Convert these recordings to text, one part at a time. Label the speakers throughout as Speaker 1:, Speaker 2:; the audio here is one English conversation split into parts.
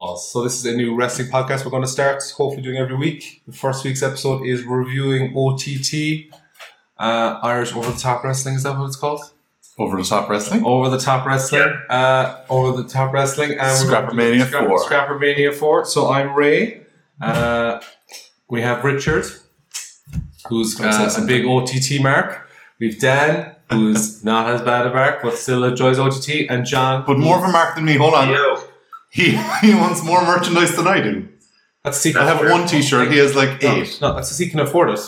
Speaker 1: Balls. So this is a new wrestling podcast we're going to start, hopefully doing every week. The first week's episode is reviewing OTT, uh, Irish Over the Top Wrestling. Is that what it's called?
Speaker 2: Over the top wrestling.
Speaker 1: Over the Top Wrestling. Uh, over the Top Wrestling. And we're gonna do
Speaker 2: Scrappermania
Speaker 1: Scrap-
Speaker 2: 4.
Speaker 1: Scrappermania 4. So I'm Ray. Uh, we have Richard, who's
Speaker 2: Gonna say
Speaker 1: uh, a
Speaker 2: something.
Speaker 1: big OTT mark. We've Dan, who's not as bad a mark, but still enjoys OTT. And John.
Speaker 2: But more of a mark than me. Hold on.
Speaker 3: Yo,
Speaker 2: He he wants more merchandise than I do.
Speaker 1: That's the secret.
Speaker 2: I have one T-shirt. He has like
Speaker 1: No,
Speaker 2: eight.
Speaker 1: No, that's because he can afford it.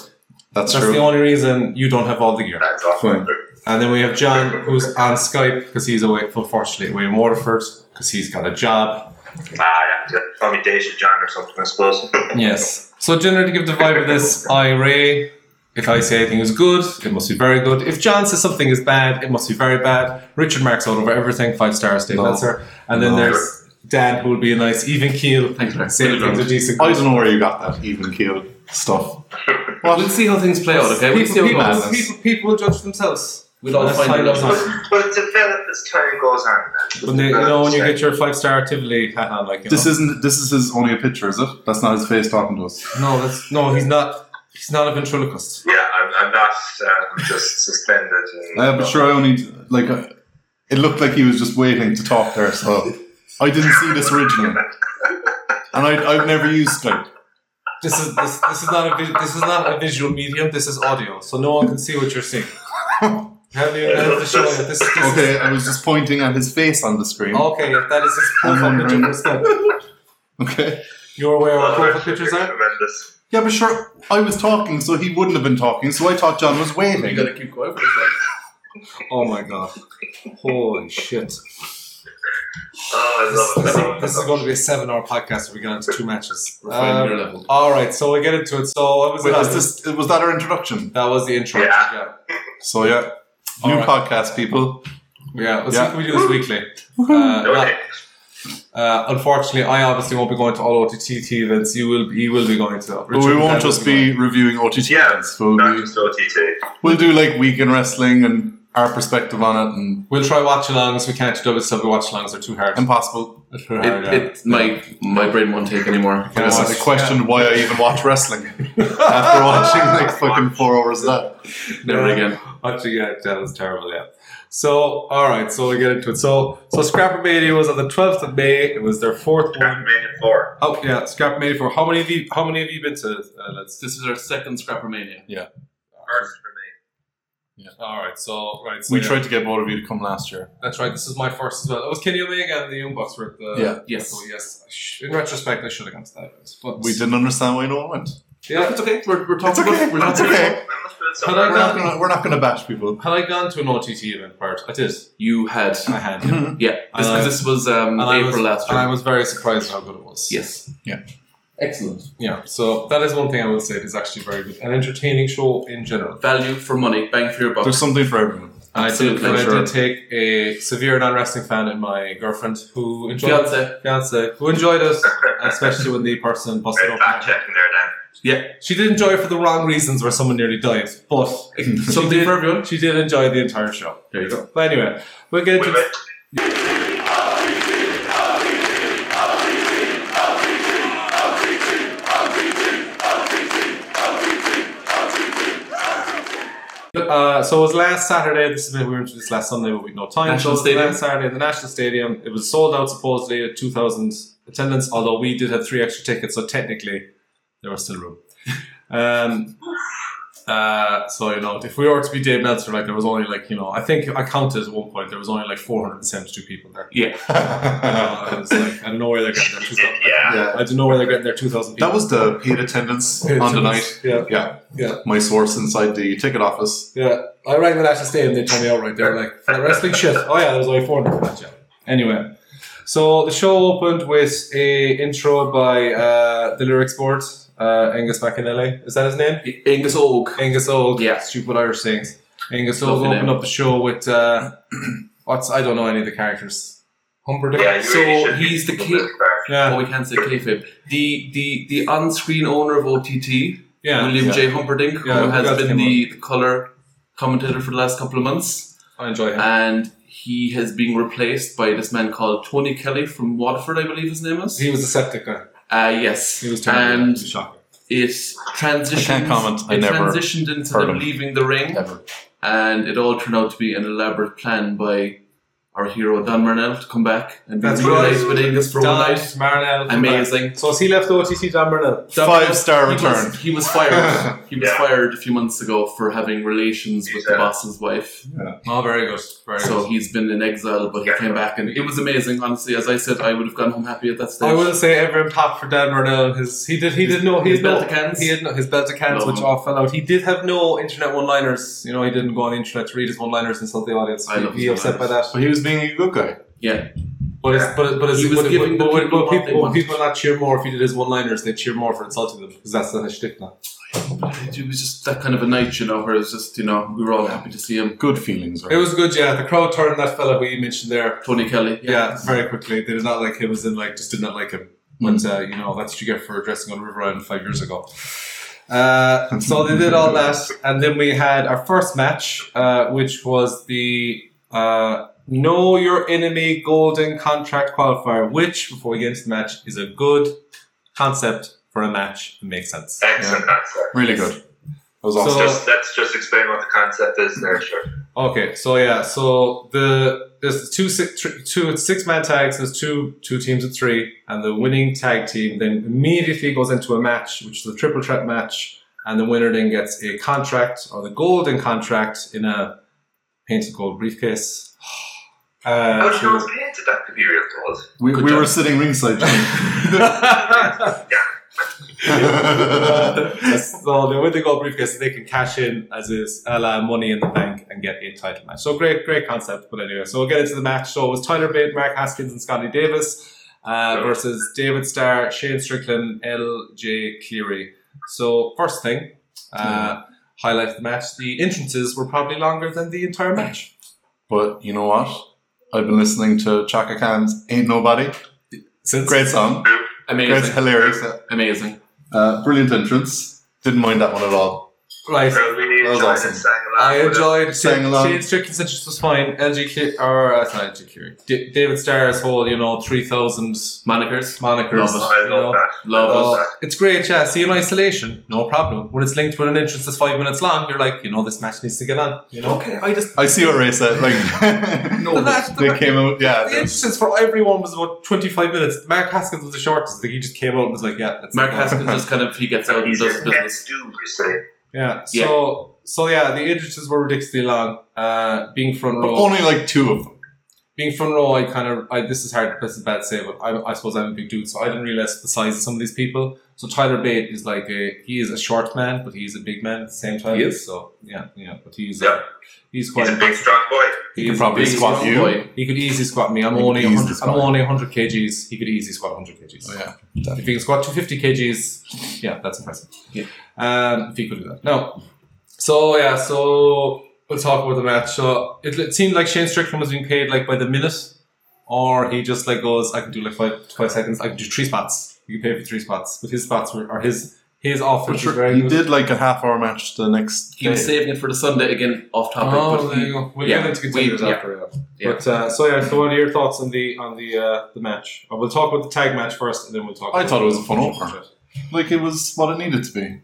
Speaker 2: That's
Speaker 1: That's the
Speaker 2: true.
Speaker 1: only reason you don't have all the gear.
Speaker 3: that's awesome.
Speaker 1: And then we have John, who's on Skype because he's away, unfortunately, away in Waterford because he's got a job.
Speaker 3: Ah, yeah, call me Dacia John or something, I suppose.
Speaker 1: Yes. So generally, to give the vibe of this, I Ray. If I say anything is good, it must be very good. If John says something is bad, it must be very bad. Richard marks out over everything, five stars, Dave
Speaker 2: No.
Speaker 1: Meltzer. And then
Speaker 2: No.
Speaker 1: there's Dan, who will be a nice even keel,
Speaker 2: Thanks, Ray.
Speaker 1: saying things are decent.
Speaker 2: I don't know where you got that even keel stuff.
Speaker 4: We'll see how things play out, okay? We'll see
Speaker 1: People, people,
Speaker 4: how it
Speaker 2: madness.
Speaker 4: goes.
Speaker 1: people, people will judge themselves.
Speaker 4: We'll all
Speaker 1: Let's
Speaker 4: find
Speaker 1: find
Speaker 4: out.
Speaker 1: out.
Speaker 3: but, but it's developed as time goes on. man.
Speaker 1: When they, you know, when you get your five star activity hat on, like you
Speaker 2: This
Speaker 1: know.
Speaker 2: isn't. This is his only a picture, is it? That's not his face talking to us.
Speaker 1: no, that's no, he's not. He's not a ventriloquist.
Speaker 3: Yeah, I'm, I'm not. Uh, I'm just suspended. And,
Speaker 2: Uh, but sure, I only like. uh, It looked like he was just waiting to talk there, so I didn't see this originally, and I, I've never used Skype.
Speaker 1: This is this, this is not a vi- this is not a visual medium. This is audio, so no one can see what you're seeing. How do you how does the show you? This, this is-
Speaker 2: Okay, I was just pointing at his face on the screen.
Speaker 1: okay, yeah, that is his profile picture for Skype.
Speaker 2: Okay.
Speaker 1: You're aware what
Speaker 3: Oh,
Speaker 1: profile
Speaker 3: that's
Speaker 1: pictures are?
Speaker 3: Tremendous.
Speaker 2: Yeah, but sure, I was talking, so he wouldn't have been talking, so I thought John was
Speaker 4: You
Speaker 2: waving.
Speaker 4: gotta keep going for this one.
Speaker 1: Oh my god! Holy shit!
Speaker 3: Oh, I
Speaker 1: This,
Speaker 3: love
Speaker 1: this,
Speaker 3: it. I love it.
Speaker 1: this is going to be a seven-hour podcast. If we get into two matches.
Speaker 4: We're finding
Speaker 1: Um,
Speaker 4: your level.
Speaker 1: all right, so we get into it. So what was
Speaker 2: Wait,
Speaker 1: it?
Speaker 2: is this, was that our introduction?
Speaker 1: That was the intro.
Speaker 3: Yeah.
Speaker 2: So, yeah. New
Speaker 1: Alright.
Speaker 2: podcast, people.
Speaker 1: Yeah, let's see
Speaker 2: Yeah.
Speaker 1: if we do this weekly. Uh,
Speaker 3: Okay.
Speaker 1: uh, unfortunately, I obviously won't be going to all OTT events. You will, you will be going to.
Speaker 2: But we won't just be reviewing OTT
Speaker 3: Yeah,
Speaker 2: events. We'll,
Speaker 3: Not
Speaker 2: be,
Speaker 3: just OTT.
Speaker 2: we'll do like weekend wrestling and our perspective on it and
Speaker 1: We'll try watch-alongs. We can't do WCW watch-alongs. They're too hard.
Speaker 2: impossible.
Speaker 1: They're too hard, yeah.
Speaker 4: It, it, my, my brain won't take anymore.
Speaker 1: Yeah.
Speaker 2: Yes, I questioned why I even watch wrestling after watching like fucking four hours of that.
Speaker 4: Never again.
Speaker 1: Actually, yeah, that was terrible. Yeah. So, all right. So we get into it. So, so Scrappermania was on the twelfth of May. It was their fourth one.
Speaker 3: Mania 4.
Speaker 1: Oh yeah, Scrappermania for how many of you? How many of you been to? Uh, let's.
Speaker 4: This is our second Scrappermania.
Speaker 3: First for
Speaker 1: All right. So right. So
Speaker 2: We
Speaker 1: yeah.
Speaker 2: tried to get both of you to come last year.
Speaker 1: That's right. This is my first as well. It was Kenny Omega and the Young Bucks were at the.
Speaker 2: Yeah.
Speaker 4: Yes.
Speaker 1: So yes, I sh- in retrospect, I should have gone to that. event, But
Speaker 2: We didn't understand why no one went.
Speaker 1: Yeah.
Speaker 4: It's okay. We're, we're
Speaker 2: It's
Speaker 4: talking
Speaker 2: okay.
Speaker 4: about we're not
Speaker 2: It's okay.
Speaker 3: me. I must do it
Speaker 1: But I
Speaker 2: We're
Speaker 3: somewhere.
Speaker 2: not gonna- we're not going to bash people.
Speaker 1: Had I gone to an OTT event prior? to- I did.
Speaker 4: You had.
Speaker 1: I had. Yeah.
Speaker 2: Mhm.
Speaker 4: Yeah. This, 'cause this was um,
Speaker 1: And I was,
Speaker 4: April last
Speaker 1: and I
Speaker 4: year.
Speaker 1: was very surprised at how good it was.
Speaker 4: Yes.
Speaker 2: Yeah.
Speaker 4: Excellent.
Speaker 1: Yeah. So that is one thing I will say. It is actually very good. An entertaining show in general.
Speaker 4: Value for money. Bang for your buck.
Speaker 2: There's something for everyone.
Speaker 1: And I did,
Speaker 4: Absolutely,
Speaker 1: and I
Speaker 2: sure.
Speaker 1: did take a severe non-wrestling fan in my girlfriend who enjoyed
Speaker 4: Fiance.
Speaker 1: fiance who enjoyed it, especially when the person busted
Speaker 3: Great
Speaker 1: up.
Speaker 3: fact checking there, Dan.
Speaker 1: She did enjoy it for the wrong reasons where someone nearly died, but
Speaker 4: Something
Speaker 1: did-
Speaker 4: for everyone.
Speaker 1: she did enjoy the entire show.
Speaker 4: There you go.
Speaker 1: But anyway, we'll get
Speaker 3: Wait a
Speaker 1: into
Speaker 3: minute.
Speaker 1: uh, so it was last Saturday. This is we were into this last Sunday, but we'd no time. so
Speaker 4: National
Speaker 1: it was
Speaker 4: Stadium.
Speaker 1: last Saturday at the National Stadium. It was sold out supposedly at two thousand attendance, although we did have three extra tickets, so technically there was still room. Um, uh, so you know, if we were to be Dave Meltzer, like there was only like you know, I think I counted at one point there was only like four hundred and seventy-two people there. Uh, I was like, I don't know where they're getting their two thousand.
Speaker 3: Yeah.
Speaker 2: yeah.
Speaker 1: I don't know where they're getting their two thousand.
Speaker 2: That was the paid attendance on the night.
Speaker 1: Yeah,
Speaker 2: Yeah.
Speaker 1: Yeah.
Speaker 2: My source inside the ticket office.
Speaker 1: yeah. I rang the National Stadium. They told me outright. They were like, for the wrestling shit. Oh yeah, there was only four hundred for that show. Anyway, so the show opened with a intro by uh, the lyrics board, uh, Angus McAnally. Is that his name?
Speaker 4: Angus Oak.
Speaker 1: Angus Old.
Speaker 4: Yeah.
Speaker 1: Stupid Irish things. Angus Old
Speaker 4: Lovely
Speaker 1: opened
Speaker 4: name.
Speaker 1: up the show with uh, what's I don't know any of the characters. Humberdick.
Speaker 3: Yeah, you
Speaker 4: So
Speaker 3: really should be
Speaker 4: he's the
Speaker 3: a
Speaker 4: king-
Speaker 3: bit fair.
Speaker 4: Oh,
Speaker 1: Yeah.
Speaker 4: we can't say kayfabe. The the the on-screen owner of OTT,
Speaker 1: Yeah.
Speaker 4: William
Speaker 2: yeah.
Speaker 4: J. Humperdinck,
Speaker 1: Yeah,
Speaker 4: who
Speaker 1: we
Speaker 4: has
Speaker 1: got
Speaker 4: been
Speaker 1: him
Speaker 4: the, the color commentator for the last couple of months,
Speaker 1: I enjoy him.
Speaker 4: and he has been replaced by this man called Tony Kelly from Waterford, I believe his name is.
Speaker 1: He was a septic guy.
Speaker 4: Uh, yes,
Speaker 1: He was terrible.
Speaker 4: and
Speaker 1: He was shocking.
Speaker 4: it transitioned.
Speaker 2: comment. I
Speaker 4: it
Speaker 2: never
Speaker 4: transitioned into
Speaker 2: heard
Speaker 4: them
Speaker 2: him.
Speaker 4: leaving the ring,
Speaker 2: Ever.
Speaker 4: and it all turned out to be an elaborate plan by our hero Don Marnell to come back and be
Speaker 1: That's
Speaker 4: reunited
Speaker 1: right.
Speaker 4: with Angus for one
Speaker 1: Don
Speaker 4: night.
Speaker 1: Marnell.
Speaker 4: Amazing.
Speaker 1: So has he left OTC Don Marnell?
Speaker 4: Don
Speaker 2: Five
Speaker 4: Marnell,
Speaker 2: star
Speaker 4: he was-
Speaker 2: return.
Speaker 4: He was fired. He was
Speaker 3: Yeah.
Speaker 4: fired a few months ago for having relations with the
Speaker 3: Yeah.
Speaker 4: boss's wife.
Speaker 1: Oh, very good. Very
Speaker 4: So he's been in exile, but he
Speaker 3: Yeah.
Speaker 4: came back, and it was amazing. Honestly, as I said, I would have gone home happy at that stage.
Speaker 1: I will say everyone pop for Dan Marnell. His he did he did no he
Speaker 4: His
Speaker 1: had no
Speaker 4: belt of cans.
Speaker 1: he had no, his belt of cans
Speaker 4: Love
Speaker 1: which
Speaker 4: him.
Speaker 1: all fell out. He did have no internet one liners. You know he didn't go on the internet to read his one liners and insult the audience.
Speaker 4: I
Speaker 1: He-
Speaker 4: love
Speaker 1: he
Speaker 4: his
Speaker 1: upset by that.
Speaker 2: So he was being a good guy.
Speaker 4: yeah,
Speaker 1: But it's, but but, it's,
Speaker 4: He was
Speaker 1: but,
Speaker 4: giving
Speaker 1: but,
Speaker 4: the
Speaker 1: but,
Speaker 4: people
Speaker 1: but
Speaker 4: what
Speaker 1: people
Speaker 4: they
Speaker 1: but
Speaker 4: want.
Speaker 1: people not cheer more if he did his one liners. They cheer more for insulting them because that's not his shtick now.
Speaker 4: it was just that kind of a night, you know, where it was just you know we were all happy to see him.
Speaker 2: Good feelings, right?
Speaker 1: It was good. Yeah, the crowd turned that fella who you mentioned there.
Speaker 4: Tony Kelly.
Speaker 1: Yeah, very quickly. They did not like him, as in, like, just did not like him. But, uh, you know, that's what you get for dressing on River Island five years ago. Uh, so they did all that. And then we had our first match, uh, which was the uh, Know Your Enemy Golden Contract Qualifier, which, before we get into the match, is a good concept for a match. It makes sense.
Speaker 3: Excellent concept.
Speaker 2: really good. It was awesome.
Speaker 1: So-
Speaker 3: Just let's just explain what the concept is there, sure.
Speaker 1: Okay, so yeah, so the there's two six thr- two six man tags. There's two two teams of three, and the winning tag team then immediately goes into a match, which is a triple threat match, and the winner then gets a contract or the golden contract in a painted gold briefcase.
Speaker 3: How
Speaker 1: Uh,
Speaker 3: did you painted that could be real gold?
Speaker 2: we
Speaker 4: good
Speaker 2: we
Speaker 4: job.
Speaker 2: were sitting ringside.
Speaker 1: to- so they win the gold briefcase, they can cash in as is a la money in the bank and get a title match. So great, great concept. But anyway, so we'll get into the match. So it was Tyler Bate, Mark Haskins, and Scotty Davis uh, versus David Starr, Shane Strickland, L.J. Cleary. So first thing, uh, highlight of the match. The entrances were probably longer than the entire match.
Speaker 2: but you know what? I've been listening to Chaka Khan's "Ain't Nobody."
Speaker 1: Since
Speaker 2: Great song. Great,
Speaker 4: amazing,
Speaker 2: hilarious.
Speaker 4: amazing.
Speaker 2: Uh, brilliant entrance. Didn't mind that one at all.
Speaker 1: right.
Speaker 3: Girl, really
Speaker 2: That was
Speaker 3: enjoyed
Speaker 2: awesome.
Speaker 3: it, sang along
Speaker 1: I
Speaker 3: with it.
Speaker 1: enjoyed
Speaker 2: Sang
Speaker 1: Shane,
Speaker 2: along.
Speaker 1: Shane Strickland's entrance was fine. LGK or uh, not LGK, D- David Starr's whole you know three thousand
Speaker 4: Monikers,
Speaker 1: monikers.
Speaker 4: Love
Speaker 3: I
Speaker 1: you know.
Speaker 3: love that.
Speaker 4: love
Speaker 3: Love
Speaker 4: us.
Speaker 1: Uh, it's great, yeah. See, in isolation, no problem. When it's linked with an entrance that's five minutes long, you're like, you know, this match needs to get on. You know, okay, I just
Speaker 2: I see what Ray said. Like
Speaker 1: the match, the,
Speaker 2: they came out. Yeah,
Speaker 1: the
Speaker 2: they-
Speaker 1: entrance for everyone was about twenty five minutes. Mark Haskins was the shortest. Like he just came out and was like, yeah, that's
Speaker 4: Mark
Speaker 1: it.
Speaker 4: Haskins just kind of he gets out and
Speaker 3: He's
Speaker 4: does
Speaker 3: in
Speaker 4: business.
Speaker 3: Let's do, you say.
Speaker 1: Yeah.
Speaker 4: Yeah.
Speaker 1: So, so yeah, the entrances were ridiculously long. Uh, being front
Speaker 2: but
Speaker 1: row,
Speaker 2: only like two of them.
Speaker 1: being front row, I kind of, I, this is hard, this is bad to say, but I, I suppose I'm a big dude, so I didn't realize the size of some of these people. So Tyler Bate is like a, he is a short man, but he's a big man at the same time.
Speaker 4: He is.
Speaker 1: So yeah, yeah, but he's
Speaker 3: Yeah.
Speaker 1: a, he's quite
Speaker 3: He's a big,
Speaker 1: impressive.
Speaker 3: strong boy.
Speaker 1: He
Speaker 2: He could
Speaker 1: is
Speaker 2: probably
Speaker 1: big,
Speaker 4: Big
Speaker 2: squat
Speaker 4: strong
Speaker 2: you.
Speaker 4: boy.
Speaker 1: He could easily squat me. I'm
Speaker 2: He could
Speaker 1: only
Speaker 2: easily
Speaker 1: 100, I'm
Speaker 2: squat you.
Speaker 1: only 100 kgs. He could easily squat 100 kgs.
Speaker 2: Oh, yeah.
Speaker 1: If he can squat 250 kgs, yeah, that's impressive.
Speaker 4: Yeah.
Speaker 1: Um, if he could do that. No. So, yeah, so we'll talk about the match. So it, it seemed like Shane Strickland was being paid like by the minute, or he just like goes, I can do like five, five seconds, I can do three spots. You can pay for three spots. But his spots were, or his, his offense was very
Speaker 2: he
Speaker 1: good.
Speaker 2: did like a half hour match the next
Speaker 4: He was
Speaker 2: day.
Speaker 4: saving it for the Sunday again, off topic.
Speaker 1: Oh,
Speaker 4: but
Speaker 1: there
Speaker 4: he,
Speaker 1: you go. We'll
Speaker 4: yeah,
Speaker 1: get into
Speaker 4: we-
Speaker 1: contenders
Speaker 4: yeah.
Speaker 1: after, yeah.
Speaker 4: Yeah.
Speaker 1: But uh, so yeah, so what are your thoughts on the on the uh, the match? Uh, we'll talk about the tag match first, and then we'll talk.
Speaker 2: I
Speaker 1: about
Speaker 2: thought it was a fun opener. Like it was what it needed to be.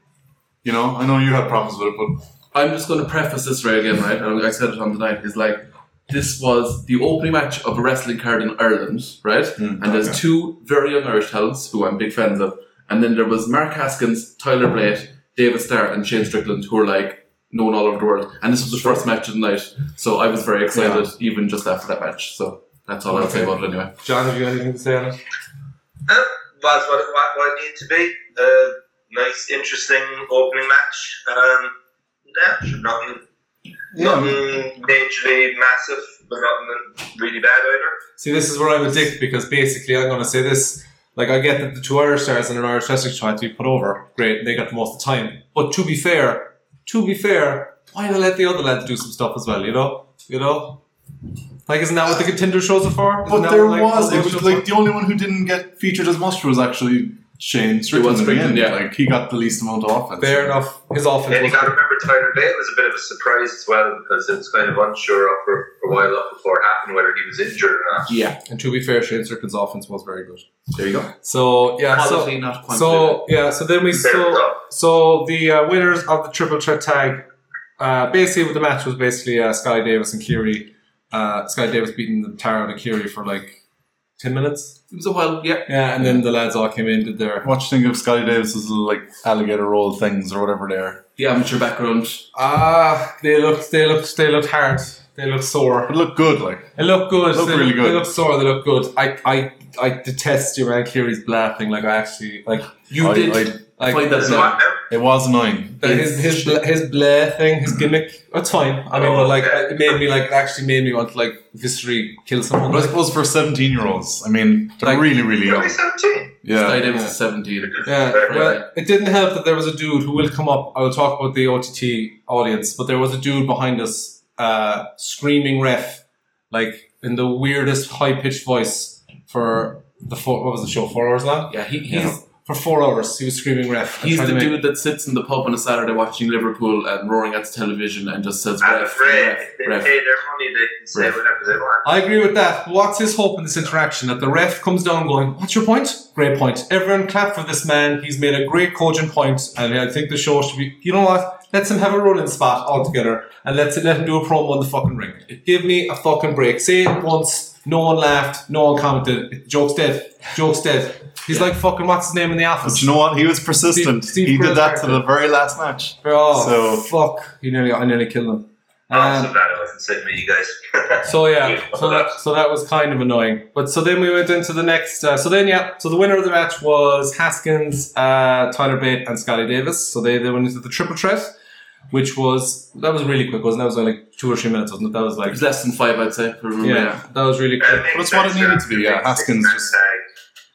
Speaker 2: You know, I know you had problems with it, but
Speaker 4: I'm just going to preface this right again, right? And I said it on the night. Is like this was the opening match of a wrestling card in Ireland, right?
Speaker 2: Mm,
Speaker 4: and there's
Speaker 2: okay.
Speaker 4: two very young Irish talents who I'm big fans of, and then there was Mark Haskins, Tyler Blate, David Starr, and Shane Strickland, who are like known all over the world. And this was the first match of the night, so I was very excited even just after that match. So that's all I'll say about it anyway.
Speaker 1: John, have you anything to say on it?
Speaker 3: was what it, what, what it needed to be. Uh, nice, interesting opening match. Um, yeah, nothing,
Speaker 2: yeah,
Speaker 3: nothing majorly massive, but nothing really bad either.
Speaker 1: See, this is where I'm a dick because basically I'm going to say this. Like, I get that the two Irish stars and an Irish wrestling show had to be put over. Great, they got most of the time. But to be fair, to be fair, why not let the other lads do some stuff as well? You know, you know. Like, isn't that what the contender shows are for? Isn't
Speaker 2: but
Speaker 1: that
Speaker 2: there
Speaker 1: what, like,
Speaker 2: was
Speaker 1: all
Speaker 2: it
Speaker 1: those
Speaker 2: was
Speaker 1: shows
Speaker 2: like the only one who didn't get featured as much was actually Shane Strickland.
Speaker 4: was
Speaker 2: in the end.
Speaker 4: Strickland, yeah.
Speaker 2: Like he got the least amount of offense.
Speaker 1: Fair enough. His offense.
Speaker 3: And you
Speaker 1: was-
Speaker 3: got to remember Tyler Bate was a bit of a surprise as well because it was kind of unsure up for, for a while up before it happened whether he was injured or not.
Speaker 4: Yeah,
Speaker 1: And to be fair, Shane Strickland's offense was very good.
Speaker 4: there you go.
Speaker 1: So yeah, so,
Speaker 4: Quality, not quantity.
Speaker 1: so yeah, so then we
Speaker 3: Fair
Speaker 1: so
Speaker 3: enough.
Speaker 1: so the uh, winners of the triple threat tag. Uh, basically, the match was basically uh, Sky Davis and Curie. Uh, Sky Davis beating the tar out of Curie for like ten minutes.
Speaker 4: it was a while. Yeah,
Speaker 1: Yeah, and then the lads all came in, did their
Speaker 2: What do you think of Sky Davis's little, like alligator roll things or whatever they are?
Speaker 4: the amateur background.
Speaker 1: ah. They looked, they looked, they looked hard. They looked sore.
Speaker 2: It looked good, like
Speaker 1: They looked good.
Speaker 2: Looked
Speaker 1: they
Speaker 2: really
Speaker 1: look,
Speaker 2: good.
Speaker 1: They looked sore. They looked good. I, I, I detest your man Curie's laughing. Like I actually like
Speaker 4: You
Speaker 2: I-
Speaker 4: did
Speaker 2: I-
Speaker 1: like
Speaker 4: find that
Speaker 3: So what
Speaker 4: annoying.
Speaker 3: now?
Speaker 2: it was annoying.
Speaker 1: Like his his bla- his Blair thing, his gimmick. It's fine. I mean,
Speaker 3: Oh,
Speaker 1: but like
Speaker 3: okay.
Speaker 1: it made me like it actually made me want to like viscerally kill someone.
Speaker 2: But I suppose for seventeen year olds, I mean, they're
Speaker 1: Like-
Speaker 2: really, really
Speaker 3: He's
Speaker 2: young.
Speaker 3: only 17.
Speaker 2: Yeah,
Speaker 4: Sky Davis is seventeen.
Speaker 1: yeah,
Speaker 3: Fair
Speaker 4: play.
Speaker 1: well, it didn't help that there was a dude who will come up. I will talk about the OTT audience, but there was a dude behind us uh, screaming ref, like in the weirdest high pitched voice for the four. What was the show? Four hours long.
Speaker 4: Yeah, he, he's
Speaker 1: He's for four hours. He was screaming ref. and
Speaker 4: he's
Speaker 1: trying
Speaker 4: the
Speaker 1: to make-
Speaker 4: dude that sits in the pub on a Saturday watching Liverpool and roaring at the television and just says
Speaker 3: And
Speaker 4: ref,
Speaker 3: afraid
Speaker 4: ref,
Speaker 3: they
Speaker 4: ref.
Speaker 3: pay their money, they can say
Speaker 4: Ref.
Speaker 3: whatever they want.
Speaker 1: I agree with that. What's his hope in this interaction? That the ref comes down going, What's your point? Great point. Everyone clap for this man. He's made a great cogent point, and I think the show should be, you know what? Let's him have a rolling spot altogether, and let's let him do a promo in the fucking ring. Give me a fucking break. Say it once. No one laughed. No one commented. Joke's dead. Joke's dead. He's like fucking what's his name in the office.
Speaker 2: but you know what? He was persistent.
Speaker 1: Steve- Steve
Speaker 2: he did that
Speaker 1: Bruce
Speaker 2: to the very last match.
Speaker 1: oh
Speaker 2: So-
Speaker 1: fuck! He nearly, I nearly killed him.
Speaker 3: I'm
Speaker 1: Um,
Speaker 3: so glad I wasn't sitting with you guys.
Speaker 1: So yeah, so that, so that was kind of annoying. But so then we went into the next. Uh, so then yeah, so the winner of the match was Haskins, uh, Tyler Bate, and Scotty Davis. So they, they went into the triple threat, which was that was really quick, wasn't it? That was only like two or three minutes, wasn't it? That was
Speaker 4: It
Speaker 1: like
Speaker 4: was less than five, I'd say. For
Speaker 1: yeah,
Speaker 4: yeah.
Speaker 1: that was really
Speaker 3: That
Speaker 1: quick.
Speaker 3: makes
Speaker 2: That's what it
Speaker 3: sense,
Speaker 2: needed to be, yeah.
Speaker 3: Makes
Speaker 2: Haskins
Speaker 3: sense,
Speaker 2: just-
Speaker 3: tag,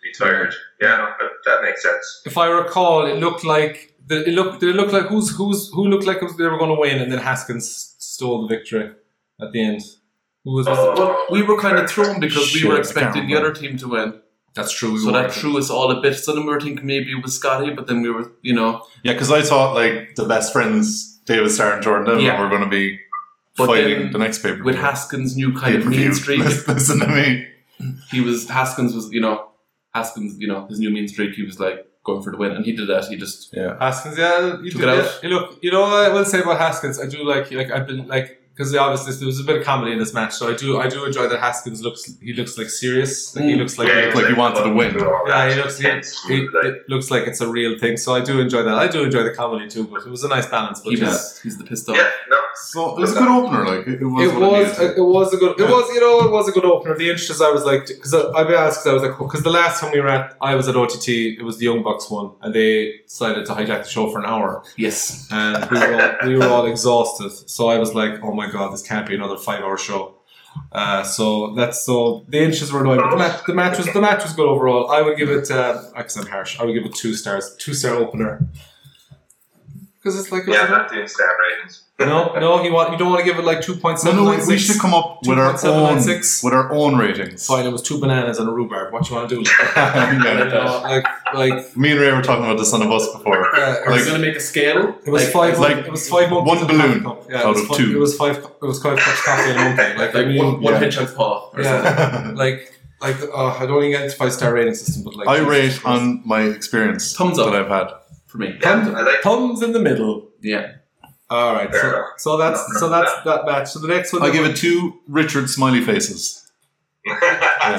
Speaker 3: Retired. Yeah, no, that- that makes sense.
Speaker 1: If I recall, it looked like the, it looked it looked like who's who's who looked like it was- they were going to win, and then Haskins stole the victory at the end. Who was? was it?
Speaker 4: Well, we were kind of thrown because
Speaker 2: Shit,
Speaker 4: we
Speaker 2: I
Speaker 4: were
Speaker 2: can't
Speaker 4: expecting the
Speaker 2: remember.
Speaker 4: other team to win,
Speaker 1: That's true. We
Speaker 4: so
Speaker 1: were.
Speaker 4: that threw us all a bit. So then we were thinking maybe it was Scotty, but then we were, you know,
Speaker 2: Yeah, because I thought like the best friends David Starr and Jordan Devlin
Speaker 4: Yeah.
Speaker 2: were going to be
Speaker 4: But
Speaker 2: fighting
Speaker 4: then
Speaker 2: the next paper
Speaker 4: with Haskins' new kind of mean streak,
Speaker 2: Listen to me.
Speaker 4: he was Haskins was, you know, Haskins, you know, his new mean streak. He was like going for the win, and he did that. He just
Speaker 1: Haskins, yeah, you
Speaker 4: Took
Speaker 1: do,
Speaker 4: it out.
Speaker 1: yeah. You Look, you know what I will say about Haskins? I do like, like I've been like, because obviously there was a bit of comedy in this match, so I do, I do enjoy that Haskins looks, he looks like serious, like he
Speaker 4: Mm.
Speaker 1: looks like,
Speaker 2: looked like he wanted to win.
Speaker 1: Yeah, he looks- he- he,
Speaker 3: like,
Speaker 1: it looks like it's a real thing. So I do enjoy that. I do enjoy the comedy too, but it was a nice balance. But
Speaker 4: he
Speaker 1: yeah.
Speaker 4: was he's the pissed off.
Speaker 3: yeah, no,
Speaker 2: So it was a good opener. Like it it was.
Speaker 1: it
Speaker 2: what
Speaker 1: was
Speaker 2: needed to
Speaker 1: it,
Speaker 2: be.
Speaker 1: was a good it
Speaker 2: Yeah.
Speaker 1: was you know it was a good opener. The interest I was like because I be asked because I was like because the last time we were at I was at OTT it was the Young Bucks one and they decided to hijack the show for an hour
Speaker 4: Yes,
Speaker 1: and we were all, we were all exhausted. So I was like, "Oh my god, this can't be another five-hour show." Uh, so that's so the inches were annoying. But the, match, the match was the match was good overall. I would give it. Uh, I guess I'm harsh. I would give it two stars. Two star opener. Because it's like
Speaker 3: yeah, I'm not doing stab ratings.
Speaker 1: no, no, you want you don't want to give it like two point
Speaker 2: No,
Speaker 1: seven.
Speaker 2: no, we, we should come up with our own
Speaker 1: 2.796.
Speaker 2: with our own ratings.
Speaker 1: Fine, it was two bananas and a rhubarb. What you want to do? You
Speaker 2: Yeah.
Speaker 1: know, like, like,
Speaker 2: Me and Ray were talking about this on a bus before.
Speaker 1: uh,
Speaker 4: are
Speaker 2: Like-
Speaker 4: we going to make a scale?
Speaker 1: It was five.
Speaker 2: like
Speaker 1: it was five monkeys
Speaker 2: one
Speaker 1: in a coffee
Speaker 2: balloon
Speaker 1: cup. Yeah, it
Speaker 2: out
Speaker 1: was
Speaker 2: of
Speaker 1: fi-
Speaker 2: two.
Speaker 1: It was five. It was five cups coffee and a monkey. Like, I
Speaker 4: like
Speaker 1: mean,
Speaker 4: one, one
Speaker 2: yeah.
Speaker 4: hedgehog's paw. Or
Speaker 1: Yeah.
Speaker 4: something.
Speaker 2: I
Speaker 1: like like uh, I don't even get into five star rating system, but like
Speaker 2: rate on my experience
Speaker 4: Thumbs up.
Speaker 2: that I've had.
Speaker 4: for me.
Speaker 3: Yeah,
Speaker 1: Thumbs-
Speaker 3: I like
Speaker 1: thumbs in the middle.
Speaker 4: Yeah.
Speaker 1: All right,
Speaker 3: Fair
Speaker 1: so,
Speaker 3: enough.
Speaker 1: so that's so that's that match. So the next one,
Speaker 2: I give it two Richard smiley faces.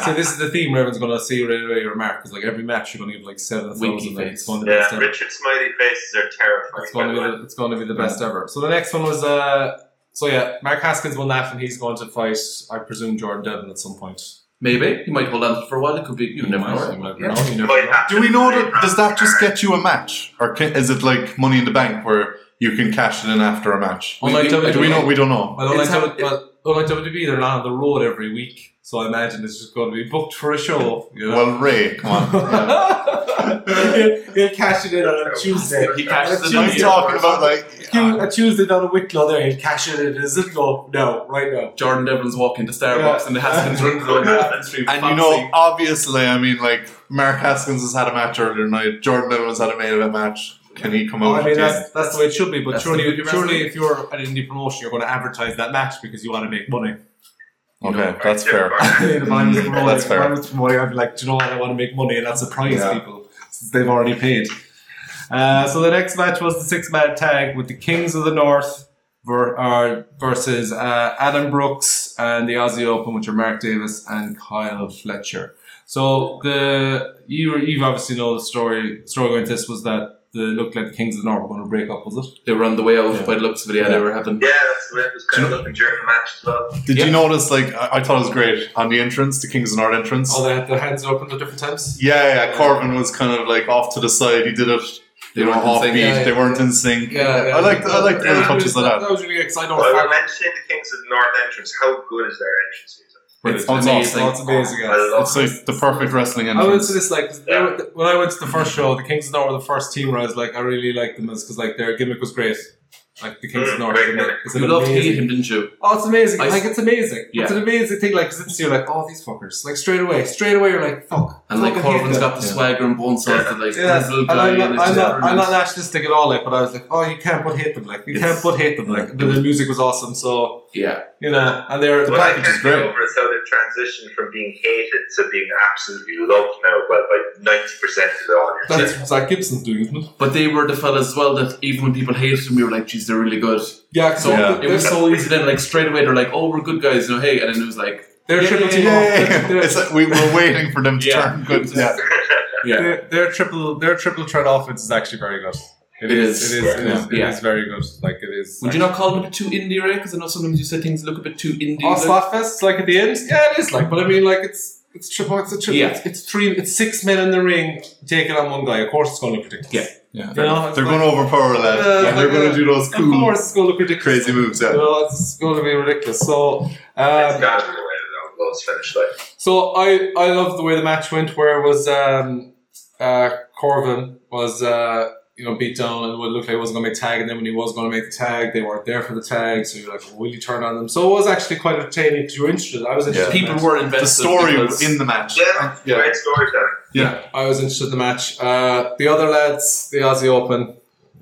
Speaker 1: So this is the theme. Everyone's going to see right away your mark because like every match you're going to give like seven
Speaker 4: Winky
Speaker 1: thousand. It's
Speaker 4: face.
Speaker 1: going to be the best
Speaker 3: yeah,
Speaker 1: ever.
Speaker 3: Richard Smiley faces are terrifying.
Speaker 1: It's going to
Speaker 3: by the
Speaker 1: be
Speaker 3: way.
Speaker 1: the, it's going to be the best ever. So the next one was uh. So yeah, Mark Haskins won that, and he's going to fight, I presume, Jordan Devlin at some point.
Speaker 4: Maybe he might hold on to it for a while. It could be you
Speaker 1: You
Speaker 4: never
Speaker 1: might- you
Speaker 4: know.
Speaker 1: might
Speaker 4: Yeah.
Speaker 1: know, you never
Speaker 3: Might
Speaker 1: know.
Speaker 3: happen
Speaker 2: Do we know
Speaker 3: in the
Speaker 2: that? Does that just get you a match, or can, is it like Money in the Bank where you can cash it in after a match?
Speaker 4: We-
Speaker 1: Unlike
Speaker 4: we-
Speaker 1: WWE.
Speaker 2: Do we know? We don't know.
Speaker 1: Well, unlike,
Speaker 4: It's how-
Speaker 1: w- well, unlike WWE, they're not on the road every week, so I imagine it's just going to be booked for a show. You know?
Speaker 2: Well, Ray, come on. Yeah.
Speaker 1: he'll, he'll cash it in on
Speaker 4: Oh,
Speaker 1: a Tuesday.
Speaker 4: He cashes
Speaker 1: That's
Speaker 4: it
Speaker 2: I'm
Speaker 4: in.
Speaker 1: Tuesday.
Speaker 4: here.
Speaker 2: talking about like
Speaker 1: He'll- A Tuesday down a Wicklow there, he'll cash it in his Ziploc now, right now.
Speaker 4: Jordan Devlin's walking to Starbucks
Speaker 1: Yeah.
Speaker 4: and the Haskins run through the Haskins Street.
Speaker 2: And you know, obviously, I mean, like Mark Haskins has had a match earlier tonight. Jordan Evans had a main event match. Can he come out?
Speaker 1: Oh, I mean,
Speaker 2: again?
Speaker 1: that's, that's the way it should be, but
Speaker 4: That's the
Speaker 1: surely,
Speaker 4: beauty of
Speaker 1: surely
Speaker 4: wrestling.
Speaker 1: if you're an indie promotion, you're going to advertise that match because you want to make money.
Speaker 2: okay,
Speaker 4: know,
Speaker 2: that's fair.
Speaker 1: if I was promoting,
Speaker 2: That's fair.
Speaker 1: If I was promoting, I'd be like, do you know what? I want to make money, and that's a prize
Speaker 2: Yeah.
Speaker 1: people since they've already paid. Uh, so the next match was the six man tag with the Kings of the North ver- uh, versus uh, Adam Brooks and the Aussie Open, which are Mark Davis and Kyle Fletcher. So the you you obviously know the story story going to this was that the looked like the Kings of the North were going to break up, was it?
Speaker 4: they were on the way out
Speaker 1: Yeah.
Speaker 4: by the looks of it. Yeah, they were having.
Speaker 3: Yeah, that's the way it was kind of looking during the match as well.
Speaker 2: Did
Speaker 4: Yeah.
Speaker 2: you notice? Like, I, I thought it was great on the entrance, the Kings and Art entrance.
Speaker 1: Oh, they had their hands open at different times.
Speaker 2: yeah, yeah. Corbin was kind of like off to the side. He did it.
Speaker 4: They
Speaker 2: They were
Speaker 4: weren't in
Speaker 2: off
Speaker 4: sync.
Speaker 2: beat.
Speaker 1: Yeah, yeah.
Speaker 2: They weren't in sync.
Speaker 1: Yeah, yeah.
Speaker 2: I liked. I liked the little touches like
Speaker 1: that.
Speaker 2: that.
Speaker 1: That was really exciting.
Speaker 3: Well, we were mentioning the Kings of the North entrance. How good is their entrance music?
Speaker 2: It's,
Speaker 4: Brilliant.
Speaker 2: it's
Speaker 4: Amazing.
Speaker 2: awesome.
Speaker 1: That's amazing.
Speaker 3: I
Speaker 1: guys.
Speaker 3: love
Speaker 2: It's like the perfect wrestling
Speaker 1: I went
Speaker 2: entrance.
Speaker 1: to this like they
Speaker 3: Yeah.
Speaker 1: were- when I went to the first show, the Kings of North were the first team where I was like, I really liked them because like their gimmick was great. Like the Kings of
Speaker 3: Mm,
Speaker 1: North,
Speaker 3: great
Speaker 1: is an-
Speaker 3: gimmick.
Speaker 1: is an
Speaker 4: You loved
Speaker 1: amazing-
Speaker 4: hating him, didn't you?
Speaker 1: Oh, it's amazing!
Speaker 4: I-
Speaker 1: like it's amazing. It's
Speaker 4: Yeah.
Speaker 1: an amazing thing. Like 'cause it's you're like, oh, these fuckers! Like straight away, straight away, you're like, fuck.
Speaker 4: And like
Speaker 1: fucking hate
Speaker 4: Corbin's
Speaker 1: them.
Speaker 4: got the
Speaker 2: Yeah.
Speaker 4: swagger and bone sauce that like
Speaker 1: Yeah,
Speaker 4: this little
Speaker 1: and
Speaker 4: guy.
Speaker 1: I'm not,
Speaker 4: and it's
Speaker 1: I'm,
Speaker 4: just
Speaker 1: not, I'm not
Speaker 4: brilliant.
Speaker 1: nationalistic at all, like, but I was like, oh, you can't but hate them, like, you
Speaker 4: Yes.
Speaker 1: can't but hate them, like, and the music was awesome, so,
Speaker 4: Yeah,
Speaker 1: you know, and they're,
Speaker 3: it.
Speaker 1: the
Speaker 3: What I
Speaker 1: package
Speaker 3: can't
Speaker 1: is
Speaker 3: get
Speaker 1: great.
Speaker 3: over is how they transitioned from being hated to being absolutely loved now by like 90% of the audience.
Speaker 1: That's Zach Gibson's doing, isn't it?
Speaker 4: but they were the fellas as well that even when people hated them, we were like, "Geez, they're really good."
Speaker 1: Yeah, so
Speaker 4: So
Speaker 2: Yeah.
Speaker 4: it was so easy. Then like straight away, they're like, "Oh, we're good guys," you know. Hey, and then it was like,
Speaker 1: they're
Speaker 4: Yeah,
Speaker 1: triple
Speaker 4: yeah,
Speaker 1: team
Speaker 2: yeah,
Speaker 1: off.
Speaker 2: yeah,
Speaker 1: They're-
Speaker 2: yeah. It's like we were waiting for them to
Speaker 4: Yeah.
Speaker 2: turn good. Yeah.
Speaker 4: yeah,
Speaker 1: their, their triple their triple threat offense is actually very good.
Speaker 4: It
Speaker 1: It
Speaker 4: is.
Speaker 1: is. It is, it
Speaker 4: Yeah.
Speaker 1: is very good. Like it is.
Speaker 4: Would you not call it a bit too indie, Ray? Because I know sometimes you say things look a bit too indie.
Speaker 1: Oh,
Speaker 4: like-
Speaker 1: Slotfest, like at the end? Yeah, it is. Like, but I mean, like it's it's triple. It's a triple.
Speaker 4: Yeah.
Speaker 1: It's, it's three. It's six men in the ring taking on one guy. Of course, it's going to look ridiculous.
Speaker 4: Yeah.
Speaker 1: You
Speaker 2: They're,
Speaker 1: know, it's
Speaker 2: going
Speaker 1: like,
Speaker 2: to overpower that.
Speaker 1: Uh,
Speaker 2: yeah, they're
Speaker 1: like,
Speaker 2: going
Speaker 1: uh,
Speaker 2: to do those
Speaker 1: Of
Speaker 2: cool,
Speaker 1: course, it's going to look ridiculous.
Speaker 2: crazy moves.
Speaker 1: You
Speaker 2: Yeah.
Speaker 1: know, it's going to be ridiculous. So. Um,
Speaker 3: it's got to be the way that those finish like.
Speaker 1: So I I love the way the match went, where it was um, uh, Corbin was uh, you know beat down and what looked like he wasn't going to make tag, and then when he was going to make the tag, they weren't there for the tag, so you're like, will you turn on them? So it was actually quite entertaining because you were interested. I was interested. in the
Speaker 4: People
Speaker 1: match.
Speaker 4: were invested.
Speaker 2: The story
Speaker 4: because-
Speaker 2: in the match.
Speaker 3: Yeah,
Speaker 2: Yeah.
Speaker 3: great storytelling.
Speaker 1: I was interested in the match. Uh, the other lads, the Aussie Open.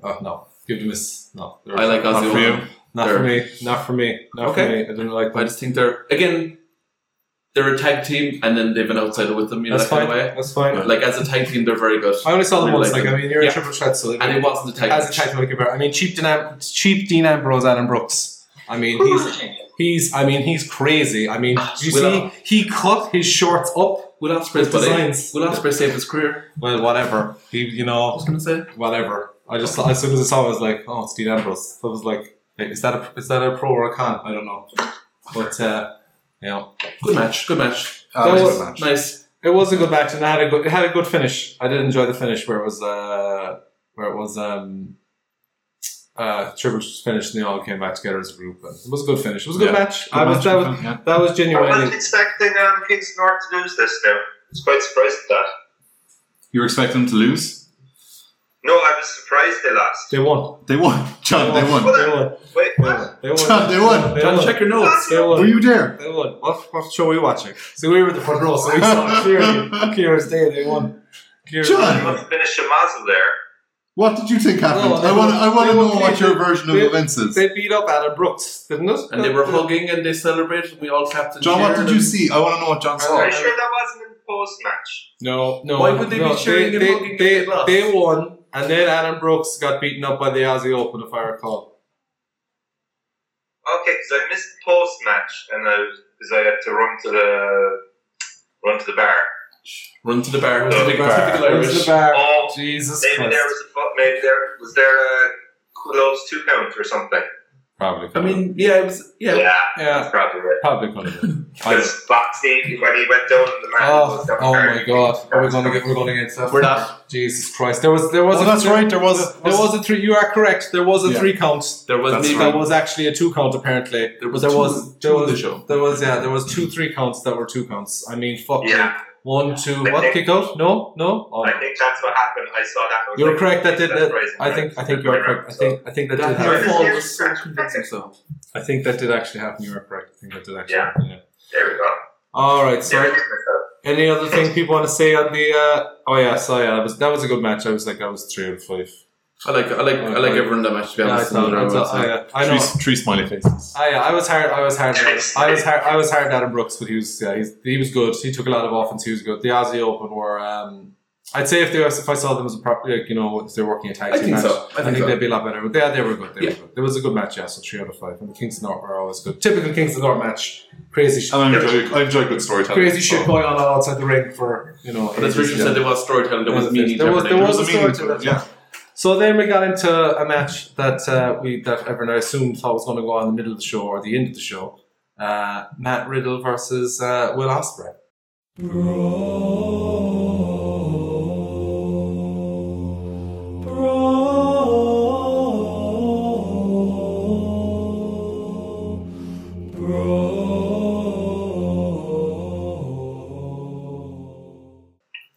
Speaker 1: Oh no, give them a miss. No, they're-
Speaker 4: I like
Speaker 2: Not
Speaker 4: Ozzy.
Speaker 2: for
Speaker 4: Osbourne.
Speaker 1: Not for
Speaker 4: They're-
Speaker 1: me. Not for me. Not
Speaker 4: Okay.
Speaker 1: for me. I didn't like
Speaker 4: I
Speaker 1: that.
Speaker 4: just think they're again, they're a tag team, and then they've an outsider with them. You know,
Speaker 1: That's
Speaker 4: that kind
Speaker 1: fine.
Speaker 4: of way.
Speaker 1: That's fine.
Speaker 4: Like as a tag team, they're very good.
Speaker 1: I only saw them
Speaker 4: Really
Speaker 1: once.
Speaker 4: like
Speaker 1: Like,
Speaker 4: them.
Speaker 1: I mean, you're
Speaker 4: Yeah.
Speaker 1: a triple threat, so
Speaker 4: And it wasn't a tag.
Speaker 1: as a
Speaker 4: match.
Speaker 1: tag team giver. I mean, cheap Denan, cheap Dean Ambrose, Adam Brooks. I mean, he's he's. I mean, he's crazy. I mean, do you
Speaker 4: Will-
Speaker 1: see, he cut his shorts up.
Speaker 4: Will Ospreay's buddy.
Speaker 1: Designs.
Speaker 4: Will Ospreay saved his career.
Speaker 1: Well, whatever. He, you
Speaker 4: I
Speaker 1: know,
Speaker 4: was gonna say.
Speaker 1: whatever. I just as soon as I saw, it, I was like, oh, it's Dean Ambrose. So I was like, hey, is that a is that a pro or a con? I don't know. But uh, you know,
Speaker 4: Good match. Good match.
Speaker 2: Uh,
Speaker 1: That
Speaker 2: it
Speaker 1: was
Speaker 2: a match.
Speaker 4: Nice.
Speaker 1: it was a good match, and it had a good it had a good finish. I did enjoy the finish where it was uh where it was um. Uh, Triple finished and they all came back together as a group. And it was a good finish. It was a good
Speaker 4: Yeah.
Speaker 1: match. I was, that was
Speaker 2: yeah.
Speaker 1: That was
Speaker 3: I wasn't
Speaker 1: genuinely.
Speaker 3: expecting um, Kings North to lose this now. I was quite surprised at that.
Speaker 2: You were expecting them to lose?
Speaker 3: No, I was surprised they lost.
Speaker 1: They won.
Speaker 2: They won. John, they won.
Speaker 1: They won.
Speaker 3: Wait,
Speaker 1: They
Speaker 3: what?
Speaker 1: won. They won.
Speaker 2: John, they won.
Speaker 1: They
Speaker 4: John,
Speaker 1: won.
Speaker 4: check your notes.
Speaker 1: They
Speaker 2: Were
Speaker 1: won.
Speaker 2: you there?
Speaker 1: They won. What, what show were you watching? So we were in the front row, so we saw it clearly. Clear as day, they won. Clear as
Speaker 2: John!
Speaker 1: day,
Speaker 3: I
Speaker 1: they
Speaker 3: must
Speaker 1: won.
Speaker 3: have finished a muzzle there.
Speaker 2: What did you think happened?
Speaker 1: No, they
Speaker 2: I want to
Speaker 1: won.
Speaker 2: I want
Speaker 1: They
Speaker 2: to
Speaker 1: won.
Speaker 2: know what your version of
Speaker 1: They-
Speaker 2: events is.
Speaker 1: They beat up Alan Brooks, didn't it?
Speaker 4: And they were hugging and they celebrated. and We all clapped. And
Speaker 2: John, what
Speaker 4: cheered
Speaker 2: did you
Speaker 4: and-
Speaker 2: see? I want to know what John
Speaker 1: Oh,
Speaker 3: Are
Speaker 2: saw.
Speaker 3: you sure that wasn't in the post match?
Speaker 1: No, no.
Speaker 4: Why would they be
Speaker 1: no,
Speaker 4: cheering
Speaker 1: they,
Speaker 4: and
Speaker 1: they,
Speaker 4: hugging if
Speaker 1: they,
Speaker 4: they lost?
Speaker 1: they won, and then Alan Brooks got beaten up by the Aussie Open, if I recall.
Speaker 3: Okay, because I missed the post match, and I because I had to run to the run to the bar.
Speaker 4: Run to the bar. It was a
Speaker 3: Run
Speaker 4: big
Speaker 3: to the
Speaker 4: bar.
Speaker 3: bar.
Speaker 4: Typical
Speaker 1: Where's
Speaker 4: Irish.
Speaker 1: the bar?
Speaker 3: Oh,
Speaker 1: Jesus
Speaker 3: maybe
Speaker 1: Christ.
Speaker 3: there was a fu- maybe there was there a close two count or something.
Speaker 1: probably.
Speaker 4: I
Speaker 1: could've been.
Speaker 4: mean, yeah, it was. Yeah,
Speaker 1: yeah,
Speaker 3: that's probably right.
Speaker 1: probably could have been. I don't-
Speaker 3: Because Boxing when he went down in the match,
Speaker 1: Oh, oh my god. Are we going to get we're going to get
Speaker 4: We're not.
Speaker 1: Jesus Christ. There was there was
Speaker 2: Oh,
Speaker 1: a,
Speaker 2: that's
Speaker 1: there,
Speaker 2: right. There was.
Speaker 1: There was a three you are correct. There was a
Speaker 2: Yeah.
Speaker 1: three count.
Speaker 4: there was
Speaker 2: That's
Speaker 4: maybe
Speaker 1: There was actually a two count apparently.
Speaker 4: there was
Speaker 1: There
Speaker 4: two-
Speaker 1: was
Speaker 4: two
Speaker 1: there
Speaker 4: in the
Speaker 1: was
Speaker 4: show.
Speaker 1: there was yeah, there was two three counts that were two counts. I mean fuck me.
Speaker 3: Yeah.
Speaker 1: One, two, what kick out? No, no. Oh,
Speaker 3: I think that's what happened. I saw that. and I was
Speaker 1: You're
Speaker 3: like,
Speaker 1: correct. That did.
Speaker 3: that's
Speaker 1: That,
Speaker 3: rising
Speaker 1: I think.
Speaker 3: ground.
Speaker 1: I think you are correct. I think. I think that did
Speaker 4: That hair
Speaker 1: happen.
Speaker 3: happened.
Speaker 4: fall was so convincing. So
Speaker 1: I think that did actually happen. You are correct. I think that did actually
Speaker 3: Yeah.
Speaker 1: happen. Yeah.
Speaker 3: There we go.
Speaker 1: All right. So,
Speaker 3: There we go.
Speaker 1: any other thing people want to say on the? Uh, oh yeah. So yeah, that was that was a good match. I was like, I was three out of five.
Speaker 4: I like I like I like everyone in that match to be
Speaker 1: Yeah, I,
Speaker 4: honest. in
Speaker 1: thought,
Speaker 4: the
Speaker 1: I,
Speaker 4: round,
Speaker 1: thought,
Speaker 4: so.
Speaker 1: I, uh, I
Speaker 2: three,
Speaker 1: know.
Speaker 2: three smiley faces.
Speaker 1: I, I was hard. I was hard. I was hard. I was hard. Adam Brooks, but he was. Yeah, he's, he was good. He took a lot of offense. He was good. The Aussie Open were. Um, I'd say if they if I saw them as a prop, like you know, if they're working a tag
Speaker 4: I
Speaker 1: team
Speaker 4: think
Speaker 1: match,
Speaker 4: so.
Speaker 1: I think
Speaker 4: so.
Speaker 1: they'd be a lot better. But yeah, they were good. They
Speaker 4: Yeah.
Speaker 1: were good. It was a good match. Yeah, so three out of five. And the Kings of North were always good. Typical Kings of North match. Crazy shit.
Speaker 2: And I enjoy, I enjoy good storytelling.
Speaker 1: Crazy shit
Speaker 2: so-
Speaker 1: going on outside the ring for you know.
Speaker 4: Oh. But as
Speaker 1: ages,
Speaker 4: Richard
Speaker 1: yeah.
Speaker 4: said, there was storytelling. There was meaning.
Speaker 1: There
Speaker 4: to
Speaker 1: was, there
Speaker 4: everything.
Speaker 1: was a
Speaker 2: There
Speaker 1: story
Speaker 2: was
Speaker 1: to
Speaker 2: a meaning to
Speaker 1: that.
Speaker 2: it, yeah.
Speaker 1: So then we got into a match that uh, we that everyone I assumed thought was going to go on in the middle of the show or the end of the show. Uh, Matt Riddle versus uh, Will Ospreay.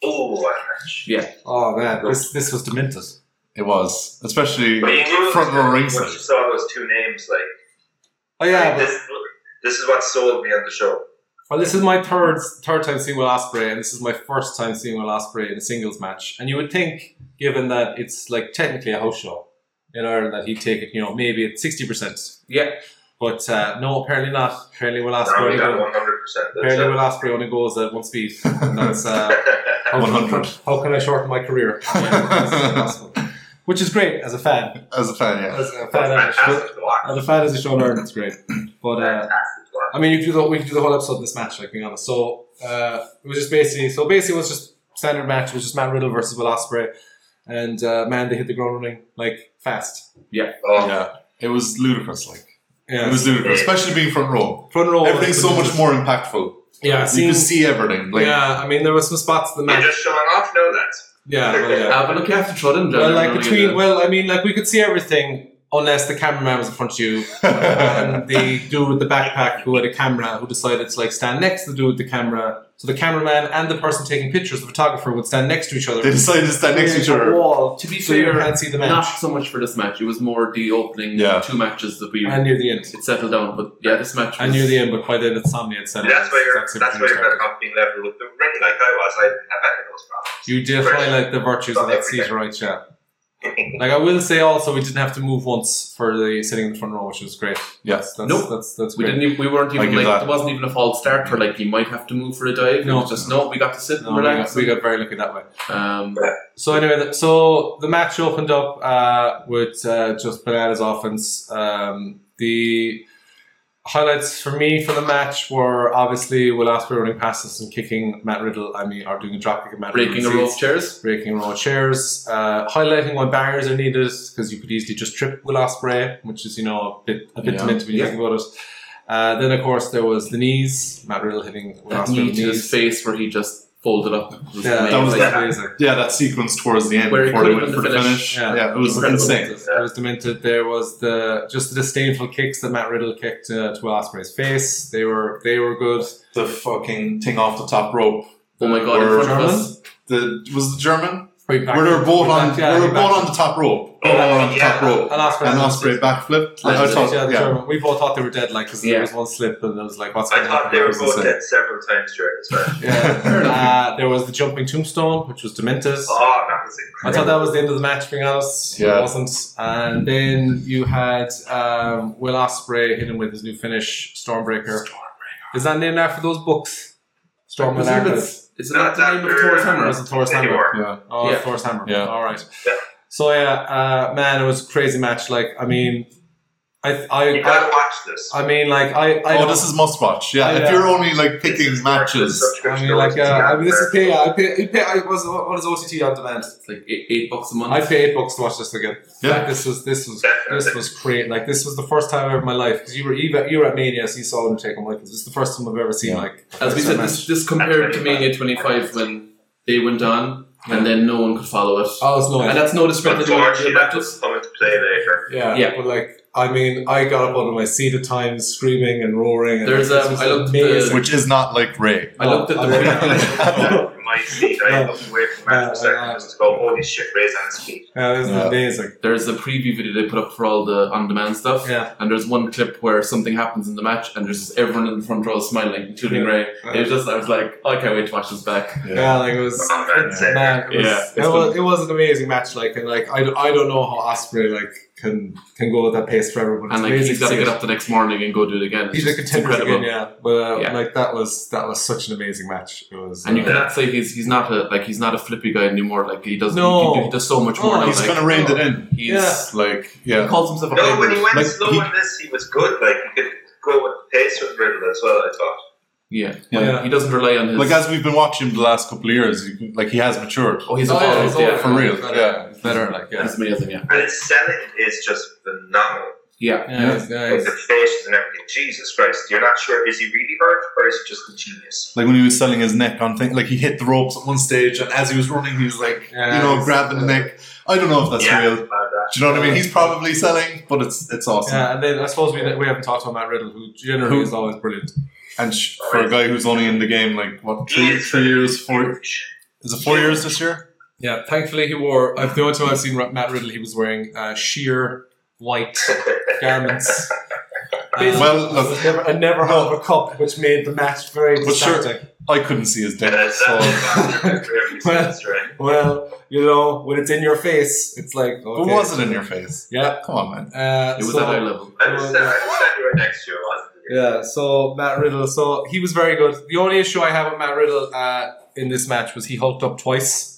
Speaker 3: Oh, what a match.
Speaker 1: Oh man, this this was demented.
Speaker 2: It was, especially
Speaker 3: But you knew
Speaker 2: front row
Speaker 3: once
Speaker 2: ringside.
Speaker 3: you saw those two names, like,
Speaker 1: Oh yeah, but,
Speaker 3: this, this is what sold me on the show.
Speaker 1: well, this is my third third time seeing Will Ospreay, and this is my first time seeing Will Ospreay in a singles match. And you would think, given that it's like technically a house show in Ireland, that he'd take it, you know, maybe at sixty percent.
Speaker 4: Yeah,
Speaker 1: But uh, no, apparently not. Apparently Will
Speaker 3: Now
Speaker 1: Ospreay.
Speaker 3: we
Speaker 1: only
Speaker 3: got
Speaker 1: goes-
Speaker 3: 100%. That's
Speaker 1: Apparently
Speaker 3: it.
Speaker 1: Will Ospreay only goes at one speed. And that's uh, How can-
Speaker 2: 100.
Speaker 1: How can I shorten my career? Which is great as a fan.
Speaker 2: As a fan, yeah.
Speaker 1: As a fan, as a, show,
Speaker 3: Fantastic to watch.
Speaker 1: as a fan, as a show learner, it's great. But uh,
Speaker 3: Fantastic to watch.
Speaker 1: I mean, you could do the we could do the whole episode of this match, like being honest. So uh, it was just basically so basically it was just standard match. It was just Matt Riddle versus Will Ospreay, and uh, man, they hit the ground running like fast.
Speaker 3: Oh,
Speaker 2: Yeah. It was ludicrous, like.
Speaker 1: Yeah,
Speaker 2: It was ludicrous, especially being front row.
Speaker 1: front row. was-
Speaker 2: Everything's so much more impactful.
Speaker 1: Yeah,
Speaker 2: you
Speaker 1: seeing-
Speaker 2: can see everything. Like,
Speaker 1: yeah. I mean, there were some spots in the
Speaker 3: You're
Speaker 1: match.
Speaker 3: just showing off? No, that's.
Speaker 1: Yeah, well, yeah.
Speaker 4: uh, but look, you have to throw them down.
Speaker 1: Well,
Speaker 4: everyone
Speaker 1: like
Speaker 4: will get
Speaker 1: between,
Speaker 4: it.
Speaker 1: well, I mean, like we could see everything unless the cameraman was in front of you and Um, the dude with the backpack who had a camera who decided to like stand next to the dude with the camera. So the cameraman and the person taking pictures, the photographer, would stand next to each other.
Speaker 2: they decided to stand next to each
Speaker 1: Creating a
Speaker 2: other.
Speaker 1: wall
Speaker 4: to be
Speaker 1: so you
Speaker 4: fair,
Speaker 1: can't see the
Speaker 4: not
Speaker 1: match.
Speaker 4: so much for this match. It was more the opening
Speaker 2: Yeah.
Speaker 4: two matches that we
Speaker 1: And near the end.
Speaker 4: it settled down. But yeah, this match.
Speaker 1: I
Speaker 4: was-
Speaker 1: knew the end, but by then insomnia had settled.
Speaker 3: That's why you're,
Speaker 1: Exact same
Speaker 3: that's why
Speaker 1: thing
Speaker 3: you're better
Speaker 1: started.
Speaker 3: off being level with the ring like I was. I didn't have any of those problems.
Speaker 1: You did
Speaker 3: Correct.
Speaker 1: highlight the virtues of
Speaker 3: Done
Speaker 1: that seat, right? Yeah. Like I will say, also we didn't have to move once for the sitting in the front row, which was great.
Speaker 2: Yeah.
Speaker 1: That's, that's,
Speaker 4: Nope.
Speaker 1: That's that's
Speaker 4: We
Speaker 1: great.
Speaker 4: didn't. Even, we weren't
Speaker 2: I
Speaker 4: even
Speaker 2: give
Speaker 4: like
Speaker 2: that.
Speaker 4: there wasn't even a false start for like you might have to move for a dive.
Speaker 1: No.
Speaker 4: it was just no. We got to sit
Speaker 1: No,
Speaker 4: and
Speaker 1: we,
Speaker 4: relax.
Speaker 1: got, we got very lucky that way.
Speaker 4: um,
Speaker 1: So anyway, th- so the match opened up uh, with uh, just Bernada's offense. Um, the highlights for me for the match were obviously Will Ospreay running past us and kicking Matt Riddle. I mean, or doing a dropkick at Matt
Speaker 4: breaking a
Speaker 1: Riddle.
Speaker 4: row of chairs.
Speaker 1: breaking row of chairs, uh, highlighting when barriers are needed because you could easily just trip Will Ospreay, which is you know a bit a bit
Speaker 2: Yeah.
Speaker 1: demented when you
Speaker 4: Yeah.
Speaker 1: think about it. Uh, then of course there was the knees, Matt Riddle hitting Will
Speaker 4: That
Speaker 1: Ospreay
Speaker 4: knee
Speaker 1: with the
Speaker 4: to his
Speaker 1: knees.
Speaker 4: face where he just folded up. It was
Speaker 1: Yeah,
Speaker 4: amazing.
Speaker 1: that was
Speaker 2: Like-
Speaker 1: amazing.
Speaker 2: Yeah, that sequence towards the end
Speaker 4: Where it
Speaker 2: before they
Speaker 4: could've
Speaker 2: went
Speaker 4: been
Speaker 2: for
Speaker 4: the
Speaker 2: the finish.
Speaker 1: finish.
Speaker 2: Yeah.
Speaker 1: Yeah.
Speaker 2: it was
Speaker 4: Incredible.
Speaker 2: insane.
Speaker 1: It was demented. There was the just the disdainful kicks that Matt Riddle kicked uh, to Will Ospreay's face. They were they were good.
Speaker 2: The fucking thing off the top rope.
Speaker 4: oh my god!
Speaker 2: Were
Speaker 4: In front of us,
Speaker 2: The was it the German?
Speaker 1: Where
Speaker 2: Where they were both on, we were both on the top rope.
Speaker 3: Yeah.
Speaker 2: All on the
Speaker 3: Yeah.
Speaker 2: top rope.
Speaker 1: And Ospreay,
Speaker 2: And Osprey backflipped. Like, I
Speaker 4: That's it,
Speaker 2: thought, yeah,
Speaker 1: We both thought they were dead, like because there
Speaker 4: Yeah.
Speaker 1: was one slip and it was like, what's
Speaker 3: I
Speaker 1: going
Speaker 3: thought
Speaker 1: on?
Speaker 3: they were both dead several times during this match.
Speaker 4: Fair enough.
Speaker 1: uh, there was the jumping tombstone, which was demented.
Speaker 3: Oh, that was
Speaker 1: I
Speaker 3: incredible.
Speaker 1: thought that was the end of the match, being honest.
Speaker 2: Yeah.
Speaker 1: It wasn't. And then you had um, Will Ospreay hitting with his new finish, Stormbreaker. Is that named after those books? Storm
Speaker 4: Was
Speaker 1: and
Speaker 4: it a bit-
Speaker 1: Arcus.
Speaker 4: Is it not the
Speaker 3: Not
Speaker 4: name of
Speaker 3: that
Speaker 4: Thor's
Speaker 3: we're-
Speaker 1: Hammer.
Speaker 4: hammer?
Speaker 1: Was it Thor's Hammer?
Speaker 3: Anymore.
Speaker 2: yeah.
Speaker 1: Oh,
Speaker 4: Yeah.
Speaker 1: Thor's Hammer.
Speaker 2: Yeah.
Speaker 1: All right.
Speaker 3: Yeah.
Speaker 1: So yeah, uh, man, it was a crazy match. Like, I mean, I, I,
Speaker 3: You gotta
Speaker 1: I,
Speaker 3: watch this.
Speaker 1: I mean, like, I, I,
Speaker 2: Oh,
Speaker 1: don't-
Speaker 2: this is must watch. Yeah,
Speaker 1: I,
Speaker 2: if you're
Speaker 1: uh,
Speaker 2: only like picking matches,
Speaker 1: I mean, like, uh, I mean, this is pay. I pay. I pay I was what is OTT on demand?
Speaker 4: It's like eight, eight bucks a month.
Speaker 1: I pay eight bucks to watch this again.
Speaker 2: Yeah.
Speaker 1: Like, this was this was this was great. Like this was the first time ever in my life because you were you were- you were at Mania, so you saw Undertaker Michaels. This is the first time I've ever seen
Speaker 2: Yeah.
Speaker 1: like. a
Speaker 4: As
Speaker 1: first-time
Speaker 4: we said,
Speaker 1: match.
Speaker 4: this, this compared to
Speaker 3: At
Speaker 4: Mania 25 when they went on.
Speaker 1: Yeah.
Speaker 4: and then no one could follow it.
Speaker 1: Oh, it's not.
Speaker 4: And that's no disrespect to the
Speaker 3: Unfortunately,
Speaker 4: Royal
Speaker 3: that does
Speaker 4: Baptist.
Speaker 3: come into play later.
Speaker 1: Yeah,
Speaker 4: Yeah.
Speaker 1: But like, I mean, I got up out of my seat at times, screaming and roaring. And
Speaker 4: There's,
Speaker 1: like, this
Speaker 4: um,
Speaker 1: was
Speaker 4: I looked at the-
Speaker 1: amazing.
Speaker 2: Which is not like Ray.
Speaker 4: I looked
Speaker 1: Oh,
Speaker 4: at the
Speaker 1: Yeah.
Speaker 3: Oh, My seat, I
Speaker 1: Yeah.
Speaker 3: looked away from that for a second
Speaker 1: Yeah.
Speaker 3: just to go, holy shit, Ray's on his feet.
Speaker 1: yeah, this is
Speaker 2: Yeah.
Speaker 1: amazing.
Speaker 4: There's a preview video they put up for all the on-demand stuff,
Speaker 1: Yeah,
Speaker 4: and there's one clip where something happens in the match, and there's just everyone in the front row smiling, including
Speaker 1: Yeah.
Speaker 4: Ray.
Speaker 1: Yeah.
Speaker 4: It was just I was like, "Oh, I can't wait to watch this back.
Speaker 1: yeah, like it was.
Speaker 3: Oh, that's it.
Speaker 1: Man, it was,
Speaker 4: Yeah, it's
Speaker 1: it, was, it was an amazing match. Like, and like, I, don't- I don't know how Osprey like can can go at that pace forever, but it's
Speaker 4: And like
Speaker 1: amazing
Speaker 4: he's got to
Speaker 1: see
Speaker 4: get
Speaker 1: it.
Speaker 4: up the next morning and go do it again. It's
Speaker 1: He's a
Speaker 4: just- it's
Speaker 1: contender again, yeah. But uh,
Speaker 4: Yeah.
Speaker 1: like that was that was such an amazing match. It was.
Speaker 4: And you
Speaker 1: uh,
Speaker 4: cannot say he's he's not a like he's not a flippy guy anymore. Like he doesn't.
Speaker 1: No.
Speaker 4: He, he does so much more.
Speaker 1: Oh,
Speaker 4: now,
Speaker 2: He's
Speaker 4: like,
Speaker 2: kind of reined it in.
Speaker 4: He's
Speaker 1: Yeah.
Speaker 2: Like,
Speaker 4: he
Speaker 2: yeah.
Speaker 4: calls himself a
Speaker 3: No, when he
Speaker 4: hybrid.
Speaker 3: went
Speaker 2: Like,
Speaker 3: slow
Speaker 2: he-
Speaker 3: on this, he was good. Like, he could go with the pace with Riddle as well, I thought.
Speaker 4: Yeah.
Speaker 2: Yeah.
Speaker 1: Yeah.
Speaker 4: He doesn't rely on his.
Speaker 2: Like, as we've been watching the last couple of years, you can- like, he has matured.
Speaker 4: oh, he's
Speaker 1: Oh, yeah,
Speaker 4: evolved.
Speaker 1: he's
Speaker 4: yeah,
Speaker 1: evolved.
Speaker 2: For real.
Speaker 1: Better.
Speaker 2: Yeah. Better, like,
Speaker 4: That's amazing. Yeah.
Speaker 3: And his selling is just phenomenal.
Speaker 4: Yeah.
Speaker 1: yeah, it's- yeah,
Speaker 3: With the
Speaker 1: it's-
Speaker 3: faces and everything. Jesus Christ, you're not sure, is he really hurt or is he just a genius?
Speaker 2: Like when he was selling his neck on thing, like he hit the ropes at one stage, and as he was running, he was like,
Speaker 1: Yeah,
Speaker 2: you know,
Speaker 1: it's-
Speaker 2: grabbing the neck. I don't know if that's
Speaker 3: yeah,
Speaker 2: real.
Speaker 3: about that.
Speaker 2: Do you know what I mean? He's probably selling, but it's it's awesome.
Speaker 1: yeah, and then I suppose we, we haven't talked about Matt Riddle, who generally
Speaker 2: Who-
Speaker 1: is always brilliant.
Speaker 2: And sh- for a guy who's only in the game like what
Speaker 3: He
Speaker 2: three
Speaker 3: is
Speaker 2: three years four
Speaker 3: huge.
Speaker 2: is it four years this year?
Speaker 1: Yeah, thankfully he wore. I've the only time I've seen Ra- Matt Riddle, he was wearing uh, sheer white garments. Um,
Speaker 2: Well,
Speaker 1: I was never, I never heard of a cup, which made the match very
Speaker 2: But sure.
Speaker 1: distracting.
Speaker 2: I couldn't see his
Speaker 3: Yeah,
Speaker 2: dick.
Speaker 3: that's-
Speaker 2: So
Speaker 3: that's very
Speaker 1: Well-
Speaker 3: sensory.
Speaker 1: Well, you know, when it's in your face, it's like. Okay.
Speaker 2: But was it in your face?
Speaker 1: Yeah.
Speaker 2: Come on, man.
Speaker 1: Uh,
Speaker 4: It was
Speaker 1: so-
Speaker 4: at high level.
Speaker 3: I was I was standing right next to you, wasn't it?
Speaker 1: Yeah, so Matt Riddle. So he was very good. The only issue I have with Matt Riddle uh, in this match was he hulked up twice.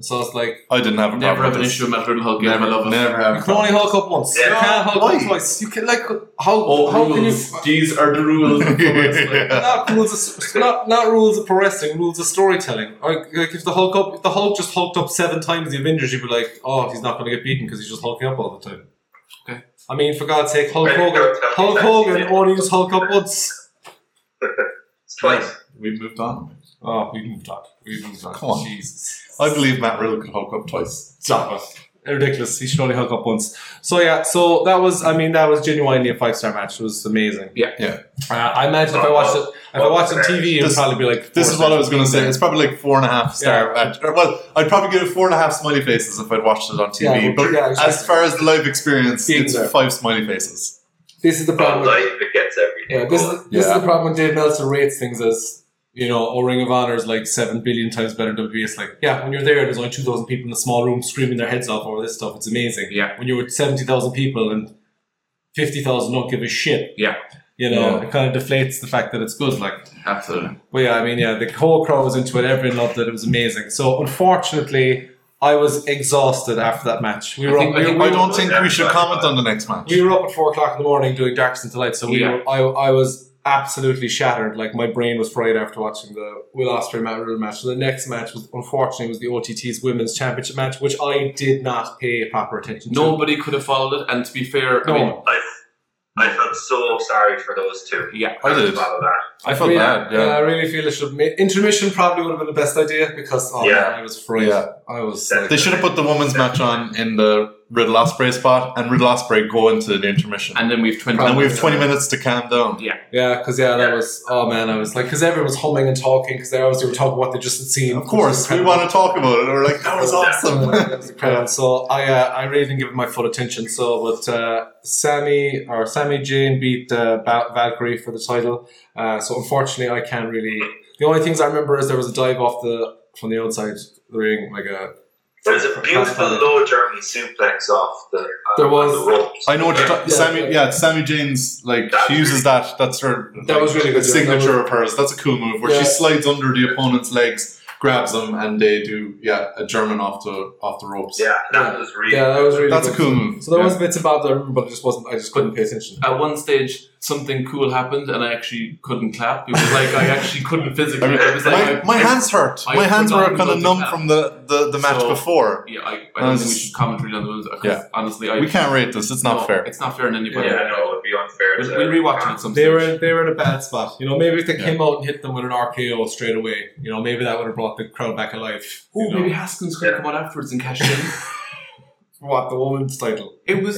Speaker 1: So it's like,
Speaker 2: I didn't have a
Speaker 4: Never
Speaker 2: problem
Speaker 4: have an
Speaker 2: with
Speaker 4: issue with Matt Riddle Hulk.
Speaker 2: this. Never,
Speaker 4: Never love him.
Speaker 2: never have.
Speaker 1: you
Speaker 2: a
Speaker 1: can only
Speaker 2: problem.
Speaker 1: hulk up once. You
Speaker 3: Yeah.
Speaker 1: can't hulk
Speaker 2: Why?
Speaker 1: up twice. You can, like, how, how
Speaker 4: Oh,
Speaker 1: can you.
Speaker 4: rules. These are the rules. of pro wrestling.
Speaker 2: Yeah.
Speaker 1: Not rules, of, not, not rules of pro wrestling, rules of storytelling. Like, like if the Hulk up, if the Hulk just hulked up seven times the Avengers, you'd be like, oh, he's not going to get beaten because he's just hulking up all the time.
Speaker 4: Okay.
Speaker 1: I mean, for God's sake, Hulk
Speaker 3: Right,
Speaker 1: Hogan,
Speaker 3: don't tell me
Speaker 1: Hulk
Speaker 3: that.
Speaker 1: Hogan only used Hulk up once.
Speaker 3: It's twice.
Speaker 2: We've moved on.
Speaker 1: Oh, we moved on. We moved on.
Speaker 2: Come on.
Speaker 1: Jesus.
Speaker 2: I believe Matt Riddle could hulk up twice.
Speaker 1: Stop it. Ridiculous. He should only hook up once. So yeah, so that was. I mean, that was genuinely a five star match. It was amazing.
Speaker 4: Yeah.
Speaker 2: Yeah.
Speaker 1: Uh, I imagine if I watched it, if I watched it on TV, it would
Speaker 2: This-
Speaker 1: probably be like.
Speaker 2: This
Speaker 1: four
Speaker 2: is what I was
Speaker 1: stars.
Speaker 2: going to say. It's probably like four and a half star. match. Or, well, I'd probably give it four and a half smiley faces if I'd watched it on TV.
Speaker 1: Yeah, well,
Speaker 2: but
Speaker 1: yeah, exactly.
Speaker 2: as far as the live experience,
Speaker 1: Being
Speaker 2: it's
Speaker 1: there.
Speaker 2: five smiley faces.
Speaker 1: This is the
Speaker 3: On
Speaker 1: problem. With,
Speaker 3: life, it gets everything.
Speaker 1: yeah, this is, this
Speaker 2: Yeah.
Speaker 1: is the problem when Dave Meltzer rates things as you know, or Ring of Honor is like seven billion times better than WBS. Like, yeah, when you're there, there's only two thousand people in a small room screaming their heads off over this stuff. It's amazing.
Speaker 4: Yeah.
Speaker 1: When you're with seventy thousand people and fifty thousand don't give a shit.
Speaker 4: Yeah.
Speaker 1: You know,
Speaker 2: Yeah.
Speaker 1: it kind of deflates the fact that it's good. Like.
Speaker 4: Absolutely.
Speaker 1: But yeah, I mean, yeah, the whole crowd was into it. Everyone loved it. It was amazing. So unfortunately, I was exhausted after that match. We
Speaker 4: I
Speaker 1: were
Speaker 4: think-
Speaker 1: up,
Speaker 4: I
Speaker 1: we,
Speaker 4: think
Speaker 1: we
Speaker 2: I
Speaker 4: we
Speaker 1: were-
Speaker 2: don't think we should comment on the next match.
Speaker 1: we were up at four o'clock in the morning doing darks into lights. So we
Speaker 4: Yeah.
Speaker 1: were, I, I was absolutely shattered. Like my brain was fried after watching the Will Osprey Matt Riddle match. So the next match was unfortunately was the OTT's Women's Championship match, which I did not pay proper attention to.
Speaker 4: Nobody could have followed it, and to be fair, I mean,
Speaker 1: No,
Speaker 3: I, I felt so sorry for those two.
Speaker 4: yeah,
Speaker 2: I did.
Speaker 3: Follow that.
Speaker 2: I felt
Speaker 1: really- I
Speaker 2: bad. Yeah.
Speaker 1: really feel it should. have made- Intermission probably would have been the best idea because oh,
Speaker 3: Yeah.
Speaker 1: man, I was fried.
Speaker 2: Yeah.
Speaker 1: I was.
Speaker 3: That-
Speaker 1: Like,
Speaker 2: They should have put the women's match on in the Riddle Osprey spot, and Riddle Osprey go into the intermission, and,
Speaker 4: and then we've twenty.
Speaker 1: And
Speaker 2: we have twenty minutes to calm down.
Speaker 1: Yeah, because yeah, that
Speaker 3: Yeah.
Speaker 1: was oh man, I was like, because everyone was humming and talking because they obviously were talking about what they just had seen.
Speaker 2: Of course, we want to talk about it. We're like, that was
Speaker 1: Yeah.
Speaker 2: awesome.
Speaker 1: That was incredible. So I, uh, I really didn't give it my full attention. So, but uh, Sammy or Sammy Jane beat uh, Ba- Valkyrie for the title. Uh, so unfortunately, I can't really. The only things I remember is there was a dive off the from the outside the ring, like a
Speaker 3: There's a beautiful low German suplex off the, uh,
Speaker 1: There was-
Speaker 3: the ropes.
Speaker 2: I know what you're talking.
Speaker 1: Yeah.
Speaker 2: Sammy, yeah, Sammy Jane's like she uses that. That's her.
Speaker 1: That was really good, yeah.
Speaker 2: signature of hers. That's a cool move where
Speaker 1: Yeah.
Speaker 2: she slides under the opponent's legs, grabs them, and they do yeah a German off the off the ropes.
Speaker 3: Yeah, that was really
Speaker 1: yeah, that was really
Speaker 2: that's a
Speaker 1: good.
Speaker 2: cool move.
Speaker 1: So there
Speaker 2: Yeah.
Speaker 1: was bits about there, but I just wasn't. I just couldn't pay attention.
Speaker 4: At one stage, something cool happened, and I actually couldn't clap. It was like I actually couldn't physically.
Speaker 2: I mean,
Speaker 4: it was
Speaker 2: my,
Speaker 4: like,
Speaker 2: my
Speaker 4: I-
Speaker 2: hands hurt.
Speaker 4: I
Speaker 2: my hands
Speaker 4: forgot
Speaker 2: were
Speaker 4: about
Speaker 2: kind of
Speaker 4: the
Speaker 2: numb
Speaker 4: tap.
Speaker 2: from the, the, the match
Speaker 4: So-
Speaker 2: before.
Speaker 4: Yeah, I, I don't think we
Speaker 2: That's-
Speaker 4: should comment really on the women's because
Speaker 2: Yeah.
Speaker 4: honestly, I
Speaker 2: We can't rate this. It's not
Speaker 4: no,
Speaker 2: fair.
Speaker 4: It's not fair in any
Speaker 3: Yeah,
Speaker 4: way.
Speaker 3: I know it would be unfair.
Speaker 4: We'll,
Speaker 3: to-
Speaker 4: we'll rewatch it at some
Speaker 1: They
Speaker 4: stage.
Speaker 1: were they were in a bad spot. You know, maybe if they
Speaker 4: Yeah.
Speaker 1: came out and hit them with an RKO straight away, you know, maybe that would have brought the crowd back alive.
Speaker 4: Ooh,
Speaker 1: you know.
Speaker 4: maybe Haskins could come on afterwards and cash in.
Speaker 1: For what the woman's title?
Speaker 4: It was.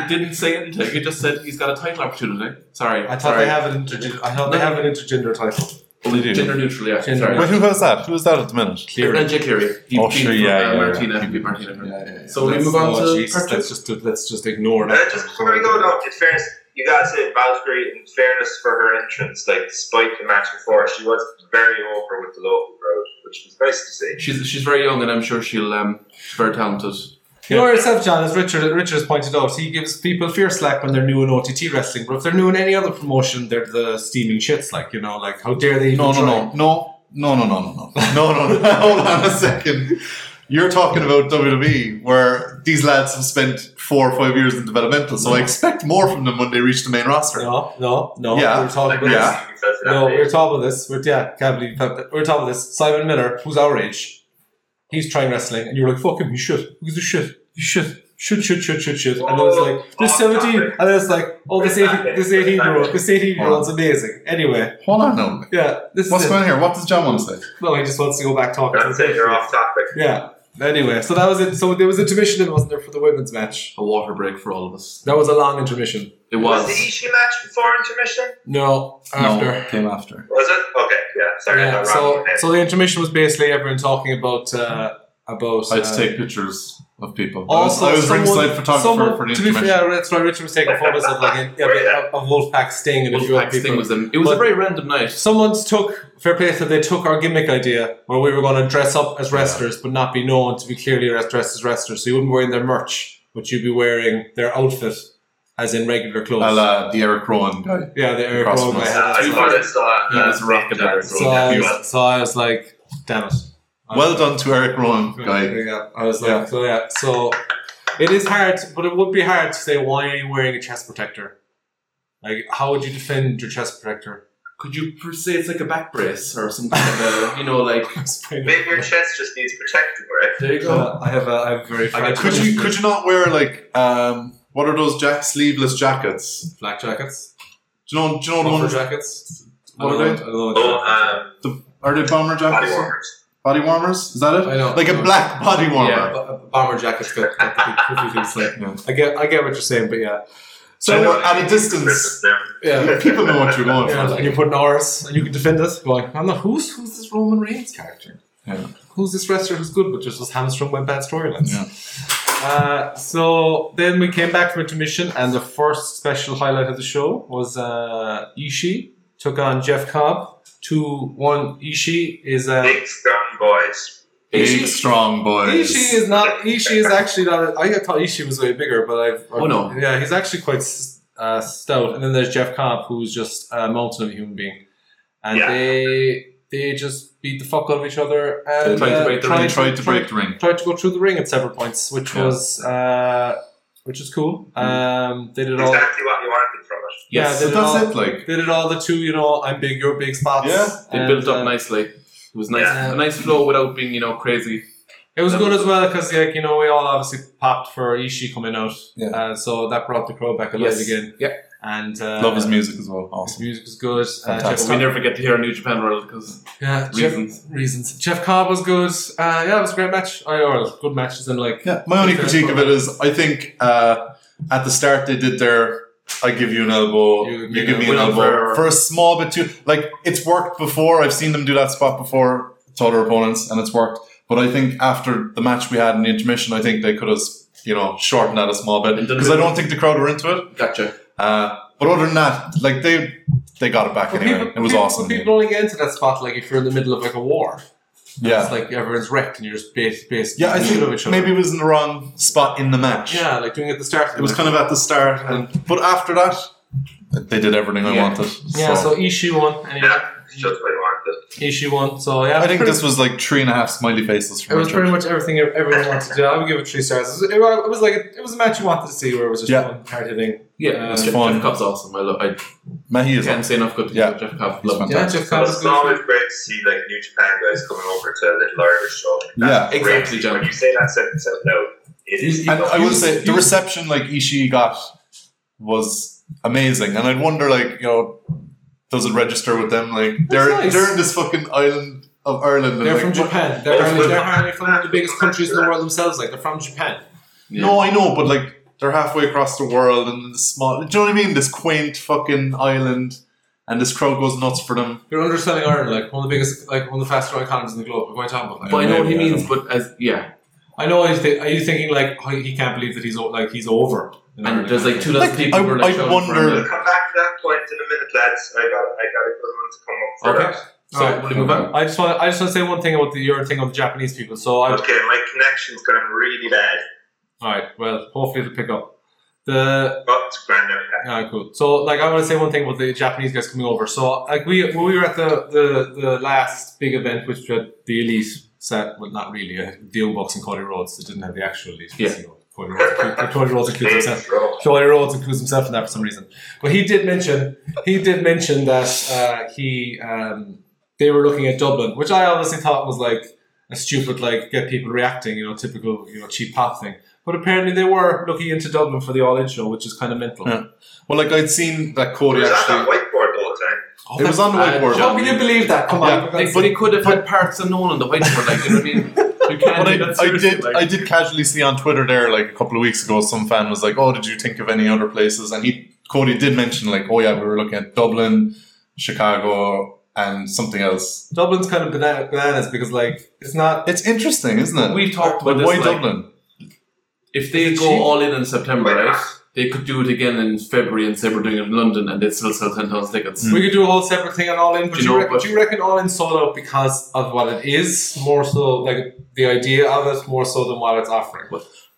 Speaker 4: It didn't say anything. It just said he's got a title opportunity. Sorry,
Speaker 1: I thought
Speaker 4: sorry.
Speaker 1: they have an intergender. I thought they have an intergender title.
Speaker 4: Well,
Speaker 1: they do.
Speaker 4: Gender neutral, yeah.
Speaker 1: Gender
Speaker 4: sorry.
Speaker 2: But who has that? Who has that at the minute?
Speaker 4: And Jay Cleary. He
Speaker 2: Oh,
Speaker 4: beat
Speaker 2: sure,
Speaker 4: uh,
Speaker 2: yeah, yeah,
Speaker 4: Martina.
Speaker 2: yeah.
Speaker 4: He beat Martina. So
Speaker 1: So
Speaker 4: we move on to
Speaker 1: Oh, let's
Speaker 4: purchase.
Speaker 1: just let's just ignore
Speaker 3: Uh,
Speaker 1: that.
Speaker 3: just before we go, no, in fairness, you gotta say Valkyrie, in fairness for her entrance, like despite the match before, she was very over with the local crowd, which was nice to see.
Speaker 4: She's she's very young, and I'm sure she'll um she's very talented.
Speaker 1: You know yourself, John, as Richard Richard has pointed out, he gives people fear slack when they're new in OTT wrestling, but if they're new in any other promotion, they're the steaming shits. Like you know, like how dare they? Even
Speaker 2: No, no,
Speaker 1: try.
Speaker 2: no, no, no, no, no, no, no, no, no, no. Hold on a second. You're talking about WWE, where these lads have spent four or five years in developmental, so I expect more from them when they reach the main roster.
Speaker 1: no, no, no.
Speaker 2: Yeah.
Speaker 1: we're talking
Speaker 3: Like,
Speaker 1: about
Speaker 2: Yeah.
Speaker 1: this.
Speaker 3: because of that
Speaker 1: No,
Speaker 3: name.
Speaker 1: we're talking about this. We're, yeah, can't believe that. We're talking about this. Simon Miller, who's our age, he's trying wrestling, and you're like, "Fuck him, he should. Who gives a shit? He should." Should, should, should, should, should. And then it's like, this
Speaker 3: Off
Speaker 1: 17.
Speaker 3: topic.
Speaker 1: And then it's like, oh, this 18, this 18 year old, this 18 year old's amazing. Anyway,
Speaker 2: Hold on now.
Speaker 1: yeah, this
Speaker 2: What's
Speaker 1: is
Speaker 2: going
Speaker 1: it.
Speaker 2: on here? What does John want to say?
Speaker 1: No, he just wants to go back talking.
Speaker 3: That's it, you're off topic.
Speaker 1: Yeah. Anyway, so that was it. So there was intermission, wasn't there, for the women's match?
Speaker 4: A water break for all of us.
Speaker 1: That was a long intermission.
Speaker 4: It
Speaker 3: Was the
Speaker 4: was.
Speaker 3: Ishii match before intermission?
Speaker 1: No, after.
Speaker 2: No, came after.
Speaker 3: Was it? Okay, yeah, sorry,
Speaker 1: Yeah,
Speaker 3: I'm
Speaker 1: so,
Speaker 3: wrong. So,
Speaker 1: so the intermission was basically everyone talking about uh, about.
Speaker 2: I had to
Speaker 1: uh,
Speaker 2: take pictures of people. I was,
Speaker 1: Also,
Speaker 2: I was
Speaker 1: someone-
Speaker 2: ringside photographer
Speaker 1: someone-
Speaker 2: for the
Speaker 1: to be
Speaker 2: intermission.
Speaker 1: fair, that's why Richard was taking photos of like a, yeah, a, a Wolfpack Sting and a few other
Speaker 4: Wolfpack's
Speaker 1: people.
Speaker 4: thing was them. It was a
Speaker 1: But-
Speaker 4: very random night.
Speaker 1: Someone's took fair play that they took our gimmick idea where we were going to dress up as wrestlers but not be known to be clearly res- dressed as wrestlers. So you wouldn't be wearing their merch, but you'd be wearing their outfit as in regular clothes.
Speaker 2: A la the Eric Rowan guy.
Speaker 1: yeah, the Eric
Speaker 2: Cross
Speaker 1: Rowan guy
Speaker 2: must-
Speaker 1: had that
Speaker 3: Uh, I
Speaker 1: as
Speaker 3: thought
Speaker 1: well.
Speaker 3: I saw
Speaker 4: Yeah, it's rocket
Speaker 3: that.
Speaker 4: Eric
Speaker 1: So
Speaker 4: Rowan.
Speaker 1: I
Speaker 3: Yeah.
Speaker 1: was, so I was like, damn it. I
Speaker 2: Well
Speaker 1: was-
Speaker 2: done to Eric Rowan guy.
Speaker 1: Yeah, I was like,
Speaker 2: Yeah.
Speaker 1: so yeah, so it is hard, but it would be hard to say why are you wearing a chest protector? Like, how would you defend your chest protector?
Speaker 4: Could you per se it's like a back brace or some kind of a, you know like
Speaker 3: Maybe your chest just needs protecting, right?
Speaker 4: there you go.
Speaker 1: Uh, I have a, I have a very
Speaker 4: I get
Speaker 1: fragile-
Speaker 2: Could you could you not wear like um what are those jack sleeveless jackets?
Speaker 1: black jackets,
Speaker 2: Do you know do you know the
Speaker 1: bomber
Speaker 2: ones
Speaker 1: jackets? I
Speaker 2: What
Speaker 1: don't know,
Speaker 2: are they?
Speaker 1: I don't know.
Speaker 3: Oh, um,
Speaker 2: Are they bomber
Speaker 3: body
Speaker 2: jackets?
Speaker 3: warmers.
Speaker 2: Body warmers? Is that it?
Speaker 1: I know.
Speaker 2: Like a black body warmer.
Speaker 1: Yeah, b- b- bomber jackets got got the big poofy things like.
Speaker 2: Yeah.
Speaker 1: I get, I get what you're saying, but yeah.
Speaker 2: So
Speaker 1: So
Speaker 2: at a distance,
Speaker 3: Christmas now.
Speaker 1: yeah.
Speaker 2: people know what you're going
Speaker 1: Yeah,
Speaker 2: for.
Speaker 1: and you put an Oris and you can defend it. Going, I'm not, who's who's this Roman Reigns character?
Speaker 2: Yeah.
Speaker 1: Who's this wrestler who's good but just was hamstrung by bad storylines?
Speaker 2: Yeah.
Speaker 1: Uh, so then we came back from intermission, and the first special highlight of the show was uh, Ishii took on Jeff Cobb. Two one. Ishii is uh,
Speaker 3: Big strong boys.
Speaker 2: Big strong boys.
Speaker 1: Ishii is not. Ishii is actually not. I thought Ishii was way bigger, but I've.
Speaker 4: Oh, no.
Speaker 1: Yeah, he's actually quite s- uh, stout. And then there's Jeff Cobb, who's just a mountain of a human being, and
Speaker 3: Yeah.
Speaker 1: they they just beat the fuck out of each other
Speaker 4: They
Speaker 1: and
Speaker 4: tried to
Speaker 1: uh,
Speaker 4: break the
Speaker 2: They
Speaker 1: tried
Speaker 2: tried to
Speaker 1: tried-
Speaker 2: break the ring.
Speaker 1: tried to go through the ring at several points, which
Speaker 2: Yeah.
Speaker 1: was uh, which is cool.
Speaker 4: Mm.
Speaker 1: Um, they did all.
Speaker 3: Exactly what you wanted from it.
Speaker 1: Yeah,
Speaker 2: So
Speaker 1: they did
Speaker 2: that's
Speaker 1: all.
Speaker 2: it, like.
Speaker 1: They did all the two, you know, I'm big, you're big spots.
Speaker 2: Yeah.
Speaker 4: They
Speaker 1: And,
Speaker 4: built
Speaker 1: uh,
Speaker 4: up nicely. It was nice,
Speaker 1: Yeah.
Speaker 4: a nice flow without being you know crazy.
Speaker 1: It was
Speaker 4: That
Speaker 1: good
Speaker 4: was-
Speaker 1: as well because, like you know, we all obviously popped for Ishii coming out,
Speaker 2: Yeah.
Speaker 1: uh, so that brought the crowd back alive again.
Speaker 4: Yeah.
Speaker 1: And uh,
Speaker 2: Love his music as well.
Speaker 1: his
Speaker 2: Awesome.
Speaker 1: music was good. Uh,
Speaker 2: Fantastic.
Speaker 1: Jeff
Speaker 4: But we
Speaker 1: Cobb,
Speaker 4: never get to hear a New Japan World because
Speaker 1: yeah,
Speaker 4: reasons.
Speaker 1: Jeff, reasons. Jeff Cobb was good. Uh, yeah, it was a great match. I well, good matches and like
Speaker 2: Yeah, my only critique of it is I think uh, at the start they did their I give you an elbow,
Speaker 1: You
Speaker 2: you,
Speaker 1: give me
Speaker 2: give
Speaker 1: an
Speaker 2: me an
Speaker 4: elbow.
Speaker 2: elbow for a small bit too. Like it's worked before. I've seen them do that spot before to other opponents, and it's worked. But I think after the match we had in the intermission, I think they could have you know shortened that a small bit
Speaker 4: And done a
Speaker 2: because
Speaker 4: bit
Speaker 2: I don't think the crowd were into it.
Speaker 4: gotcha.
Speaker 2: Uh, but other than that, like they they got it back
Speaker 1: But
Speaker 2: anyway.
Speaker 1: people-
Speaker 2: it was
Speaker 1: people-
Speaker 2: awesome.
Speaker 1: People only get into that spot like if you're in the middle of like a war. It's
Speaker 2: yeah,
Speaker 1: like everyone's wrecked and you're just based based.
Speaker 2: yeah. I
Speaker 1: of
Speaker 2: think
Speaker 1: each other.
Speaker 2: maybe it was in the wrong spot in the match.
Speaker 1: Yeah, like doing it at the start.
Speaker 2: It was kind of at the start, and but after that, they did everything I
Speaker 4: Yeah.
Speaker 2: wanted.
Speaker 1: yeah. So, Ishii won anyway.
Speaker 3: Yeah, it's just what you wanted.
Speaker 1: Ishii won. So yeah,
Speaker 2: I think
Speaker 1: pretty-
Speaker 2: this was like three and a half smiley faces
Speaker 1: It
Speaker 2: from
Speaker 1: was
Speaker 2: Richard.
Speaker 1: pretty much everything everyone wanted to do. I would give it three stars. It was, it was like it was a match you wanted to see where it was just
Speaker 2: Yeah.
Speaker 1: fun, hard hitting.
Speaker 4: Yeah,
Speaker 1: Uh,
Speaker 4: Jeff-
Speaker 2: fun.
Speaker 4: Jeff Cobb's awesome. I, lo- I
Speaker 2: Mahi is
Speaker 4: can't
Speaker 2: on.
Speaker 4: say enough good things
Speaker 2: Yeah.
Speaker 4: about Jeff Cobb.
Speaker 2: He's
Speaker 4: Love him.
Speaker 1: Yeah,
Speaker 2: fantastic.
Speaker 1: Jeff
Speaker 3: But
Speaker 1: Cobb was
Speaker 3: it's always
Speaker 1: good.
Speaker 3: great to see like New Japan guys coming over to the Little Irish show. That's
Speaker 4: Yeah.
Speaker 3: great.
Speaker 4: Exactly, John.
Speaker 3: When you say that
Speaker 1: uh,
Speaker 3: sentence out loud, it is.
Speaker 2: And I will
Speaker 1: You-
Speaker 2: say the
Speaker 1: you-
Speaker 2: reception like Ishii got was amazing. And I'd wonder, like, you know, does it register with them? Like,
Speaker 1: That's
Speaker 2: they're
Speaker 1: nice.
Speaker 2: they're in this fucking island of Ireland. and,
Speaker 1: They're
Speaker 2: like,
Speaker 1: from
Speaker 2: what-
Speaker 1: Japan. They're
Speaker 3: That's
Speaker 1: hardly,
Speaker 3: what-
Speaker 1: they're hardly from the biggest countries in the world themselves. Like they're from Japan.
Speaker 4: Yeah.
Speaker 2: No, I know, but like they're halfway across the world and this small. Do you know what I mean? This quaint fucking island, and this crowd goes nuts for them.
Speaker 1: You're underselling Ireland, like one of the biggest, like one of the fastest growing economies in the globe. We're going to have like,
Speaker 4: but I know what he
Speaker 1: maybe, I
Speaker 4: means.
Speaker 1: don't-
Speaker 4: But as yeah,
Speaker 1: I know. What you think. Are you thinking like oh, he can't believe that he's o- like he's over? in
Speaker 4: and
Speaker 1: Ireland?
Speaker 4: there's like two dozen
Speaker 2: Like,
Speaker 4: people.
Speaker 2: I-
Speaker 4: who are, like,
Speaker 2: I
Speaker 4: shouting for him,
Speaker 2: wonder-
Speaker 3: We'll
Speaker 4: like,
Speaker 3: come back to that point in a minute, lads. I got I got a good one to come up for.
Speaker 1: Okay.
Speaker 4: So,
Speaker 1: Alright,
Speaker 4: will you move on?
Speaker 1: I just want. I just want to say one thing about the your thing of the Japanese people. So I.
Speaker 3: Okay, my connection's gone really bad.
Speaker 1: All right. Well, hopefully it'll pick up. The
Speaker 3: But it's grand okay.
Speaker 1: Ah, cool. So, like, I want to say one thing about the Japanese guys coming over. So, like, we when we were at the the, the last big event, which had the elite set, well, not really, uh, the unboxing Cody Rhodes. It didn't have the actual elite.
Speaker 4: Yeah.
Speaker 1: so Cody Rhodes, Cody Rhodes includes
Speaker 3: Days
Speaker 1: himself.
Speaker 3: is rough.
Speaker 1: Cody Rhodes includes himself in that for some reason. But he did mention he did mention that uh, he um, they were looking at Dublin, which I obviously thought was like a stupid like get people reacting, you know, typical you know cheap pop thing. But apparently they were looking into Dublin for the All In show, which is kind of mental.
Speaker 2: Yeah. Well, like I'd seen that
Speaker 3: It
Speaker 2: Cody
Speaker 3: was on that
Speaker 2: actually.
Speaker 3: whiteboard the whole time.
Speaker 2: It was on the
Speaker 4: Uh,
Speaker 2: whiteboard.
Speaker 4: John-
Speaker 1: How can you believe that? Come
Speaker 2: Yeah,
Speaker 1: on.
Speaker 4: They,
Speaker 1: that's-
Speaker 4: they could have had parts unknown on the whiteboard, like you know what I mean. You can't
Speaker 2: But
Speaker 4: do
Speaker 2: I,
Speaker 4: that
Speaker 2: I
Speaker 4: seriously,
Speaker 2: did
Speaker 4: like-
Speaker 2: I did casually see on Twitter there like a couple of weeks ago some fan was like oh did you think of any other places and he Cody did mention like oh yeah we were looking at Dublin Chicago and something else
Speaker 1: Dublin's kind of bana- bananas because, like, it's not.
Speaker 2: it's interesting isn't it
Speaker 4: We've talked about
Speaker 2: like,
Speaker 4: this.
Speaker 2: why
Speaker 4: like,
Speaker 2: Dublin
Speaker 4: If they go
Speaker 1: Cheap.
Speaker 4: all in in September,
Speaker 3: Why not?
Speaker 4: right? They could do it again in February and say we're doing it in London, and they'd still sell ten thousand tickets.
Speaker 2: Mm.
Speaker 1: We could do a whole separate thing on All In, but
Speaker 4: Do you
Speaker 1: you,
Speaker 4: know
Speaker 1: reckon,
Speaker 4: what-
Speaker 1: do you reckon All In sold out because of what it is, more so, like, the idea of it, more so than what it's offering?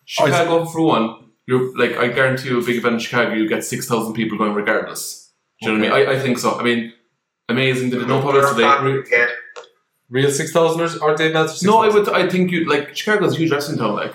Speaker 4: Chicago for one, you're like I guarantee you a big event in Chicago, you get six thousand people going regardless. Do you know what I mean? I, I think so. I mean, amazing. They did no publicity.
Speaker 3: Again,
Speaker 1: Real 6,000ers? Aren't they not 6,000?
Speaker 4: No, I would. I think you like Chicago's a huge wrestling town. Like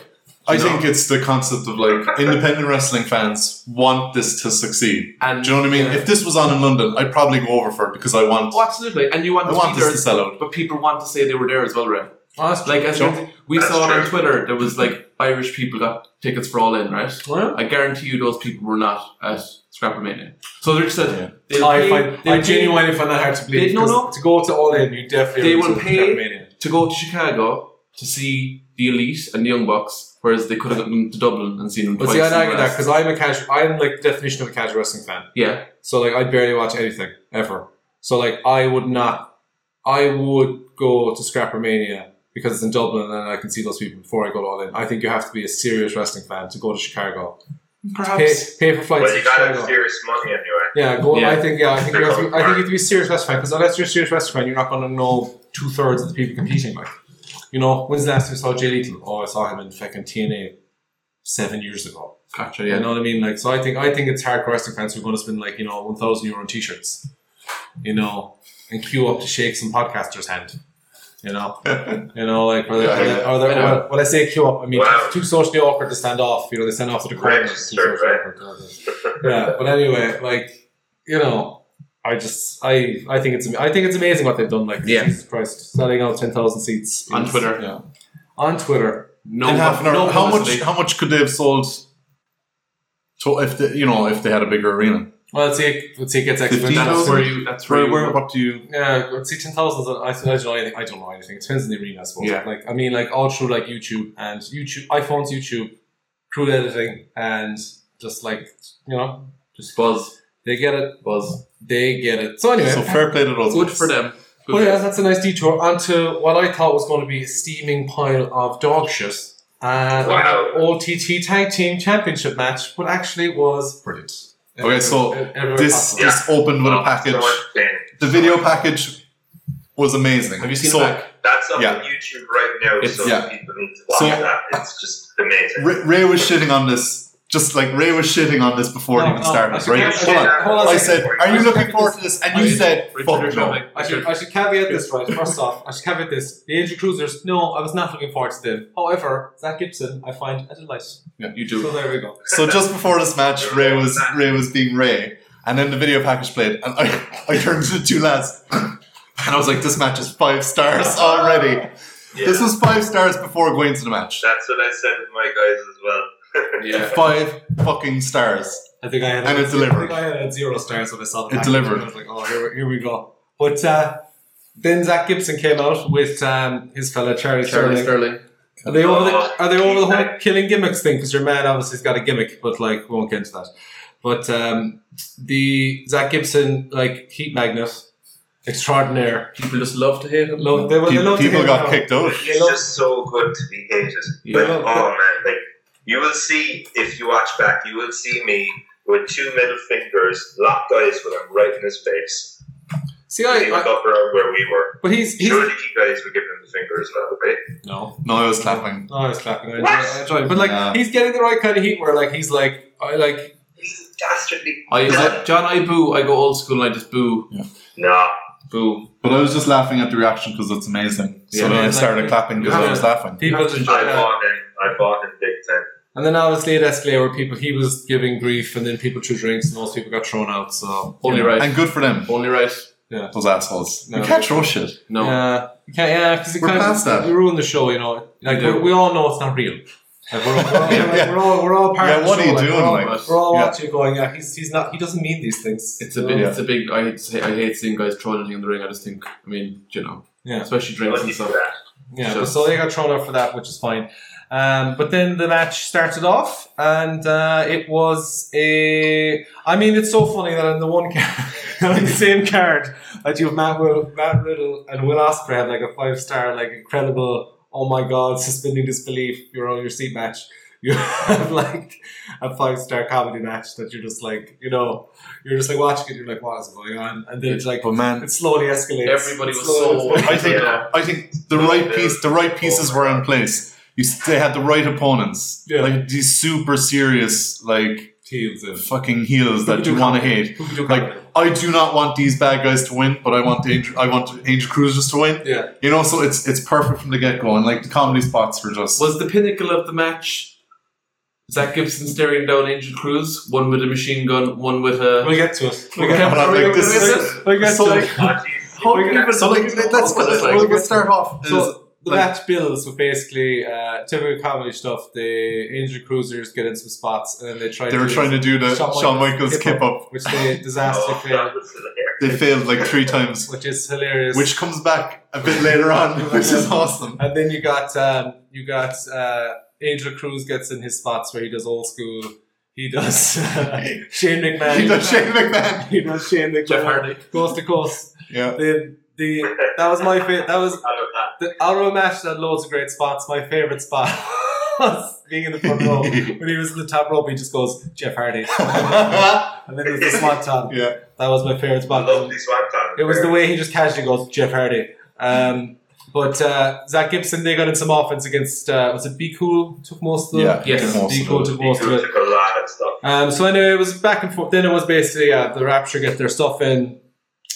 Speaker 2: I
Speaker 4: No.
Speaker 2: think it's the concept of like independent wrestling fans want this to succeed
Speaker 4: and
Speaker 2: do you know what I mean
Speaker 4: Yeah.
Speaker 2: if this was on in London I'd probably go over for it because I want
Speaker 4: oh, absolutely. And you want
Speaker 2: I
Speaker 4: the
Speaker 2: want this to
Speaker 4: t-shirts,
Speaker 2: sell out
Speaker 4: but people want to say they were there as well, right?
Speaker 1: Honestly.
Speaker 4: Like as
Speaker 2: Sure.
Speaker 4: we- we
Speaker 3: That's
Speaker 4: saw it on
Speaker 3: true.
Speaker 4: Twitter, there was like Irish people got tickets for all in, right?
Speaker 1: Oh,
Speaker 4: I guarantee you those people were not at Scrappermania. So they're just
Speaker 2: Yeah.
Speaker 4: a, they'll
Speaker 1: I,
Speaker 4: pay-
Speaker 1: find,
Speaker 4: they'll
Speaker 1: I
Speaker 4: pay
Speaker 1: genuinely find that hard to believe.
Speaker 4: They- no,
Speaker 1: 'cause
Speaker 4: no.
Speaker 1: To go to All In, you definitely
Speaker 4: They
Speaker 1: have
Speaker 4: will
Speaker 1: to
Speaker 4: pay-
Speaker 1: Jackmania.
Speaker 4: to go to Chicago to see the Elite and the Young Bucks, whereas they could have gone to Dublin and seen them
Speaker 1: But
Speaker 4: twice.
Speaker 1: see, I
Speaker 4: in
Speaker 1: don't
Speaker 4: the
Speaker 1: argue that
Speaker 4: last-
Speaker 1: because I'm a casual, I'm like the definition of a casual wrestling fan.
Speaker 4: yeah,
Speaker 1: So like I barely watch anything ever. So like I would not I would go to Scrappermania because it's in Dublin and I can see those people before I go to all in. I think you have to be a serious wrestling fan to go to Chicago. Pay,
Speaker 4: perhaps.
Speaker 1: pay for flights
Speaker 3: well,
Speaker 1: to
Speaker 3: you got to
Speaker 1: Chicago.
Speaker 3: have serious money anyway.
Speaker 1: Yeah, go,
Speaker 4: Yeah.
Speaker 1: I think yeah, I think you have to, I think you have to be a serious wrestling fan because unless you're a serious wrestling fan, you're not going to know two thirds of the people competing. Like, you know, when's the last time you saw Jay Lethal? Oh, I saw him in fucking TNA seven years ago.
Speaker 4: Gotcha.
Speaker 1: You
Speaker 4: Yeah.
Speaker 1: know what I mean? Like, so I think I think it's hardcore wrestling fans who are going to spend like you know one thousand euro on t-shirts, you know, and queue up to shake some podcaster's hand. You know, you know, like or they,
Speaker 2: Yeah,
Speaker 1: or they, or they-
Speaker 4: I know.
Speaker 1: when I say queue up, I mean
Speaker 3: Wow.
Speaker 1: it's too socially awkward to stand off. You know, they stand off to the corner. It's too
Speaker 3: Registered,
Speaker 1: socially awkward. yeah, but anyway, like you know, I just I I think it's am- I think it's amazing what they've done. Like,
Speaker 4: Yeah.
Speaker 1: Jesus Christ, selling out ten thousand seats
Speaker 4: On
Speaker 1: is-
Speaker 4: Twitter.
Speaker 1: yeah, on Twitter.
Speaker 4: No,
Speaker 2: in half an hour
Speaker 4: no
Speaker 2: how much
Speaker 4: publicity.
Speaker 2: how much could they have sold to, if they, you know if they had a bigger arena
Speaker 1: Well, let's see, let's see, it gets exponential.
Speaker 2: 15,000?
Speaker 4: That's where you. That's where
Speaker 2: Right,
Speaker 4: you.
Speaker 2: where up to you?
Speaker 1: Yeah, but see, ten thousand. I, I don't know anything. I don't know anything. It depends on the arena, I suppose.
Speaker 4: Yeah.
Speaker 1: Like I mean, like all through like YouTube and YouTube, iPhones, YouTube, crude editing, and just like you know,
Speaker 4: Just buzz,
Speaker 1: they get it.
Speaker 4: buzz.
Speaker 1: They get it. So anyway,
Speaker 2: So fair play to those.
Speaker 4: Good
Speaker 2: guys.
Speaker 4: for them. Good
Speaker 1: well, Oh, yeah,
Speaker 4: for them.
Speaker 1: that's a nice detour onto what I thought was going to be a steaming pile of dog shit. And
Speaker 3: Wow.
Speaker 1: OTT Tag Team Championship match, but actually was brilliant.
Speaker 2: Okay, so
Speaker 1: Everywhere- everywhere
Speaker 2: This
Speaker 1: possible.
Speaker 3: Yeah.
Speaker 2: this opened
Speaker 4: Ah,
Speaker 2: with a
Speaker 3: So
Speaker 2: package.
Speaker 3: much pain.
Speaker 2: The video package was amazing.
Speaker 4: Have you seen
Speaker 2: so,
Speaker 4: it back?
Speaker 3: That's up
Speaker 2: Yeah.
Speaker 3: on YouTube right now,
Speaker 4: It's-
Speaker 3: so
Speaker 2: yeah.
Speaker 3: people need to watch
Speaker 2: So-
Speaker 3: that. It's just amazing.
Speaker 2: Ray, Ray was shitting on this, just like Ray was shitting on this before it
Speaker 1: No,
Speaker 2: even
Speaker 1: no,
Speaker 2: started.
Speaker 1: I
Speaker 2: Right?
Speaker 1: should-
Speaker 2: Hold on.
Speaker 1: should- hold on a
Speaker 2: I
Speaker 1: second.
Speaker 2: said, "Are you
Speaker 1: I should
Speaker 2: looking
Speaker 1: get
Speaker 2: forward to this?" And you
Speaker 4: Richard-
Speaker 2: said,
Speaker 4: Richard
Speaker 2: "Fuck
Speaker 4: or
Speaker 2: no."
Speaker 4: something.
Speaker 1: I should, I should caveat this, right? First off, I should caveat this. The Angel Cruisers, no, I was not looking forward to them. However, Zach Gibson, I find a delight.
Speaker 4: You
Speaker 1: So
Speaker 4: do.
Speaker 1: there we go.
Speaker 2: So just before this match, Ray was Ray was being Ray, and then the video package played, and I, I turned to the two lads, and I was like, "This match is five stars already.
Speaker 3: Yeah.
Speaker 2: This was five stars before going to the match.
Speaker 3: That's what I said with my guys as well.
Speaker 4: Yeah.
Speaker 2: Five fucking stars."
Speaker 1: I I think I had
Speaker 2: And it
Speaker 1: I
Speaker 2: delivered.
Speaker 1: think I had a zero stars when I saw the
Speaker 2: It
Speaker 1: package, and
Speaker 2: delivered.
Speaker 1: I was like, oh, here, we- here we go. But uh, then Zach Gibson came out with um, his fella Charlie,
Speaker 4: Charlie
Speaker 1: Sterling.
Speaker 4: Sterling.
Speaker 1: Are they over the, are they over the whole killing gimmicks thing? Because your man obviously has got a gimmick, but like we won't get into that. But um, the Zach Gibson like heat magnet extraordinaire.
Speaker 4: People just love to hate him.
Speaker 1: Love, they, they
Speaker 2: People,
Speaker 1: love to
Speaker 2: people
Speaker 1: hear
Speaker 2: got
Speaker 1: about-
Speaker 2: kicked out.
Speaker 3: He's just so good to be hated.
Speaker 4: Yeah.
Speaker 3: Like, oh man, like you will see if you watch back, you will see me with two middle fingers locked eyes with him right in his face.
Speaker 1: See,
Speaker 3: He
Speaker 1: I,
Speaker 3: was
Speaker 1: I,
Speaker 3: up around where we were.
Speaker 1: but he's he's
Speaker 3: Surely you guys were giving him the fingers now, right?
Speaker 1: no.
Speaker 2: No, I was clapping.
Speaker 1: Oh, I was clapping. I enjoy, I enjoy it. But like,
Speaker 2: Yeah.
Speaker 1: he's getting the right kind of heat where like he's like, I like.
Speaker 3: He's dastardly.
Speaker 4: I, I- John, I boo. I go old school and I just boo.
Speaker 3: No,
Speaker 4: Boo.
Speaker 2: But I was just laughing at the reaction because it's amazing. So
Speaker 4: Yeah,
Speaker 2: then I
Speaker 1: yeah,
Speaker 2: started
Speaker 1: like-
Speaker 2: clapping because I was laughing.
Speaker 1: People
Speaker 4: have to
Speaker 1: just
Speaker 4: enjoy
Speaker 3: I
Speaker 1: yeah.
Speaker 3: bought him. I bought him big time.
Speaker 1: And then obviously it escalated where people he was giving grief, and then people threw drinks, and those people got thrown out. So
Speaker 4: Only right.
Speaker 2: And good for them,
Speaker 4: Only right.
Speaker 2: those assholes.
Speaker 1: No.
Speaker 2: You can't throw shit.
Speaker 4: No.
Speaker 1: yeah, you can't, yeah, because it
Speaker 2: We're
Speaker 1: kind
Speaker 2: past
Speaker 1: of
Speaker 2: that.
Speaker 1: we ruined the show. You know, like
Speaker 4: We do.
Speaker 1: we, we all know it's not real. Like, we're, all- we're all,
Speaker 2: Yeah.
Speaker 1: like, we're all we're all part
Speaker 2: Yeah,
Speaker 1: of the
Speaker 2: what are
Speaker 1: show.
Speaker 2: you
Speaker 1: like,
Speaker 2: doing,
Speaker 1: We're all,
Speaker 2: like?
Speaker 1: we're all
Speaker 2: Yeah.
Speaker 1: watching, going, yeah, he's he's not he doesn't mean these things.
Speaker 4: It's a
Speaker 1: You
Speaker 4: big.
Speaker 1: know?
Speaker 4: It's a big. I hate, to say, I hate seeing guys throwing anything in the ring. I just think. I mean, you know.
Speaker 1: Yeah.
Speaker 4: Especially drinks
Speaker 3: Lucky
Speaker 4: and
Speaker 3: for
Speaker 4: stuff.
Speaker 3: that.
Speaker 1: Yeah,
Speaker 4: So-
Speaker 1: but so they got thrown out for that, which is fine. Um, but then the match started off, and uh, it was a. I mean, it's so funny that on the one card, on the same card, that you have Matt, Will, Matt Riddle and Will Ospreay have like a five star, like incredible, oh my god, suspending disbelief, you're on your seat match. You have like a five star comedy match that you're just like, you know, you're just like watching it, you're like, what is going on? And then it's like,
Speaker 2: But man,
Speaker 1: it slowly escalates.
Speaker 4: Everybody
Speaker 1: It
Speaker 4: was
Speaker 1: slowly
Speaker 4: so-
Speaker 1: escalates.
Speaker 2: I think
Speaker 3: Yeah.
Speaker 2: I think the right piece, the right pieces were in place. You, s- they had the right opponents,
Speaker 1: Yeah.
Speaker 2: like these super serious, like
Speaker 1: Heels in.
Speaker 2: fucking heels
Speaker 1: Who
Speaker 2: that
Speaker 1: could
Speaker 2: you
Speaker 1: do
Speaker 2: want to
Speaker 1: comedy?
Speaker 2: hate.
Speaker 1: Who could do
Speaker 2: Like-
Speaker 1: comedy?
Speaker 2: I do not want these bad guys to win, but I want the Angel, I want Angel Cruz just to win.
Speaker 1: Yeah.
Speaker 2: You know, so it's it's perfect from the get go, and like the comedy spots were just
Speaker 4: Was the pinnacle of the match Zach Gibson staring down Angel Cruz, one with a machine gun, one with a.
Speaker 1: We'll get to it. We'll
Speaker 4: Okay,
Speaker 1: get,
Speaker 2: but I'm
Speaker 1: we'll
Speaker 2: like,
Speaker 1: get
Speaker 2: this
Speaker 1: to
Speaker 2: is-
Speaker 1: it. We'll get
Speaker 2: so-
Speaker 1: to it.
Speaker 3: Ah, jeez.
Speaker 4: How
Speaker 1: We're
Speaker 4: can
Speaker 1: gonna-
Speaker 4: you
Speaker 2: so like
Speaker 4: even-
Speaker 2: let's
Speaker 4: what is
Speaker 2: let's,
Speaker 4: like-
Speaker 3: Oh,
Speaker 2: let's start off. is-
Speaker 1: So the
Speaker 2: like-
Speaker 1: match builds with basically uh, typical comedy stuff. The Angel Cruisers get in some spots and then they try
Speaker 2: they were
Speaker 1: do
Speaker 2: trying to do the
Speaker 1: Shawn
Speaker 2: Shawn
Speaker 1: Michaels
Speaker 2: Michaels
Speaker 1: kip
Speaker 2: kip up.
Speaker 1: which they disaster
Speaker 3: Oh,
Speaker 1: fail,
Speaker 3: that was hilarious.
Speaker 2: They failed like three times,
Speaker 1: which is hilarious.
Speaker 2: which comes back a bit later on, which is awesome.
Speaker 1: and then you got um, you got uh, Angel Cruz gets in his spots where he does old school. He does uh, Shane McMahon.
Speaker 2: You know, Shane McMahon.
Speaker 1: He does Shane McMahon.
Speaker 4: Jeff Hardy.
Speaker 1: Coast to coast.
Speaker 2: Yeah.
Speaker 1: The, the, that was my favorite. That was
Speaker 3: I love that.
Speaker 1: The Alro match had loads of great spots. My favorite spot was being in the front row. When he was in the top rope, he just goes, Jeff Hardy. and then there's the swat top.
Speaker 2: Yeah.
Speaker 1: That was my favorite
Speaker 3: I love
Speaker 1: spot.
Speaker 3: these wipe times.
Speaker 1: It was the way he just casually goes, Jeff Hardy. Um, but uh, Zach Gibson, they got in some offense against, uh, was it Be Cool? Took most of them?
Speaker 4: Yes.
Speaker 2: Awesome.
Speaker 1: Be Cool took
Speaker 3: He
Speaker 1: most of it.
Speaker 3: took a lot of stuff.
Speaker 1: Um, so anyway, it was back and forth. Then it was basically uh, the Rapture get their stuff in,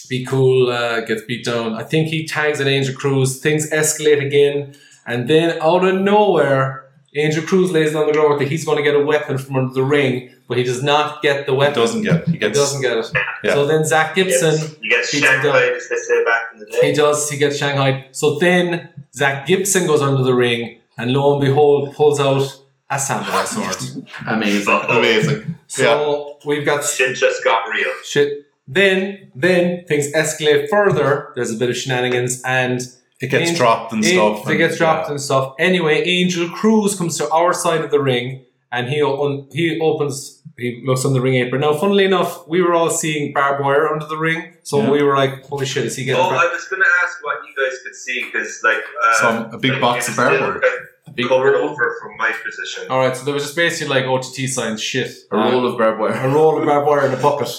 Speaker 1: be cool, uh, gets beat down. I think he tags an Angel Cruz. Things escalate again, and then out of nowhere, Angel Cruz lays on the ground that he's going to get a weapon from under the ring, but he does not get the weapon.
Speaker 2: get it. He
Speaker 1: He doesn't get it.
Speaker 2: Yeah.
Speaker 1: So then Zach Gibson.
Speaker 3: Yes. You get
Speaker 1: beats him
Speaker 3: shanked
Speaker 1: down.
Speaker 3: as they say back in the day.
Speaker 1: He does. He gets Shanghai. So then Zach Gibson goes under the ring, and lo and behold, pulls out a samurai sword.
Speaker 4: Amazing.
Speaker 2: Amazing.
Speaker 1: so we've got
Speaker 3: Shit just got real.
Speaker 1: shit. Then, then things escalate further. There's a bit of shenanigans, and
Speaker 2: It gets
Speaker 1: Ain't-
Speaker 2: dropped and stuff.
Speaker 1: it
Speaker 2: and-
Speaker 1: gets dropped
Speaker 2: yeah.
Speaker 1: and stuff. Anyway, Angel Cruz comes to our side of the ring, and he on, he opens. He looks on the ring apron. Now, funnily enough, we were all seeing barbed wire under the ring, so
Speaker 2: Yeah.
Speaker 1: we were like, "Holy shit, is he getting?"
Speaker 3: Oh,
Speaker 1: bar-
Speaker 3: I was going to ask what you guys could see because, like, uh,
Speaker 2: Some a big
Speaker 3: like,
Speaker 2: box
Speaker 3: it's
Speaker 2: of barbed
Speaker 3: still
Speaker 2: wire.
Speaker 3: kind of
Speaker 4: Big
Speaker 3: covered
Speaker 4: roll.
Speaker 3: over from my position.
Speaker 1: all right, so there was just basically like OTT signs, shit,
Speaker 4: A roll of barbed
Speaker 1: a
Speaker 4: wire.
Speaker 1: roll of barbed wire in a bucket,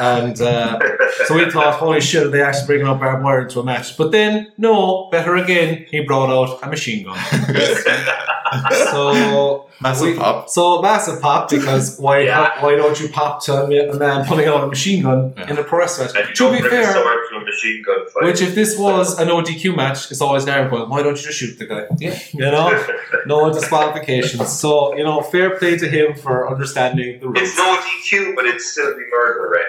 Speaker 1: and. Uh, So we thought, holy shit, are they actually bringing up barbed wire into a match? But then, no, better again, he brought out a machine gun. So,
Speaker 2: Massive
Speaker 1: we-
Speaker 2: pop.
Speaker 1: so massive pop because why
Speaker 3: Yeah.
Speaker 1: why don't you pop to a ma- a man pulling out a machine gun
Speaker 2: Yeah.
Speaker 1: in a pro wrestling
Speaker 3: And you
Speaker 1: match? To
Speaker 3: don't
Speaker 1: be
Speaker 3: bring a
Speaker 1: fair,
Speaker 3: sword to a machine gun fight.
Speaker 1: which if this was an ODQ match, it's always an arrow going, why don't you just shoot the guy?
Speaker 4: Yeah.
Speaker 1: You know? No disqualifications. So, you know, fair play to him for understanding the rules.
Speaker 3: it's no DQ, but it's still the murder, right?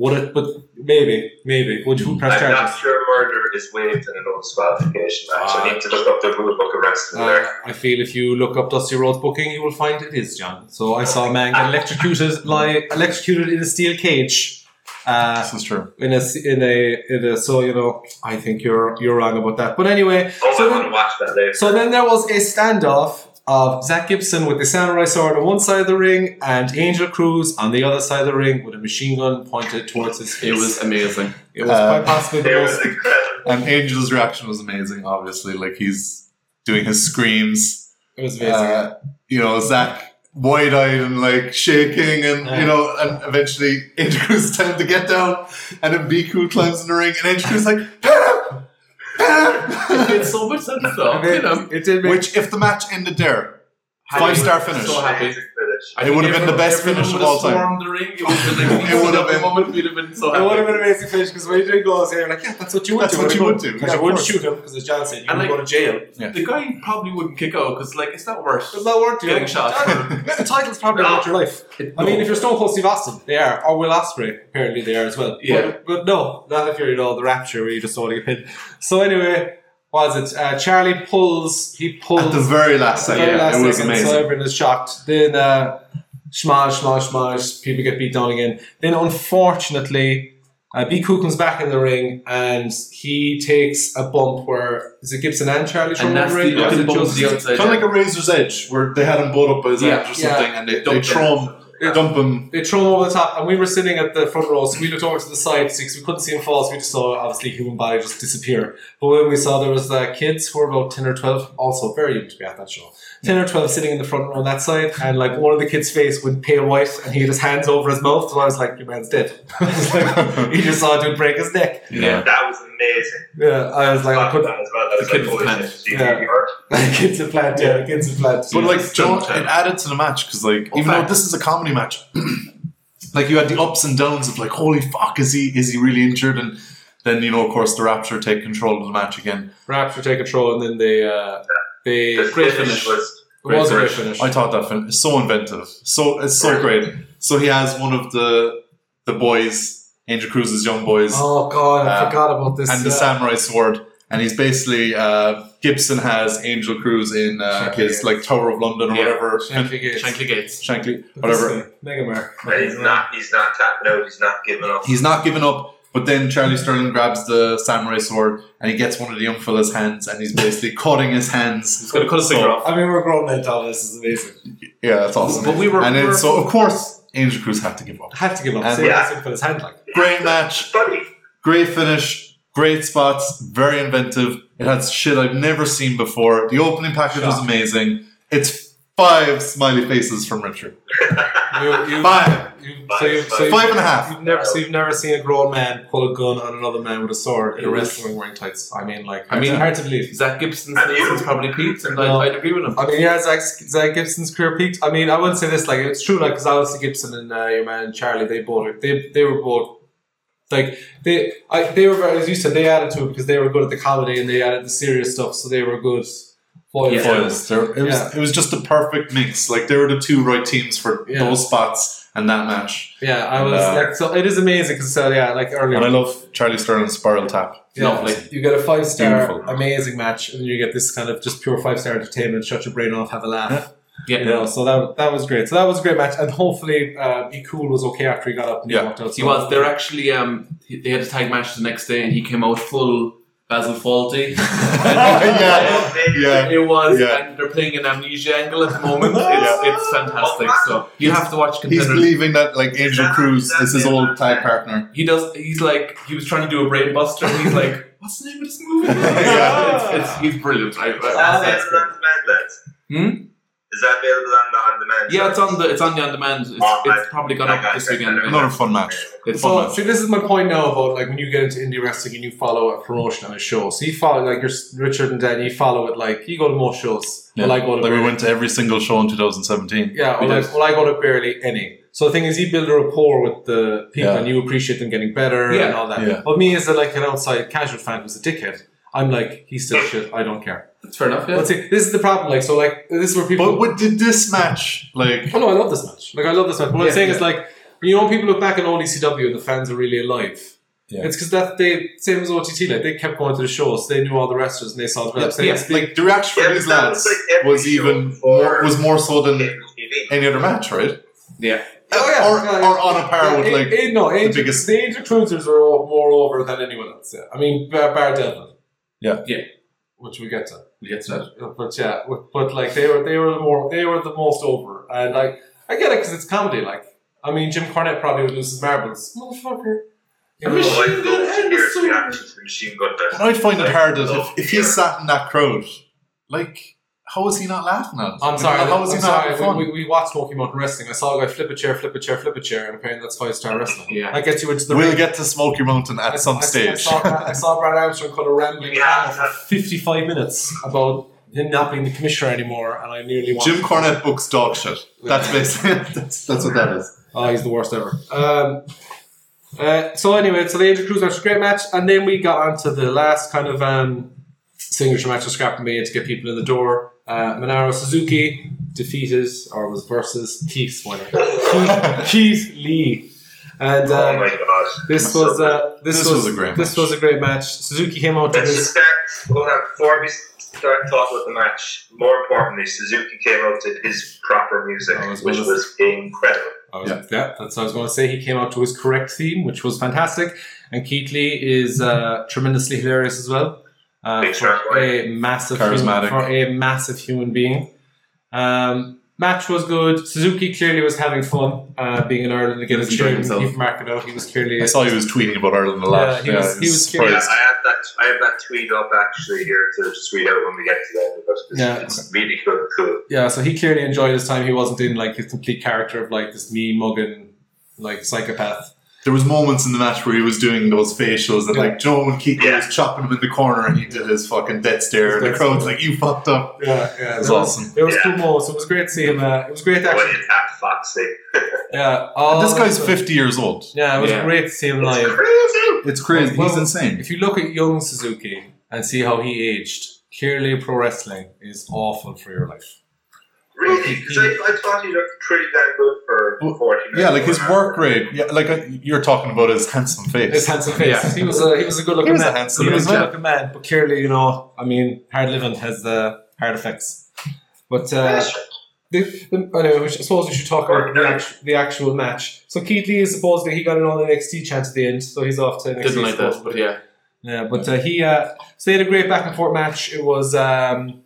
Speaker 1: Would it? But maybe, maybe. Would you press
Speaker 3: I'm not
Speaker 1: charges?
Speaker 3: sure murder is waived in a no disqualification match. I need to look up the rule book of wrestling
Speaker 1: Uh,
Speaker 3: there.
Speaker 1: I feel if you look up Dusty Rhodes booking, you will find it is John. So I saw a man get electrocuted, lie electrocuted in a steel cage. Uh,
Speaker 2: This is true.
Speaker 1: in a in a in a so you know I think you're you're wrong about that. But anyway,
Speaker 3: Oh,
Speaker 1: so
Speaker 3: I want to watch that later.
Speaker 1: so then there was a standoff of Zach Gibson with the samurai sword on one side of the ring and Angel Cruz on the other side of the ring with a machine gun pointed towards his face.
Speaker 4: It was amazing.
Speaker 1: it was
Speaker 2: Uh,
Speaker 1: quite possibly the
Speaker 3: it was
Speaker 1: most.
Speaker 3: incredible.
Speaker 2: And Angel's reaction was amazing, obviously. Like he's doing his screams.
Speaker 1: It was amazing.
Speaker 2: Uh, you know, Zach wide eyed and like shaking and
Speaker 1: Yeah.
Speaker 2: you know, and eventually Angel Cruz is telling him to get down and then Biku climbs in the ring and Angel Cruz is like get up!
Speaker 4: It
Speaker 2: Get
Speaker 4: made
Speaker 2: up!
Speaker 4: so much sense though.
Speaker 1: I mean,
Speaker 4: You know,
Speaker 1: it did make
Speaker 2: Which if the match ended there, five star finish.
Speaker 4: So happy.
Speaker 3: Amazing finish.
Speaker 4: I
Speaker 2: It
Speaker 4: think
Speaker 2: would have been the
Speaker 4: everyone-
Speaker 2: best finish
Speaker 4: everyone
Speaker 2: of all
Speaker 4: would have
Speaker 2: time.
Speaker 4: stormed the ring. It would have been like,
Speaker 2: It would have
Speaker 4: the
Speaker 2: been-
Speaker 4: moment we'd have been so
Speaker 1: It
Speaker 4: happy.
Speaker 1: would have been an amazing finish because when you did go out there, you're like, yeah, that's what you would
Speaker 2: That's
Speaker 1: do.
Speaker 2: what you would do.
Speaker 1: Because
Speaker 2: Yeah,
Speaker 1: you
Speaker 2: of
Speaker 1: wouldn't
Speaker 2: course.
Speaker 1: shoot him, because as John said, you
Speaker 4: And
Speaker 1: would
Speaker 4: like-
Speaker 1: go to jail.
Speaker 4: The guy probably wouldn't kick out because, like, it's not worth
Speaker 1: Does that work?
Speaker 4: getting shot.
Speaker 1: The title's probably about your life.
Speaker 4: It-
Speaker 1: I mean,
Speaker 4: no.
Speaker 1: if you're Stone Cold Steve Austin, they are, or Will Osprey, apparently they are as well.
Speaker 4: Yeah.
Speaker 1: But, but no, not if you're, you know, the Rapture where you just want to get pinned. So anyway, what is it? Uh, Charlie pulls, he pulls
Speaker 2: At the very last
Speaker 1: the
Speaker 2: second,
Speaker 1: very last
Speaker 2: it was
Speaker 1: second,
Speaker 2: amazing.
Speaker 1: so everyone is shocked. Then, uh, smash, smash, smash, people get beat down again. Then, unfortunately, uh, Biku comes back in the ring and he takes a bump where, is it Gibson and Charlie
Speaker 4: And
Speaker 1: from the
Speaker 4: that's the
Speaker 1: ring? Or is
Speaker 4: looking
Speaker 1: it
Speaker 4: bump to
Speaker 1: just,
Speaker 4: the outside.
Speaker 2: Kind of like a razor's edge, where they had him bowed up by his
Speaker 4: Yeah,
Speaker 2: arms or
Speaker 1: yeah.
Speaker 2: something, and they, they
Speaker 4: Dumped him.
Speaker 2: throw him, dump him.
Speaker 1: they throw him over the top, and we were sitting at the front row, so we looked over to the side because we couldn't see him fall, so we just saw obviously human body just disappear. But when we saw there was uh, kids who were about ten or twelve, also very young to be at that show, ten or twelve sitting in the front row on that side, and like one of the kids' face went pale white, and he had his hands over his mouth, so I was like, "Your man's dead." I was like, he just saw a dude break his neck.
Speaker 4: Yeah.
Speaker 3: That was amazing.
Speaker 1: Yeah, I was like, I
Speaker 3: Fuck
Speaker 1: couldn't.
Speaker 3: that as well. That was
Speaker 4: The
Speaker 3: like,
Speaker 4: kid
Speaker 3: holy
Speaker 4: was
Speaker 3: shit,
Speaker 1: panicked.
Speaker 3: GG, you heard?
Speaker 1: kids in plant, yeah, kids in plant.
Speaker 2: But
Speaker 4: Yeah,
Speaker 2: like,
Speaker 4: it's
Speaker 2: John,
Speaker 4: dumb
Speaker 2: it added to the match because, like,
Speaker 4: Oh,
Speaker 2: even
Speaker 4: fact.
Speaker 2: though this is a comedy match, like you had the ups and downs of like, holy fuck, is he is he really injured? And then you know, of course, the Rapture take control of the match again.
Speaker 1: Rapture take control, and then they uh, they
Speaker 3: The
Speaker 1: it
Speaker 4: great
Speaker 3: finish
Speaker 4: finish.
Speaker 3: was
Speaker 1: was a great
Speaker 4: finish.
Speaker 1: finish.
Speaker 2: I thought that fin- so inventive, so it's so great. So he has one of the the boys, Angel Cruz's young boys,
Speaker 1: Oh god, I
Speaker 2: Uh,
Speaker 1: forgot about this.
Speaker 2: and the
Speaker 1: yeah.
Speaker 2: samurai sword. And he's basically uh, Gibson has Angel Cruz in uh,
Speaker 1: Shankly
Speaker 2: his like Tower of London or
Speaker 4: Yeah.
Speaker 2: whatever,
Speaker 1: Shankly Gates.
Speaker 4: Shankly Gates.
Speaker 2: Shankly, whatever.
Speaker 1: Mega Mar.
Speaker 3: he's not he's not tapping out, he's not giving up.
Speaker 2: He's not giving up. But then Charlie Sterling grabs the samurai sword and he gets one of the young fella's hands and he's basically cutting his hands.
Speaker 4: He's going to cut his finger off.
Speaker 1: I mean, we're grown men, Tom. This is amazing.
Speaker 2: Yeah, that's awesome.
Speaker 4: But we were-
Speaker 2: and
Speaker 4: we
Speaker 2: then,
Speaker 4: were-
Speaker 2: so of course Angel Cruz had to give up.
Speaker 1: I have to give up.
Speaker 2: And-
Speaker 1: Say
Speaker 3: Yeah.
Speaker 1: something for his hand, like.
Speaker 2: Great match,
Speaker 3: Buddy,
Speaker 2: great finish, great spots, very inventive. It had shit I've never seen before. The opening package was
Speaker 1: Shock.
Speaker 2: amazing. It's five smiley faces from Richard.
Speaker 1: You, you,
Speaker 2: Five.
Speaker 1: you, so
Speaker 3: Five.
Speaker 1: you, so you,
Speaker 2: Five and a half.
Speaker 1: You've never, so you've never seen a grown man pull a gun on another man with a sword in a
Speaker 4: It was-
Speaker 1: wrestling wearing tights. I mean, like,
Speaker 4: I mean-
Speaker 1: hard to believe.
Speaker 4: Zach Gibson
Speaker 3: And
Speaker 4: says
Speaker 3: you-
Speaker 4: it's probably Pete, and
Speaker 1: No.
Speaker 4: I, I'd agree with him.
Speaker 1: I mean, yeah, Zach, Zach Gibson's career peaked. I mean, I wouldn't say this like it's true, like because obviously Gibson and uh, your man Charlie, they both they they were both like they I they were very- as you said they added to it because they were good at the comedy and they added the serious stuff, so they were good foils.
Speaker 4: Yeah.
Speaker 2: foils. There- it, was,
Speaker 1: Yeah.
Speaker 2: it was just the perfect mix. Like they were the two right teams for
Speaker 1: Yeah.
Speaker 2: those spots and that match.
Speaker 1: Yeah, I was
Speaker 2: Uh,
Speaker 1: like, so it is amazing because so yeah, like earlier,
Speaker 2: And I love Charlie Sterling's spiral tap.
Speaker 1: yeah,
Speaker 4: lovely.
Speaker 1: you get a five star
Speaker 2: Beautiful.
Speaker 1: amazing match, and you get this kind of just pure five star entertainment. Shut your brain off, have a laugh.
Speaker 4: Yeah.
Speaker 1: You know, so that that was great. So that was a great match, and hopefully, uh, be cool was okay after he got up and
Speaker 2: Yeah,
Speaker 1: he walked out.
Speaker 4: He
Speaker 1: so-
Speaker 4: was. They're actually. Um, he- they had a tag match the next day, and he came out full Basil Fawlty.
Speaker 2: yeah, yeah.
Speaker 4: It was,
Speaker 2: Yeah.
Speaker 4: and they're playing an amnesia angle at the moment. It's,
Speaker 2: Yeah.
Speaker 4: it's fantastic. So you have to watch
Speaker 2: He's
Speaker 4: competitive.
Speaker 2: believing that like Angel Cruz is his old tag partner.
Speaker 4: he does. He's like he was trying to do a brain buster. And he's like, what's the name of this movie?
Speaker 2: Yeah.
Speaker 4: it's, it's, he's brilliant. I, I,
Speaker 3: is that
Speaker 4: that's
Speaker 3: available
Speaker 4: great.
Speaker 3: on demand, lads?
Speaker 4: Hmm?
Speaker 3: Is that available on the on demand?
Speaker 4: Yeah, it's on the it's on the on demand. It's,
Speaker 3: Oh, I-
Speaker 4: it's probably gone
Speaker 3: I
Speaker 4: up
Speaker 3: got
Speaker 4: this
Speaker 3: it.
Speaker 4: weekend.
Speaker 3: I got
Speaker 2: Another fun match.
Speaker 4: It's fun.
Speaker 1: So, see, this is my point now about like when you get into indie wrestling and you follow a promotion and a show. So you follow like your Richard and Dan, you follow it like you go to more shows.
Speaker 2: Yeah.
Speaker 1: Well, I go to
Speaker 2: Like we
Speaker 1: barely-
Speaker 2: went to every single show in 2017.
Speaker 1: yeah,
Speaker 4: we
Speaker 1: well,
Speaker 4: did.
Speaker 1: I, well, I go to barely any. So the thing is, you build a rapport with the people
Speaker 2: Yeah.
Speaker 1: and you appreciate them getting better and
Speaker 4: Yeah.
Speaker 1: all that.
Speaker 2: Yeah.
Speaker 1: But me as a, like an outside casual fan who's a dickhead, I'm like, he's still shit. I don't care.
Speaker 4: That's fair enough. Yeah.
Speaker 1: But see, this is the problem. Like, so like this is where people.
Speaker 2: But what did this match like?
Speaker 1: Oh no, I love this match. Like I love this match. What I'm
Speaker 4: Yeah,
Speaker 1: saying
Speaker 4: yeah.
Speaker 1: is like You know, when people look back on old ECW, the fans are really alive.
Speaker 5: Yeah.
Speaker 1: It's because that they same as OTT, like they kept going to the shows, they knew all the wrestlers, and they saw the
Speaker 2: Yeah,
Speaker 1: reps. They-
Speaker 2: yes, like the reaction
Speaker 3: Yeah,
Speaker 2: from these
Speaker 3: that
Speaker 2: lads
Speaker 3: was like every
Speaker 2: was
Speaker 3: show
Speaker 2: even
Speaker 3: before-
Speaker 2: more, was more so than
Speaker 3: TV.
Speaker 2: any other match, right?
Speaker 4: Yeah.
Speaker 1: Oh, yeah.
Speaker 2: or,
Speaker 1: Yeah, yeah.
Speaker 2: or on a par
Speaker 1: Yeah,
Speaker 2: with
Speaker 1: a-
Speaker 2: like
Speaker 1: a- no, age,
Speaker 2: biggest-
Speaker 1: the age recruiters are all, more over than anyone else. Yeah. I mean, bar, bar Devlin.
Speaker 5: Yeah.
Speaker 4: Yeah.
Speaker 1: Which we get to,
Speaker 4: We get to that.
Speaker 1: but yeah, but, but like they were, they were the more, they were the most over, and like I get it because it's comedy. Like I mean, Jim Cornette probably would lose his marbles, motherfucker. You
Speaker 3: Oh,
Speaker 1: know?
Speaker 3: I'd love to
Speaker 1: Gun
Speaker 3: hear
Speaker 1: is
Speaker 3: the
Speaker 1: so-
Speaker 3: reactions from Machine Gun Kelly.
Speaker 2: And I'd find it
Speaker 3: Like,
Speaker 2: hard that
Speaker 3: oh,
Speaker 2: if, if
Speaker 3: yeah.
Speaker 2: he's sat in that crowd, like, how is he not laughing at it?
Speaker 1: I'm sorry.
Speaker 2: How is he
Speaker 1: I'm
Speaker 2: not
Speaker 1: sorry.
Speaker 2: having fun?
Speaker 1: We, we, we watched Smoky Mountain Wrestling. I saw a guy flip a chair, flip a chair, flip a chair, and apparently that's five star wrestling.
Speaker 4: Yeah.
Speaker 1: That gets you into the
Speaker 2: we'll
Speaker 1: ring.
Speaker 2: get to Smoky Mountain at
Speaker 1: I-
Speaker 2: some
Speaker 1: I- I
Speaker 2: stage.
Speaker 1: saw, Brad, I saw Brad Armstrong kind of rambling
Speaker 3: Yeah,
Speaker 1: on for
Speaker 3: that-
Speaker 1: 55 minutes about him not being the commissioner anymore, and I nearly wanted
Speaker 2: Jim Cornette books dog shit. That's
Speaker 1: Yeah.
Speaker 2: basically that's, that's what that is.
Speaker 1: Oh, he's the worst ever. Um, uh, so anyway, so the Angel Cruz match was a great match, and then we got onto the last kind of um, signature match of Scrap and Mania to get people in the door. Uh, Monaro Suzuki defeated or was versus Keith Swinney. Keith, Keith Lee. And
Speaker 3: Oh
Speaker 1: uh,
Speaker 3: my god.
Speaker 1: this was uh, this,
Speaker 2: This
Speaker 1: was,
Speaker 2: was a great
Speaker 1: this
Speaker 2: match.
Speaker 1: was a great match. Suzuki came out to
Speaker 3: Let's just
Speaker 1: his
Speaker 3: start. Hold on. Before we start talking about the match, more importantly, Suzuki came out to his proper music,
Speaker 1: I was
Speaker 3: which
Speaker 1: gonna
Speaker 3: was incredible.
Speaker 1: I was, yeah. that's what I was going to say. He came out to his correct theme, which was fantastic. And Keith Lee is uh, tremendously hilarious as well. Uh,
Speaker 3: Big
Speaker 1: for
Speaker 3: track, right?
Speaker 1: a massive, Human,
Speaker 2: Charismatic.
Speaker 1: for a massive human being. Um, match was good. Suzuki clearly was having fun uh, being in Ireland again.
Speaker 4: He was
Speaker 1: He
Speaker 4: enjoying
Speaker 1: was
Speaker 4: himself.
Speaker 1: marking out. He was clearly.
Speaker 2: I saw he was tweeting about Ireland a lot.
Speaker 1: Yeah, he was- he
Speaker 2: he's
Speaker 1: was
Speaker 3: Yeah,
Speaker 1: curious.
Speaker 2: surprised.
Speaker 3: I have that. I have that tweet up actually here to tweet out when we get to that because it's,
Speaker 1: Yeah.
Speaker 3: it's really cool. cool.
Speaker 1: yeah, so he clearly enjoyed his time. He wasn't in like his complete character of like this mean mugging like psychopath.
Speaker 2: There was moments in the match where he was doing those facials and like Joe and Keith
Speaker 3: Yeah.
Speaker 2: was chopping him in the corner and he did his fucking death stare and the
Speaker 1: death
Speaker 2: crowd's
Speaker 1: stare.
Speaker 2: like, You fucked up.
Speaker 1: Yeah, yeah.
Speaker 2: It was
Speaker 1: there
Speaker 2: awesome.
Speaker 1: There was
Speaker 3: Yeah. Oh,
Speaker 1: cool moments. It was great to see him. Uh, it was great
Speaker 3: When
Speaker 1: actually.
Speaker 3: you tap Foxy,
Speaker 1: Yeah.
Speaker 2: And
Speaker 1: all
Speaker 2: this guy's
Speaker 1: the-
Speaker 2: fifty years old.
Speaker 1: Yeah, it was
Speaker 4: Yeah.
Speaker 1: great to see him
Speaker 3: it's
Speaker 1: live.
Speaker 3: crazy.
Speaker 2: It's crazy.
Speaker 1: Well,
Speaker 2: He's insane.
Speaker 1: If you look at young Suzuki and see how he aged, clearly pro wrestling is awful for your life.
Speaker 3: Really, because I, I thought he looked pretty damn good for
Speaker 2: Well,
Speaker 3: forty minutes.
Speaker 2: Yeah, like his work rate. Yeah, like uh, you're talking about his handsome face.
Speaker 1: His handsome face.
Speaker 4: Yeah.
Speaker 1: He was a he was a good looking
Speaker 2: He was a
Speaker 1: man.
Speaker 2: handsome
Speaker 1: he was a
Speaker 2: man.
Speaker 1: good looking man, but clearly, you know, I mean, hard living has the hard effects. But uh, the, the, anyway, we should- I suppose we should talk about the, act, the actual match. So Keith Lee is supposedly he got an all NXT chance at the end, so he's off to NXT.
Speaker 4: Didn't like that,
Speaker 1: supposedly.
Speaker 4: but yeah.
Speaker 1: Yeah, but uh, he uh, so they had a great back and forth match. It was um,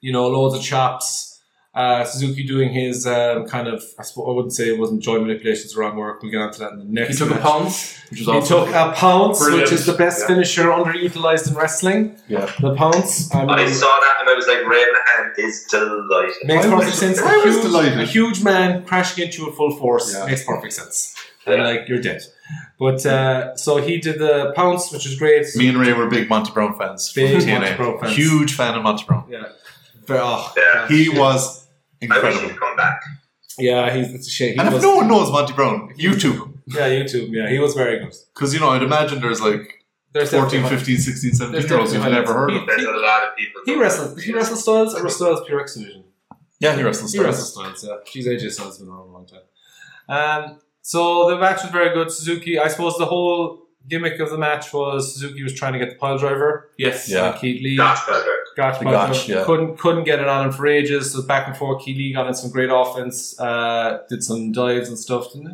Speaker 1: you know loads of chops. Uh, Suzuki doing his um, kind of I, suppose, I wouldn't say it wasn't joy manipulation is the wrong word. We'll get onto that in the next.
Speaker 4: He took a
Speaker 1: match.
Speaker 4: pounce, which was
Speaker 1: He
Speaker 4: awesome.
Speaker 1: took a pounce,
Speaker 4: Brilliant.
Speaker 1: which is the best
Speaker 3: Yeah.
Speaker 1: finisher underutilized in wrestling.
Speaker 2: Yeah.
Speaker 1: the pounce. I
Speaker 3: I
Speaker 1: mean,
Speaker 3: saw that and I was like, Raven is delighted.
Speaker 1: makes
Speaker 2: I was-
Speaker 1: perfect sense.
Speaker 2: I
Speaker 1: A
Speaker 2: was
Speaker 1: huge,
Speaker 2: delighted.
Speaker 1: a huge man crashing into a full force
Speaker 2: Yeah.
Speaker 1: makes perfect sense.
Speaker 3: Yeah.
Speaker 1: And, like you're dead. But uh, so he did the pounce, which is great.
Speaker 2: Me and Ray were big Monty Brown fans. from
Speaker 1: Big
Speaker 2: TNA.
Speaker 1: Monty Brown fans.
Speaker 2: Huge fan of Monty Brown.
Speaker 1: Yeah. But, oh,
Speaker 3: Yeah.
Speaker 2: He was
Speaker 3: I wish
Speaker 2: incredible.
Speaker 3: he'd come back.
Speaker 1: Yeah, he's it's a shame. He
Speaker 2: And if
Speaker 1: was,
Speaker 2: no one knows Monty Brown, YouTube him.
Speaker 1: yeah, YouTube. Yeah, he was very good.
Speaker 2: Because, you know, I'd imagine there's like
Speaker 1: There's
Speaker 2: 14,
Speaker 1: definitely-
Speaker 2: 15, 16, 17
Speaker 1: There's
Speaker 2: year olds who've
Speaker 1: definitely
Speaker 2: never heard of
Speaker 1: highlights.
Speaker 2: him.
Speaker 3: There's a lot of people.
Speaker 1: He
Speaker 3: that-
Speaker 1: wrestled. Did he wrestle Styles or was Styles Pure X Division?
Speaker 2: Yeah, he wrestles.
Speaker 1: He wrestled Styles. Yeah, she's AJ Styles been around a long time. Um, so the match was very good. Suzuki. I suppose the whole gimmick of the match was Suzuki was trying to get the pile driver.
Speaker 4: Yes.
Speaker 2: Yeah.
Speaker 1: And Keith Lee
Speaker 3: That's better.
Speaker 1: got
Speaker 2: The
Speaker 1: the pile
Speaker 2: gotch,
Speaker 1: driver.
Speaker 2: yeah.
Speaker 1: couldn't couldn't get it on him for ages. So back and forth. Keith Lee got in some great offense. Uh, did some dives and stuff, didn't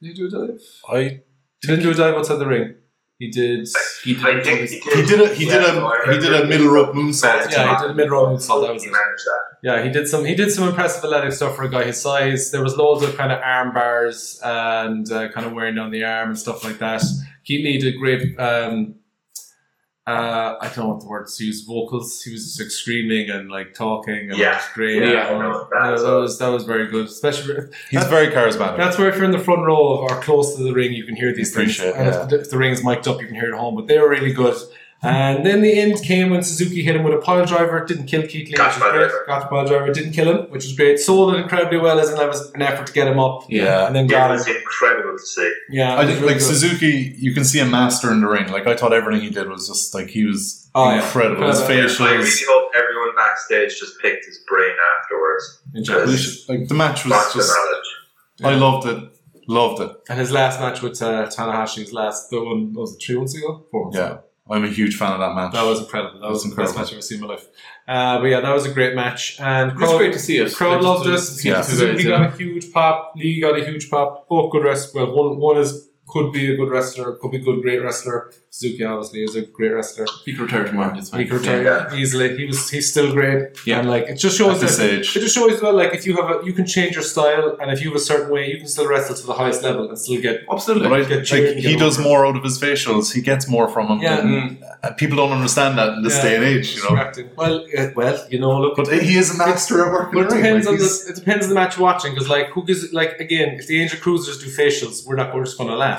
Speaker 1: he? Did he do a dive?
Speaker 2: I,
Speaker 1: He didn't do a dive outside the ring. He did.
Speaker 4: He did
Speaker 3: I
Speaker 4: it.
Speaker 3: think he did.
Speaker 2: he did a he did
Speaker 3: Yeah, no, I
Speaker 2: a he did
Speaker 3: remember.
Speaker 2: a middle rope moonsault.
Speaker 1: Yeah, he did a mid-roll moonsault, that was
Speaker 3: He
Speaker 1: it.
Speaker 3: managed that.
Speaker 1: Yeah, he did some. He did some impressive athletic stuff for a guy his size. There was loads of kind of arm bars and uh, kind of wearing down the arm and stuff like that. Keith Lee did great. Um, uh, I don't know what the words to use. Vocals. He was just like screaming and like talking. And
Speaker 3: Yeah.
Speaker 1: it was great.
Speaker 4: Yeah,
Speaker 3: I know what that
Speaker 1: Uh,
Speaker 3: is.
Speaker 1: that was that was very good. Especially
Speaker 2: He's very charismatic.
Speaker 1: that's where if you're in the front row or close to the ring, you can hear these things.
Speaker 2: Appreciate,
Speaker 1: and if, the, if the ring's mic'd up, you can hear it at home. But they were really good. And then the end came when Suzuki hit him with a pile driver. It Didn't kill Keith Lee, which
Speaker 3: Gotch
Speaker 1: was
Speaker 3: pile
Speaker 1: great.
Speaker 3: driver.
Speaker 1: Gotch pile driver. Didn't kill him, which was great. Sold it incredibly well as in that was an effort to get him up.
Speaker 4: Yeah.
Speaker 1: And then
Speaker 3: Yeah,
Speaker 1: got
Speaker 3: it was
Speaker 1: him.
Speaker 3: incredible to see.
Speaker 1: Yeah.
Speaker 2: I
Speaker 1: it was
Speaker 2: think
Speaker 1: really
Speaker 2: like
Speaker 1: good.
Speaker 2: Suzuki, you can see a master in the ring. Like I thought, everything he did was just like he was
Speaker 1: Oh, yeah.
Speaker 2: incredible. His
Speaker 3: I really
Speaker 2: facials,
Speaker 3: hope everyone backstage just picked his brain afterwards.
Speaker 1: Enjoy.
Speaker 2: like the match was
Speaker 3: Lots of
Speaker 2: just.
Speaker 3: knowledge.
Speaker 2: I loved it. Loved it.
Speaker 1: And his last match with uh, Tanahashi's last, the one what was it three months ago, four months ago.
Speaker 2: Yeah. I'm a huge fan of that match.
Speaker 1: That was incredible. That
Speaker 2: That's
Speaker 1: was the best
Speaker 2: incredible.
Speaker 1: match I've ever seen in my life. Uh, but yeah, that was a great match. And
Speaker 4: It's
Speaker 1: Crow,
Speaker 4: great to see it.
Speaker 1: Crow
Speaker 4: Like,
Speaker 1: loved
Speaker 4: just-
Speaker 1: us.
Speaker 2: yeah.
Speaker 1: Suzuki got a huge pop. Lee got a huge pop. Both good wrestlers. Well, one, one is could be a good wrestler, could be a good, great wrestler. Suzuki obviously is a great wrestler.
Speaker 4: He could retire tomorrow. It's fine.
Speaker 1: He could retire easily. He was he's still great.
Speaker 4: Yeah.
Speaker 1: And like it just
Speaker 2: At
Speaker 1: shows that
Speaker 2: this age.
Speaker 1: it just shows as well like if you have a you can change your style and if you have a certain way you can still wrestle to the highest level and still get
Speaker 4: Absolutely.
Speaker 2: But I,
Speaker 1: Get
Speaker 2: like,
Speaker 1: cheered and
Speaker 2: he
Speaker 1: get
Speaker 2: does
Speaker 1: over.
Speaker 2: more out of his facials. He gets more from him.
Speaker 1: Yeah. Mm.
Speaker 2: Than,
Speaker 4: Mm.
Speaker 2: and people don't understand that in this
Speaker 1: Yeah.
Speaker 2: day and age, you know.
Speaker 1: distracted. Well, uh, well, you know, look.
Speaker 2: But he is a master at working.
Speaker 1: But it
Speaker 2: the ring,
Speaker 1: depends
Speaker 2: like,
Speaker 1: on
Speaker 2: he's-
Speaker 1: the it depends on the match you're watching because like who gives like again if the Angel Cruisers do facials we're not we're just gonna laugh.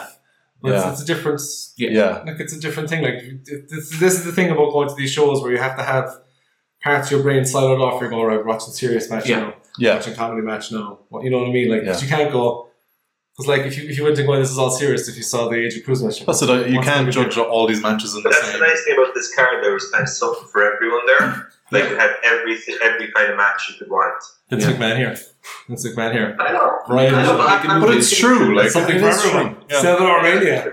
Speaker 1: But
Speaker 2: Yeah.
Speaker 1: it's, it's a difference.
Speaker 2: Yeah.
Speaker 1: Like it's a different thing. Like you- this, this is the thing about going to these shows where you have to have parts of your brain siloed off. You're going right, we're watching serious match
Speaker 4: Yeah.
Speaker 1: now,
Speaker 2: Yeah.
Speaker 1: watching comedy match now. What you know what I mean? Like 'cause
Speaker 2: Yeah.
Speaker 1: you can't go because like if you if you went to go this is all serious if you saw the Angel Cruise match.
Speaker 2: That's it. uh, You
Speaker 1: What's
Speaker 2: can't
Speaker 1: the big
Speaker 2: judge all these matches in the
Speaker 3: But that's the
Speaker 2: same.
Speaker 3: nice thing about this card. There was kind of something for everyone there. Like we had everything, every kind of match you could want.
Speaker 1: Vince
Speaker 4: Yeah.
Speaker 1: McMahon here. Vince McMahon here.
Speaker 3: I know.
Speaker 1: Brian.
Speaker 3: I know, but I-
Speaker 2: But it's true. Like
Speaker 1: something for everyone. Salvador Mania.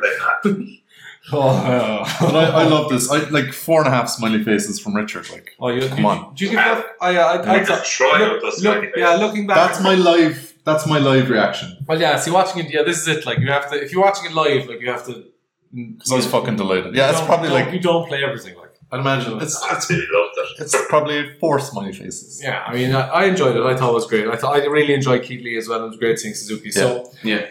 Speaker 2: But I, I love this. I like four and a half smiley faces from Richard. Like
Speaker 1: Oh, you,
Speaker 2: Come on.
Speaker 1: Do you give that? I, I, I,
Speaker 3: I just try out
Speaker 1: look,
Speaker 3: those
Speaker 1: look, yeah, looking back.
Speaker 2: that's my live. That's my live reaction.
Speaker 1: well, yeah. See, watching it, yeah, this is it. Like you have to, if you're watching it live, like you have to.
Speaker 2: Because I was fucking delighted. Yeah, it's
Speaker 1: Don't-
Speaker 2: probably
Speaker 1: don't-
Speaker 2: like
Speaker 1: you don't play everything. Like
Speaker 2: I'd imagine it's
Speaker 3: I absolutely loved it.
Speaker 2: it's probably four smiley faces.
Speaker 1: yeah, I mean, I, I enjoyed it. I thought it was great. I thought I really enjoyed Keith Lee as well. It was great seeing Suzuki. So
Speaker 4: Yeah.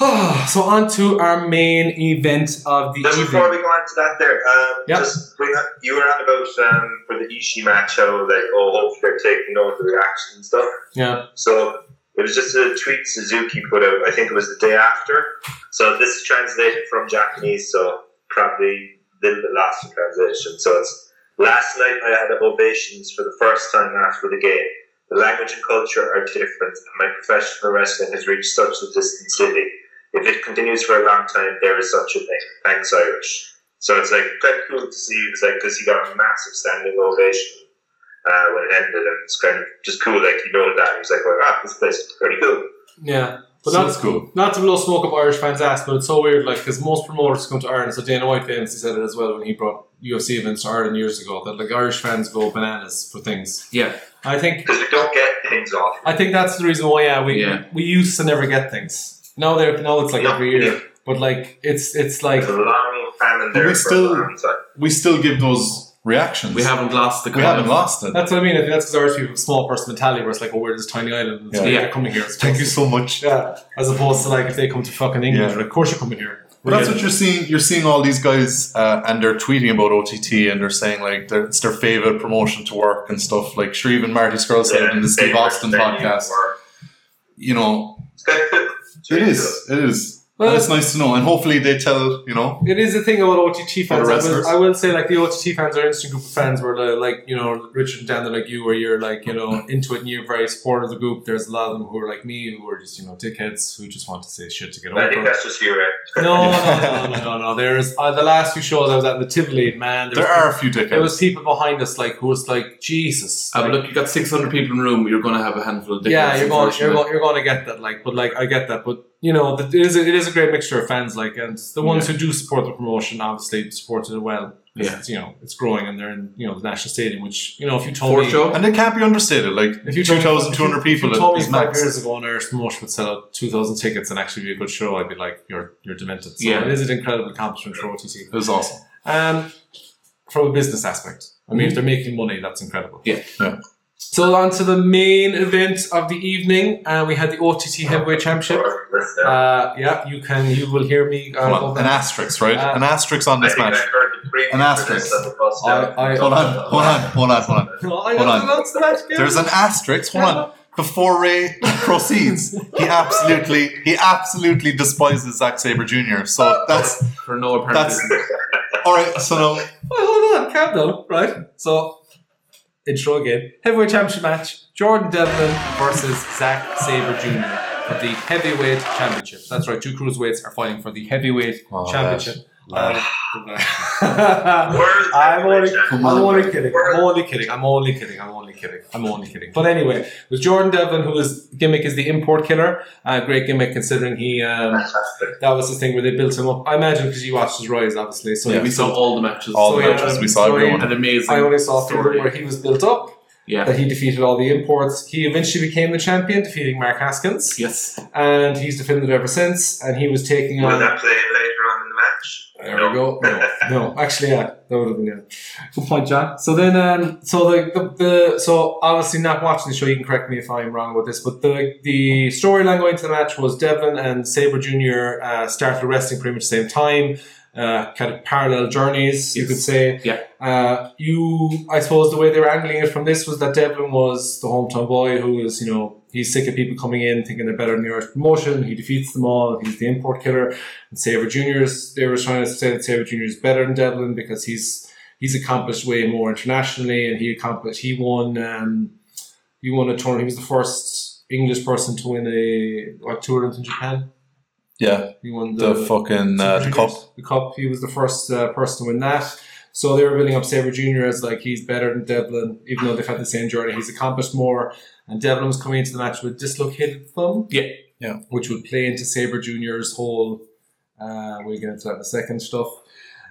Speaker 1: so on to our main event of the
Speaker 3: Just before
Speaker 1: evening.
Speaker 3: we go on to that, there, um,
Speaker 1: Yeah.
Speaker 3: just bring up, you were on about um, for the Ishii match how like oh hopefully they're taking note of the reaction and stuff.
Speaker 1: Yeah,
Speaker 3: So it was just a tweet Suzuki put out. I think it was the day after. So this is translated from Japanese, so probably a little bit lost in translation. So it's last night I had ovations for the first time after the game. The language and culture are different, and my professional wrestling has reached such a distant city. If it continues for a long time, there is such a thing. Thanks, Irish. So it's like kind of cool to see. It's like because he got a massive standing ovation uh, when it ended, and it's kind of just cool. Like you know that and it was like, well, ah, this place is pretty cool.
Speaker 1: yeah. But
Speaker 2: So
Speaker 1: not
Speaker 2: that's cool.
Speaker 1: Not to blow smoke up Irish fans' ass, but it's so weird, like, because most promoters come to Ireland. So Dana White famously said it as well when he brought UFC events to Ireland years ago that like Irish fans go bananas for things.
Speaker 4: Yeah.
Speaker 1: I think
Speaker 3: Because we don't get things off.
Speaker 1: I think that's the reason why. Yeah, we
Speaker 4: Yeah.
Speaker 1: we used to never get things. Now they now it's like
Speaker 3: Yeah,
Speaker 1: every year,
Speaker 3: yeah.
Speaker 1: but like it's it's like
Speaker 3: There's a long famine
Speaker 2: But
Speaker 3: there.
Speaker 2: we
Speaker 3: for
Speaker 2: still-
Speaker 3: a long time.
Speaker 2: We still give those reactions.
Speaker 4: We haven't lost the
Speaker 2: We
Speaker 4: kind
Speaker 2: haven't
Speaker 4: of-
Speaker 2: lost it.
Speaker 1: that's what I mean. I think that's because Irish people have small person mentality, where it's like, oh, we're this tiny island. and so
Speaker 2: Yeah.
Speaker 1: they're
Speaker 4: Yeah.
Speaker 1: coming here. It's
Speaker 2: Thank you so much.
Speaker 1: Yeah, as opposed to like if they come to fucking England,
Speaker 2: Yeah.
Speaker 1: like, of course you're coming here.
Speaker 2: But that's what you're seeing. You're seeing all these guys, uh, and they're tweeting about OTT, and they're saying like they're, it's their favorite promotion to work and stuff. Like sure, even Marty Skrull said in the Steve
Speaker 3: Favorite
Speaker 2: Austin
Speaker 3: venue
Speaker 2: podcast,
Speaker 3: or-
Speaker 2: you know,
Speaker 3: It's kind of cool. It's
Speaker 2: it
Speaker 3: really
Speaker 2: is, it is.
Speaker 1: Well,
Speaker 2: and it's nice to know, and hopefully they tell you know.
Speaker 1: It is the thing about OTT
Speaker 2: For the
Speaker 1: fans. I
Speaker 2: wrestlers.
Speaker 1: will, I will say, like, the OTT fans are an interesting group of fans where, they're, like, you know, Richard and Dan, they're like you, where you're, like, you know, into it and you're very supportive of the group. There's a lot of them who are like me, who are just, you know, dickheads who just want to say shit to get
Speaker 3: cool. I think
Speaker 1: over.
Speaker 3: that's just you, right?
Speaker 1: No, no, no, no, no, no. There's uh, the last few shows I was at in the Tivoli, man.
Speaker 2: There
Speaker 1: was,
Speaker 2: are a few
Speaker 1: There was
Speaker 2: dickheads.
Speaker 1: people behind us, like, who was like, Jesus.
Speaker 4: Uh,
Speaker 1: like,
Speaker 4: but look, you got 600 people in the room, you're going to have a handful of dickheads.
Speaker 1: yeah, you're going, you're
Speaker 4: unfortunately.
Speaker 1: going, you're going to get that. Like, but like, I get that. But you know, the, it is a, it is a great mixture of fans. Like, and the ones who do support the promotion obviously supported it well.
Speaker 4: Yeah.
Speaker 1: It's, you know, it's growing, and they're in you know the national stadium. Which you know, if you told
Speaker 4: For
Speaker 1: me,
Speaker 4: show?
Speaker 2: And they can't be understated. Like
Speaker 1: if you
Speaker 2: two
Speaker 1: told me-
Speaker 2: thousand two hundred
Speaker 1: if you-
Speaker 2: people
Speaker 1: if you told me
Speaker 2: is
Speaker 1: five
Speaker 2: max.
Speaker 1: years ago an Irish promotion would sell out two thousand tickets and actually be a good show, I'd be like, you're you're demented. So
Speaker 4: Yeah.
Speaker 1: it is an incredible accomplishment for OTT.
Speaker 2: It was awesome.
Speaker 1: Um, from a business aspect, I mean, if they're making money, that's incredible.
Speaker 4: Yeah.
Speaker 2: Yeah.
Speaker 1: So on to the main event of the evening, uh, we had the OTT Heavyweight Championship.
Speaker 3: Or- listen,
Speaker 1: Uh, yeah, you can. You will hear me. Uh,
Speaker 2: Come
Speaker 1: go
Speaker 2: on, an
Speaker 1: back.
Speaker 2: asterisk, right?
Speaker 1: Uh,
Speaker 2: an asterisk on
Speaker 3: I
Speaker 2: this
Speaker 3: think I
Speaker 2: match.
Speaker 3: heard the preview
Speaker 2: An
Speaker 3: for this
Speaker 2: asterisk.
Speaker 3: on the bus
Speaker 1: I,
Speaker 3: down.
Speaker 1: I,
Speaker 2: Hold on, hold on, hold on, hold on.
Speaker 1: No, I
Speaker 2: hold on.
Speaker 1: announced the match again.
Speaker 2: There's an asterisk. Hold on. Before Ray proceeds, he absolutely, he absolutely despises Zack Saber Jr. So that's
Speaker 4: For no apparent
Speaker 2: That's-
Speaker 4: reason.
Speaker 2: all right. So now,
Speaker 1: Oh, hold on, calm down. Right. So, intro again. Heavyweight championship match: Jordan Devlin versus Zack Saber Jr. for the heavyweight championship. That's right. Two cruiserweights are fighting for the heavyweight
Speaker 2: Oh,
Speaker 1: championship. Lad.
Speaker 3: World
Speaker 1: I'm only,
Speaker 3: heavyweight champion.
Speaker 1: I'm only kidding. I'm only kidding. I'm only kidding. I'm only kidding. I'm only kidding. But anyway, it was Jordan Devlin who his gimmick is the import killer. Uh, great gimmick considering he um,
Speaker 3: Fantastic.
Speaker 1: that was the thing where they built him up. I imagine because you watched his rise, obviously. So
Speaker 4: So yeah,
Speaker 1: he
Speaker 4: we
Speaker 1: was-
Speaker 4: saw all the matches.
Speaker 2: All the
Speaker 1: So, yeah,
Speaker 2: matches we saw
Speaker 1: so yeah,
Speaker 2: everyone.
Speaker 4: an amazing.
Speaker 1: I only saw through
Speaker 4: story.
Speaker 1: where he was built up.
Speaker 4: Yeah.
Speaker 1: That he defeated all the imports. He eventually became the champion, defeating Mark Haskins,
Speaker 4: Yes.
Speaker 1: and he's defended ever since. And he was taking
Speaker 3: Will
Speaker 1: on.
Speaker 3: that play him later on in the match?
Speaker 1: There we go. No, no. Actually, yeah, that would have been yeah. Good point, John. So then, um, so the, the, the so obviously not watching the show, you can correct me if I'm wrong about this, but the the storyline going to the match was Devlin and Saber Junior uh, started wrestling pretty much the same time. Uh, kind of parallel journeys, you
Speaker 4: Yes.
Speaker 1: could say.
Speaker 4: Yeah.
Speaker 1: Uh, you, I suppose, the way they were angling it from this was that Devlin was the hometown boy who was, you know, he's sick of people coming in thinking they're better than the Irish promotion. He defeats them all. He's the import killer and Saver Juniors. They were trying to say that Saver Junior is better than Devlin because he's he's accomplished way more internationally, and he accomplished he won um, he won a tournament. He was the first English person to win a like tournament in Japan.
Speaker 2: Yeah,
Speaker 1: He won the,
Speaker 2: the fucking uh, the cup.
Speaker 1: The cup. He was the first uh, person to win that. So they were building up Saver Junior as like he's better than Devlin, even though they've had the same journey. He's accomplished more, and Devlin was coming into the match with dislocated thumb.
Speaker 4: Yeah.
Speaker 2: Yeah.
Speaker 1: Which would play into Saber Junior's whole uh, we'll get into that in a second stuff.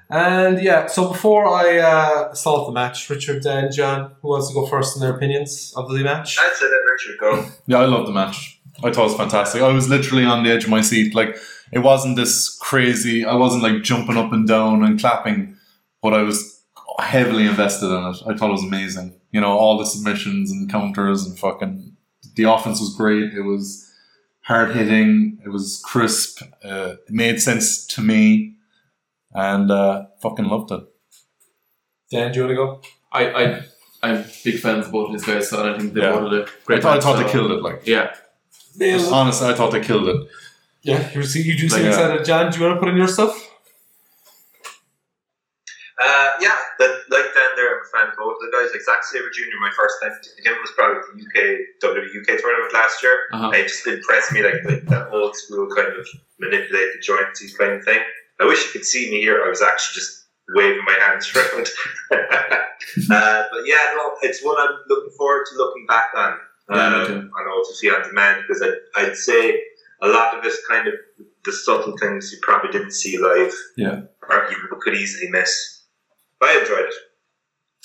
Speaker 1: And yeah, so before I uh, solve the match, Richard and John, who wants to go first in their opinions of the match?
Speaker 3: I'd say that Richard go.
Speaker 2: Yeah, I love the match. I thought it was fantastic. I was literally on the edge of my seat. Like it wasn't this crazy. I wasn't like jumping up and down and clapping, but I was heavily invested in it. I thought it was amazing. You know, all the submissions and counters and fucking the offense was great. It was hard hitting. It was crisp. Uh, it made sense to me, and uh, fucking loved it.
Speaker 1: Dan, do you want to go?
Speaker 4: I, I, I'm big fans of both these guys, so I think they
Speaker 2: Yeah.
Speaker 4: both did a
Speaker 2: I
Speaker 4: great
Speaker 2: thought, I
Speaker 4: match,
Speaker 2: thought
Speaker 4: so-
Speaker 2: they killed it. Like
Speaker 4: Yeah.
Speaker 2: honestly, I thought they killed it.
Speaker 1: Yeah, you see, you do seem
Speaker 2: Like, uh,
Speaker 1: excited. John, do you want to put in your stuff?
Speaker 3: Uh, yeah, that, like Dan there, I'm a fan of both the guys. Like Zack Sabre Jr., my first time to him was probably the UK WWE UK tournament last year.
Speaker 4: Uh-huh.
Speaker 3: It just impressed me, like with that old school kind of manipulate the joints he's playing thing. I wish you could see me here. I was actually just waving my hands around. uh, but yeah, no, it's one I'm looking forward to looking back on.
Speaker 4: Yeah, me too.
Speaker 3: um, on OTC on demand because I, I'd say a lot of this kind of the subtle things you probably didn't see live.
Speaker 2: Yeah.
Speaker 3: Or you could easily miss. But I enjoyed it.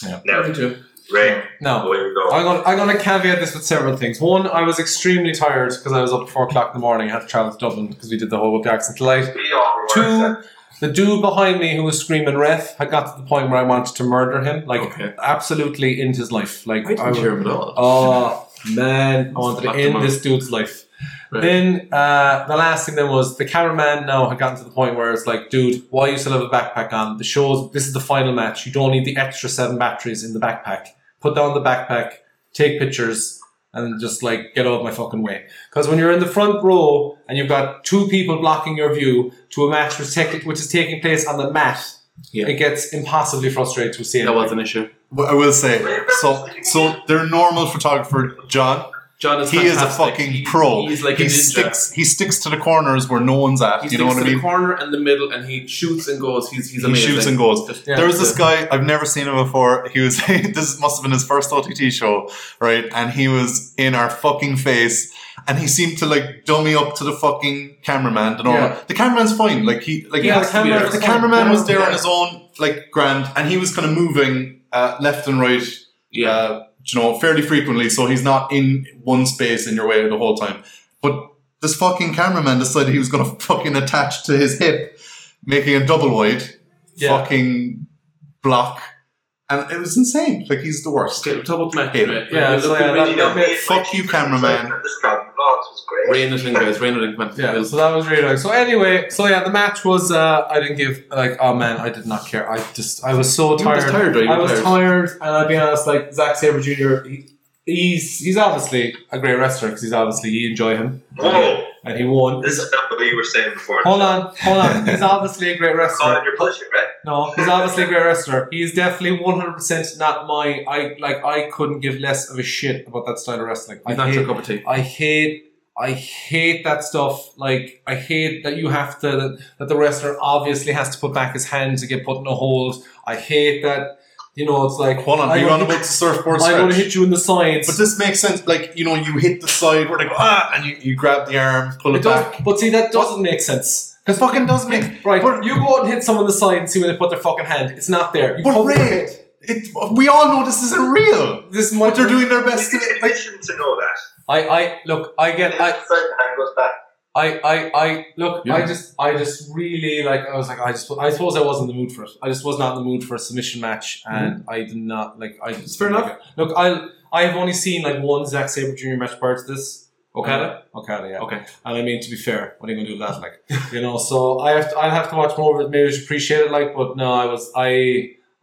Speaker 2: Yeah.
Speaker 3: Now,
Speaker 4: Me too.
Speaker 3: Ray,
Speaker 1: No.
Speaker 3: away we go.
Speaker 1: I'm gonna, I'm gonna caveat this with several things. One, I was extremely tired because I was up at four o'clock in the morning. I had to travel to Dublin because we did the whole with the accent light.
Speaker 3: We all were
Speaker 1: Two, the dude behind me who was screaming ref, I got to the point where I wanted to murder him, like
Speaker 4: Okay.
Speaker 1: absolutely end his life. Like
Speaker 4: I didn't
Speaker 1: would-
Speaker 4: hear him at all.
Speaker 1: Oh man, I wanted to
Speaker 4: Slapped him
Speaker 1: end
Speaker 4: out.
Speaker 1: this dude's life.
Speaker 4: Right.
Speaker 1: Then uh, the last thing then was the cameraman now had gotten to the point where it's like, dude, why you still have a backpack on? The show's this is the final match. You don't need the extra seven batteries in the backpack. Put down the backpack, take pictures, and just like get out of my fucking way. Because when you're in the front row and you've got two people blocking your view to a match which, tech- which is taking place on the mat,
Speaker 4: Yeah.
Speaker 1: it gets impossibly frustrating to see.
Speaker 4: That was an issue.
Speaker 2: Well, I will say so. So their normal photographer John
Speaker 4: John is
Speaker 2: he is a
Speaker 4: fantastic.
Speaker 2: fucking
Speaker 4: He-
Speaker 2: pro.
Speaker 4: He's like
Speaker 2: he
Speaker 4: a ninja.
Speaker 2: sticks. He sticks to the corners where no one's at.
Speaker 4: He
Speaker 2: you know
Speaker 4: sticks
Speaker 2: what I
Speaker 4: to the
Speaker 2: mean?
Speaker 4: corner and the middle, and he shoots and goes. He's he's
Speaker 2: He
Speaker 4: amazing.
Speaker 2: shoots and goes.
Speaker 4: Just-
Speaker 1: Yeah.
Speaker 2: there was this guy I've never seen him before. He was this must have been his first OTT show, right? And he was in our fucking face, and he seemed to like dummy up to the fucking cameraman and all.
Speaker 1: Yeah.
Speaker 2: The cameraman's fine. Like he, like
Speaker 1: Yeah,
Speaker 4: the
Speaker 2: he-
Speaker 4: camera-
Speaker 2: the cameraman was there
Speaker 4: Yeah.
Speaker 2: on his own, like grand, and he was kind of moving uh, left and right
Speaker 4: yeah.
Speaker 2: uh, you know, fairly frequently, so he's not in one space in your way the whole time. But this fucking cameraman decided he was going to fucking attach to his hip, making a double wide
Speaker 1: Yeah.
Speaker 2: fucking block, and it was insane. Like he's the worst.
Speaker 4: Okay, top of the match.
Speaker 2: Yeah.
Speaker 4: right?
Speaker 1: Yeah,
Speaker 4: We'll
Speaker 1: so
Speaker 4: look
Speaker 1: yeah,
Speaker 4: at
Speaker 1: that-
Speaker 4: video.
Speaker 1: that bit-
Speaker 2: Fuck you, cameraman.
Speaker 3: This problem, oh, it was great.
Speaker 4: Rain it in, guys. Rain it in. Come on.
Speaker 1: Yeah,
Speaker 4: We'll-
Speaker 1: so that was really nice. So anyway, so yeah, the match was. Uh, I didn't give like. Oh man, I did not care. I just I was so
Speaker 4: You were
Speaker 1: tired.
Speaker 4: just tired, though, you
Speaker 1: I
Speaker 4: were
Speaker 1: was
Speaker 4: tired.
Speaker 1: tired, and I'll be honest. Like Zack Saber Jr. He, he's he's obviously a great wrestler because he's obviously you enjoy him
Speaker 4: Oh.
Speaker 3: Whoa,
Speaker 1: and he won.
Speaker 3: this is not what you were saying before.
Speaker 1: Hold on, hold on. He's obviously a great
Speaker 3: Call
Speaker 1: wrestler.
Speaker 3: it your pleasure, right?
Speaker 1: No, he's obviously a great wrestler. He is definitely one hundred percent not my. I like. I couldn't give less of a shit about that style of wrestling. I
Speaker 4: He's not
Speaker 1: hate
Speaker 4: your cup of tea.
Speaker 1: I hate I hate that stuff. Like I hate that you have to that the wrestler obviously has to put back his hand to get put in a hold. I hate that. You know, it's like
Speaker 2: Hold on,
Speaker 1: I'm
Speaker 2: are you on
Speaker 1: gonna
Speaker 2: about the
Speaker 1: hit-
Speaker 2: surfboard
Speaker 1: I'm
Speaker 2: stretch?
Speaker 1: gonna hit you in the sides.
Speaker 2: But this makes sense. Like you know, you hit the side where they go ah, and you, you grab the arm, pull it,
Speaker 1: It does,
Speaker 2: back.
Speaker 1: but see, that doesn't make sense.
Speaker 2: It fucking does make.
Speaker 1: Right,
Speaker 2: But-
Speaker 1: you go out and hit someone in the side and see where they put their fucking hand. It's not there. You
Speaker 2: But
Speaker 1: poke their
Speaker 2: Ray,
Speaker 1: head.
Speaker 2: it, we all know this isn't real.
Speaker 1: this is
Speaker 2: But
Speaker 1: what
Speaker 2: they're doing their best. To,
Speaker 3: It's
Speaker 2: like,
Speaker 3: conditioned to know that.
Speaker 1: I, I look. I get. I,
Speaker 3: It's like the hand goes back.
Speaker 1: I, I, I look. I
Speaker 4: Yeah.
Speaker 1: just, I just really like. I was like, I just, I suppose I wasn't in the mood for it. I just was not in the mood for a submission match, and I did not like. I
Speaker 4: It's fair enough.
Speaker 1: Look, I, I have only seen like one Zack Saber Jr. match prior to this. Okada, Mm-hmm. Okada, yeah.
Speaker 4: Okay.
Speaker 1: And I mean, to be fair, what are you gonna do with that? Like, you know. So I have, to, I have to watch more of it. Maybe I should appreciate it. Like, but no, I was, I,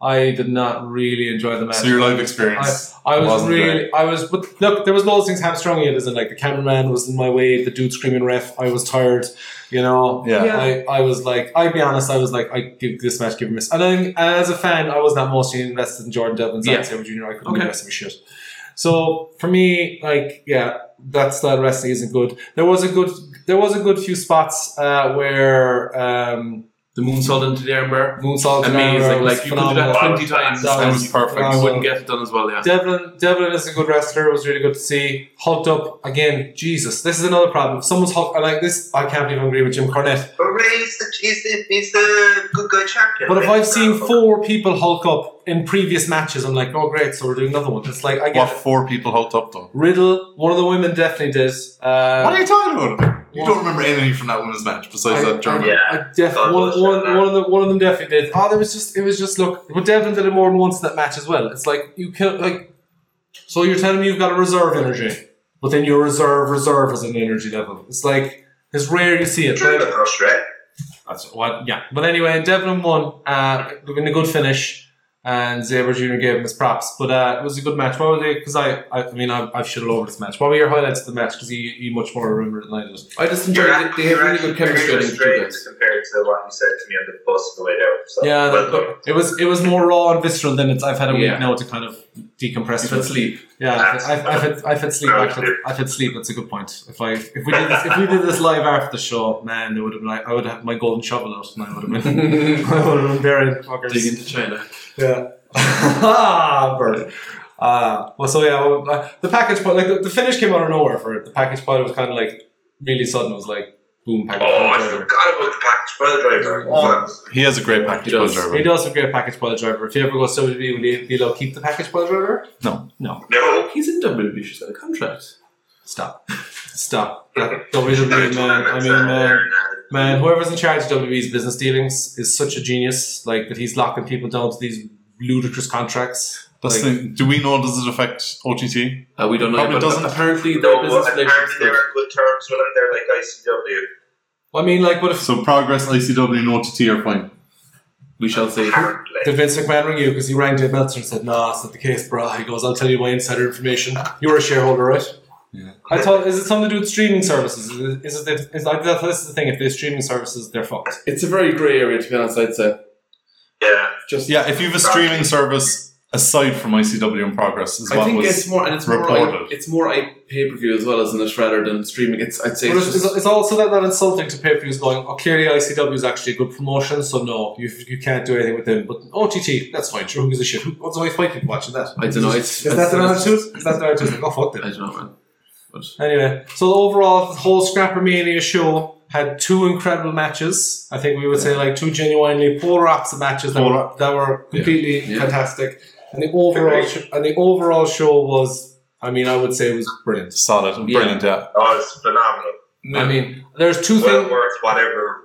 Speaker 1: I did not really enjoy the match.
Speaker 2: so your life experience.
Speaker 1: I was
Speaker 4: Wasn't
Speaker 1: really, I was, but look, there was loads of things hamstrung it, as in like the cameraman was in my way, the dude screaming ref, I was tired, you know.
Speaker 2: yeah.
Speaker 4: Yeah.
Speaker 1: I, I was like, I'd be honest, I was like, I give this match, give a miss. And, i and as a fan, I was not mostly invested in Jordan Devlin's
Speaker 4: Yeah.
Speaker 1: yeah. Sabre Jr. I couldn't
Speaker 4: Okay.
Speaker 1: be wrestling shit. So for me, like, yeah, that style of wrestling isn't good. There was a good, there was a good few spots uh, where um,
Speaker 4: The moonsault into the armbar.
Speaker 1: moonsault
Speaker 4: Amazing. Like, you could do that
Speaker 3: phenomenal.
Speaker 4: 20 times
Speaker 1: That
Speaker 4: and
Speaker 1: was
Speaker 4: you probably
Speaker 1: phenomenal.
Speaker 4: wouldn't get it done as well, yeah.
Speaker 1: Devlin, Devlin is a good wrestler. It was really good to see. Hulked up again. Jesus, this is another problem. If someone's hulked, I like this. I can't believe I agree with Jim Cornette.
Speaker 3: But Ray is the, he's the, he's the good guy champion.
Speaker 1: But if
Speaker 3: Ray.
Speaker 1: I've seen four people hulk up in previous matches, I'm like, oh great, so we're doing another one. It's like I
Speaker 2: What
Speaker 1: get it.
Speaker 2: four people hulked up though?
Speaker 1: Riddle. One of the women definitely did.
Speaker 2: What are
Speaker 1: Uh,
Speaker 2: you talking about? You
Speaker 1: One-
Speaker 2: don't remember anything from that women's match besides
Speaker 1: I-
Speaker 2: that German.
Speaker 3: Yeah.
Speaker 1: I def-
Speaker 3: God,
Speaker 1: one,
Speaker 3: bullshit,
Speaker 1: one,
Speaker 3: man.
Speaker 1: one of the one of them definitely did. Oh, there was just it was just look. But Devlin did it more than once in that match as well. It's like you can like. So you're telling me you've got a reserve energy, but then your reserve reserve is an energy level. It's like it's rare you see it.
Speaker 3: Drew the first Ray.
Speaker 1: That's what, yeah. But anyway, Devlin won uh, in a good finish, and Xavier Jr. gave him his props. But uh, it was a good match. What were they? Because I, I, I mean, I've, I've shit all over this match. What were your highlights of the match? Because you, you much more remember it than I did.
Speaker 4: I just enjoyed it. They have really good chemistry. I think, two
Speaker 3: Compared
Speaker 4: guys.
Speaker 3: to what you said to me on the bus on the way down. So,
Speaker 1: Yeah,
Speaker 3: well
Speaker 1: that,
Speaker 3: done.
Speaker 1: it was it was more raw and visceral than it's. I've had a
Speaker 4: Yeah.
Speaker 1: week now to kind of decompress.
Speaker 4: If
Speaker 1: from.
Speaker 4: it's sleep.
Speaker 1: Yeah, I've, I've, I've had I've had sleep. Actually,
Speaker 3: Absolutely.
Speaker 1: I've had sleep. That's a good point. If I if we did this, if we did this live after the show, man, they would have been like I would have had my golden shovel out, and I would have been
Speaker 4: Dig
Speaker 1: I would have been buried. fuckers.
Speaker 4: into China.
Speaker 1: Yeah. ah, bird. Ah, well, so yeah, well, uh, the package part, like the, the finish came out of nowhere for it. The package part was kind of like really sudden. It was like boom, package.
Speaker 3: Oh,
Speaker 1: pile
Speaker 3: I
Speaker 1: driver.
Speaker 3: forgot about the package brother driver.
Speaker 1: Oh.
Speaker 2: He has a great package.
Speaker 4: He
Speaker 2: by
Speaker 4: does.
Speaker 1: He
Speaker 2: German.
Speaker 1: does have great package pile driver. If you ever go to WWE, will you be allowed to keep the package pile driver?
Speaker 3: No.
Speaker 4: He's in WWE. She's got a contract.
Speaker 1: Stop. Stop. That WWE, man. uh, I mean, man. Man, whoever's in charge of WWE's business dealings is such a genius. Like, that he's locking people down to these ludicrous contracts.
Speaker 2: That's
Speaker 1: Like,
Speaker 2: the thing. Do we know does it affect OTT?
Speaker 4: Uh, we don't know.
Speaker 2: Probably
Speaker 4: but
Speaker 2: doesn't.
Speaker 4: Apparently, their
Speaker 3: No, well,
Speaker 4: business
Speaker 3: apparently
Speaker 4: relationship.
Speaker 3: they're on good terms with them. They're like ICW.
Speaker 1: I mean, like, what if
Speaker 2: So Progress, ICW, and OTT are fine.
Speaker 4: We shall see.
Speaker 1: Did
Speaker 3: Apparently.
Speaker 1: Vince McMahon ring you because he rang Dave Meltzer and said, "Nah, it's not the case, bro." He goes, "I'll tell you my insider information. You were a shareholder, right?"
Speaker 2: Yeah.
Speaker 1: I thought, is it something to do with streaming services? Is it- Is it? Is, I thought this is the thing. If they're streaming services, they're fucked.
Speaker 4: It's a very grey area, to be honest. I'd say.
Speaker 3: Yeah.
Speaker 4: Just
Speaker 2: Yeah, if you have a streaming service aside from ICW and Progress, is
Speaker 4: I
Speaker 2: what
Speaker 4: think
Speaker 2: was
Speaker 4: it's more and it's more
Speaker 2: reported.
Speaker 4: like, it's more I pay per view as well, isn't it? Rather than streaming, it's I'd say
Speaker 1: But
Speaker 4: it's
Speaker 1: it's,
Speaker 4: just,
Speaker 1: it's, it's also that, that insulting to pay per views going. Oh, clearly ICW is actually a good promotion, so no, you, you can't do anything with them. But OTT, that's fine. Sure, who gives a shit? Who, what's why fight people watching that?
Speaker 4: I don't know.
Speaker 1: Is
Speaker 4: It's, it's,
Speaker 1: that the
Speaker 4: it's-
Speaker 1: attitude? Is that the attitude? Like, oh fuck them.
Speaker 4: I don't know, man. But
Speaker 1: Anyway, so overall, the whole Scrapper Mania show had two incredible matches. I think we would say like two genuinely polar opposite matches that
Speaker 2: Polar
Speaker 1: were, that were completely
Speaker 4: Yeah.
Speaker 1: fantastic. And the overall sh- and the overall show was, I mean, I would say it was brilliant.
Speaker 2: solid and
Speaker 4: Yeah.
Speaker 2: brilliant. Yeah,
Speaker 3: Oh, it's phenomenal.
Speaker 1: I mean, there's two
Speaker 3: Well
Speaker 1: things.
Speaker 3: worth whatever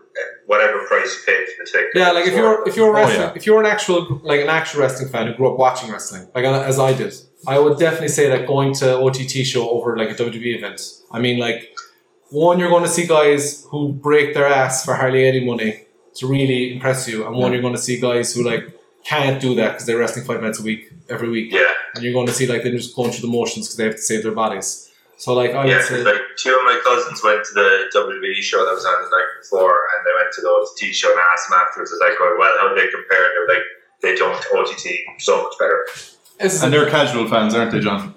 Speaker 3: whatever price you paid for the ticket.
Speaker 1: Yeah, like if you're if you're a
Speaker 2: Oh,
Speaker 1: wrestling, if you're an actual like an actual wrestling fan who grew up watching wrestling, like uh, as I did, I would definitely say that going to OTT show over like a WWE event. I mean, like one, you're going to see guys who break their ass for hardly any money to really impress you, and one, you're going to see guys who like can't do that because they're wrestling five minutes a week every week,
Speaker 3: yeah,
Speaker 1: and you're going to see like they're just going through the motions because they have to save their bodies. So like I would
Speaker 3: yeah. 'cause,
Speaker 1: say,
Speaker 3: like two of my cousins went to the WWE show that was on the night before, and they went to the OTT show and I asked them afterwards. I was like, "Well, how they compare?" And they were like, "They don't. OTT so much better.
Speaker 1: this is
Speaker 2: and they're casual fans, aren't they, John?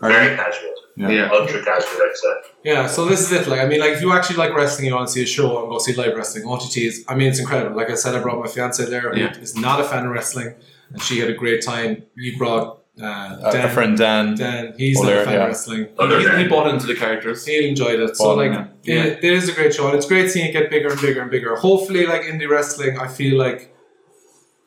Speaker 2: Are
Speaker 3: Very
Speaker 2: they?
Speaker 3: casual."
Speaker 4: Yeah.
Speaker 3: Ultra casual, I'd say.
Speaker 1: Yeah, so this is it. Like, I mean, like if you actually like wrestling, you want to see a show and go see live wrestling. OTT is, I mean, it's incredible. Like I said, I brought my fiance there. who
Speaker 4: Yeah.
Speaker 1: is not a fan of wrestling, and she had a great time. You brought uh,
Speaker 5: Uh,
Speaker 1: Dan.
Speaker 5: our friend Dan.
Speaker 1: Dan, he's not
Speaker 5: O'Leary,
Speaker 1: a fan
Speaker 5: yeah.
Speaker 1: of wrestling.
Speaker 3: Other
Speaker 4: He, he
Speaker 3: than
Speaker 4: bought into the characters.
Speaker 1: He enjoyed it. So
Speaker 5: Bottom,
Speaker 1: like,
Speaker 4: yeah.
Speaker 1: it, it is a great show, and it's great seeing it get bigger and bigger and bigger. Hopefully, like indie wrestling, I feel like,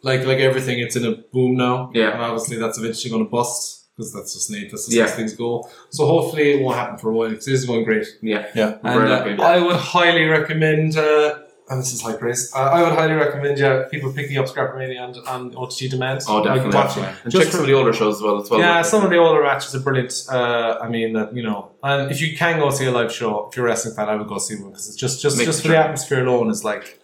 Speaker 1: like like everything, it's in a boom now.
Speaker 4: Yeah.
Speaker 1: and obviously that's eventually going to bust because that's just neat. That's just
Speaker 4: Yeah.
Speaker 1: how things go. So hopefully, it won't happen for a while. 'cause It is going great.
Speaker 4: We're
Speaker 1: And,
Speaker 4: very
Speaker 1: uh,
Speaker 4: happy.
Speaker 1: I would highly recommend. Uh, and this is high praise. Uh, I would highly recommend yeah, people picking up Scrappermania on, on OTT demand.
Speaker 4: Oh,
Speaker 1: Like,
Speaker 4: definitely.
Speaker 1: watching-
Speaker 4: and
Speaker 1: just
Speaker 4: check
Speaker 1: for-
Speaker 4: some of the older shows as well. It's well
Speaker 1: yeah,
Speaker 4: worth it.
Speaker 1: some of the older matches are brilliant. Uh, I mean, uh, you know, and if you can go see a live show, if you're a wrestling fan, I would go see one because it's just just
Speaker 4: Make
Speaker 1: just
Speaker 4: the
Speaker 1: for the
Speaker 4: trip.
Speaker 1: atmosphere alone is like.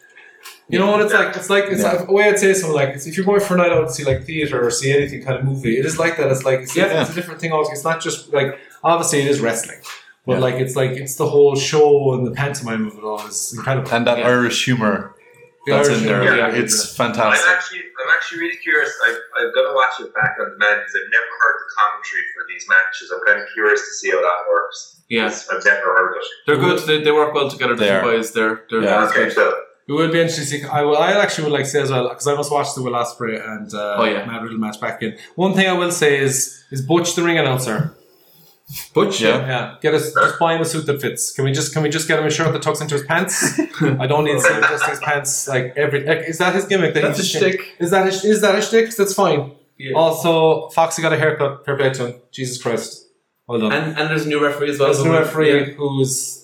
Speaker 1: You know what it's like? It's like it's
Speaker 5: Yeah.
Speaker 1: like, the way I'd say something like it's, if you're going for a night out to see like theater or see anything kind of movie, it is like that. It's like it's,
Speaker 5: Yeah.
Speaker 1: it's a different thing. Also, it's not just like obviously it is wrestling, but
Speaker 5: Yeah.
Speaker 1: like it's like it's the whole show and the pantomime of it all is incredible.
Speaker 5: And that
Speaker 4: Yeah.
Speaker 5: Irish humor
Speaker 1: The
Speaker 5: that's
Speaker 1: Irish
Speaker 5: in
Speaker 1: humor,
Speaker 5: there,
Speaker 1: yeah,
Speaker 5: it's
Speaker 3: I'm
Speaker 5: fantastic.
Speaker 3: actually, I'm actually really curious. I've, I've got to watch it back on demand because I've never heard the commentary for these matches. I'm kind of curious to see how that works.
Speaker 4: Yeah.
Speaker 3: I've never heard it.
Speaker 4: They're good. They, they work well together. The
Speaker 5: They
Speaker 4: two
Speaker 5: are.
Speaker 4: boys, they're they're
Speaker 5: Yeah.
Speaker 4: that's
Speaker 3: Okay,
Speaker 4: good.
Speaker 3: so
Speaker 1: It would be interesting. to see- I will. I actually would like to say as well because I must watch the Will Osprey and uh,
Speaker 4: Oh, yeah.
Speaker 1: Mad Riddle match back in. One thing I will say is is Butch the ring announcer.
Speaker 4: Butch,
Speaker 5: Yeah.
Speaker 1: Yeah, get us just buy him a suit that fits. Can we just can we just get him a shirt that tucks into his pants? I don't need to see just his pants. Like every like, is that his gimmick? That
Speaker 4: that's a
Speaker 1: he's
Speaker 4: shtick.
Speaker 1: Is that his, is that his shtick? That's fine.
Speaker 4: Yeah.
Speaker 1: Also, Foxy got a haircut. Fair play to him. Jesus Christ. Well done.
Speaker 4: And and there's a new referee as well.
Speaker 1: There's a
Speaker 4: isn't there?
Speaker 1: referee
Speaker 4: Yeah.
Speaker 1: who's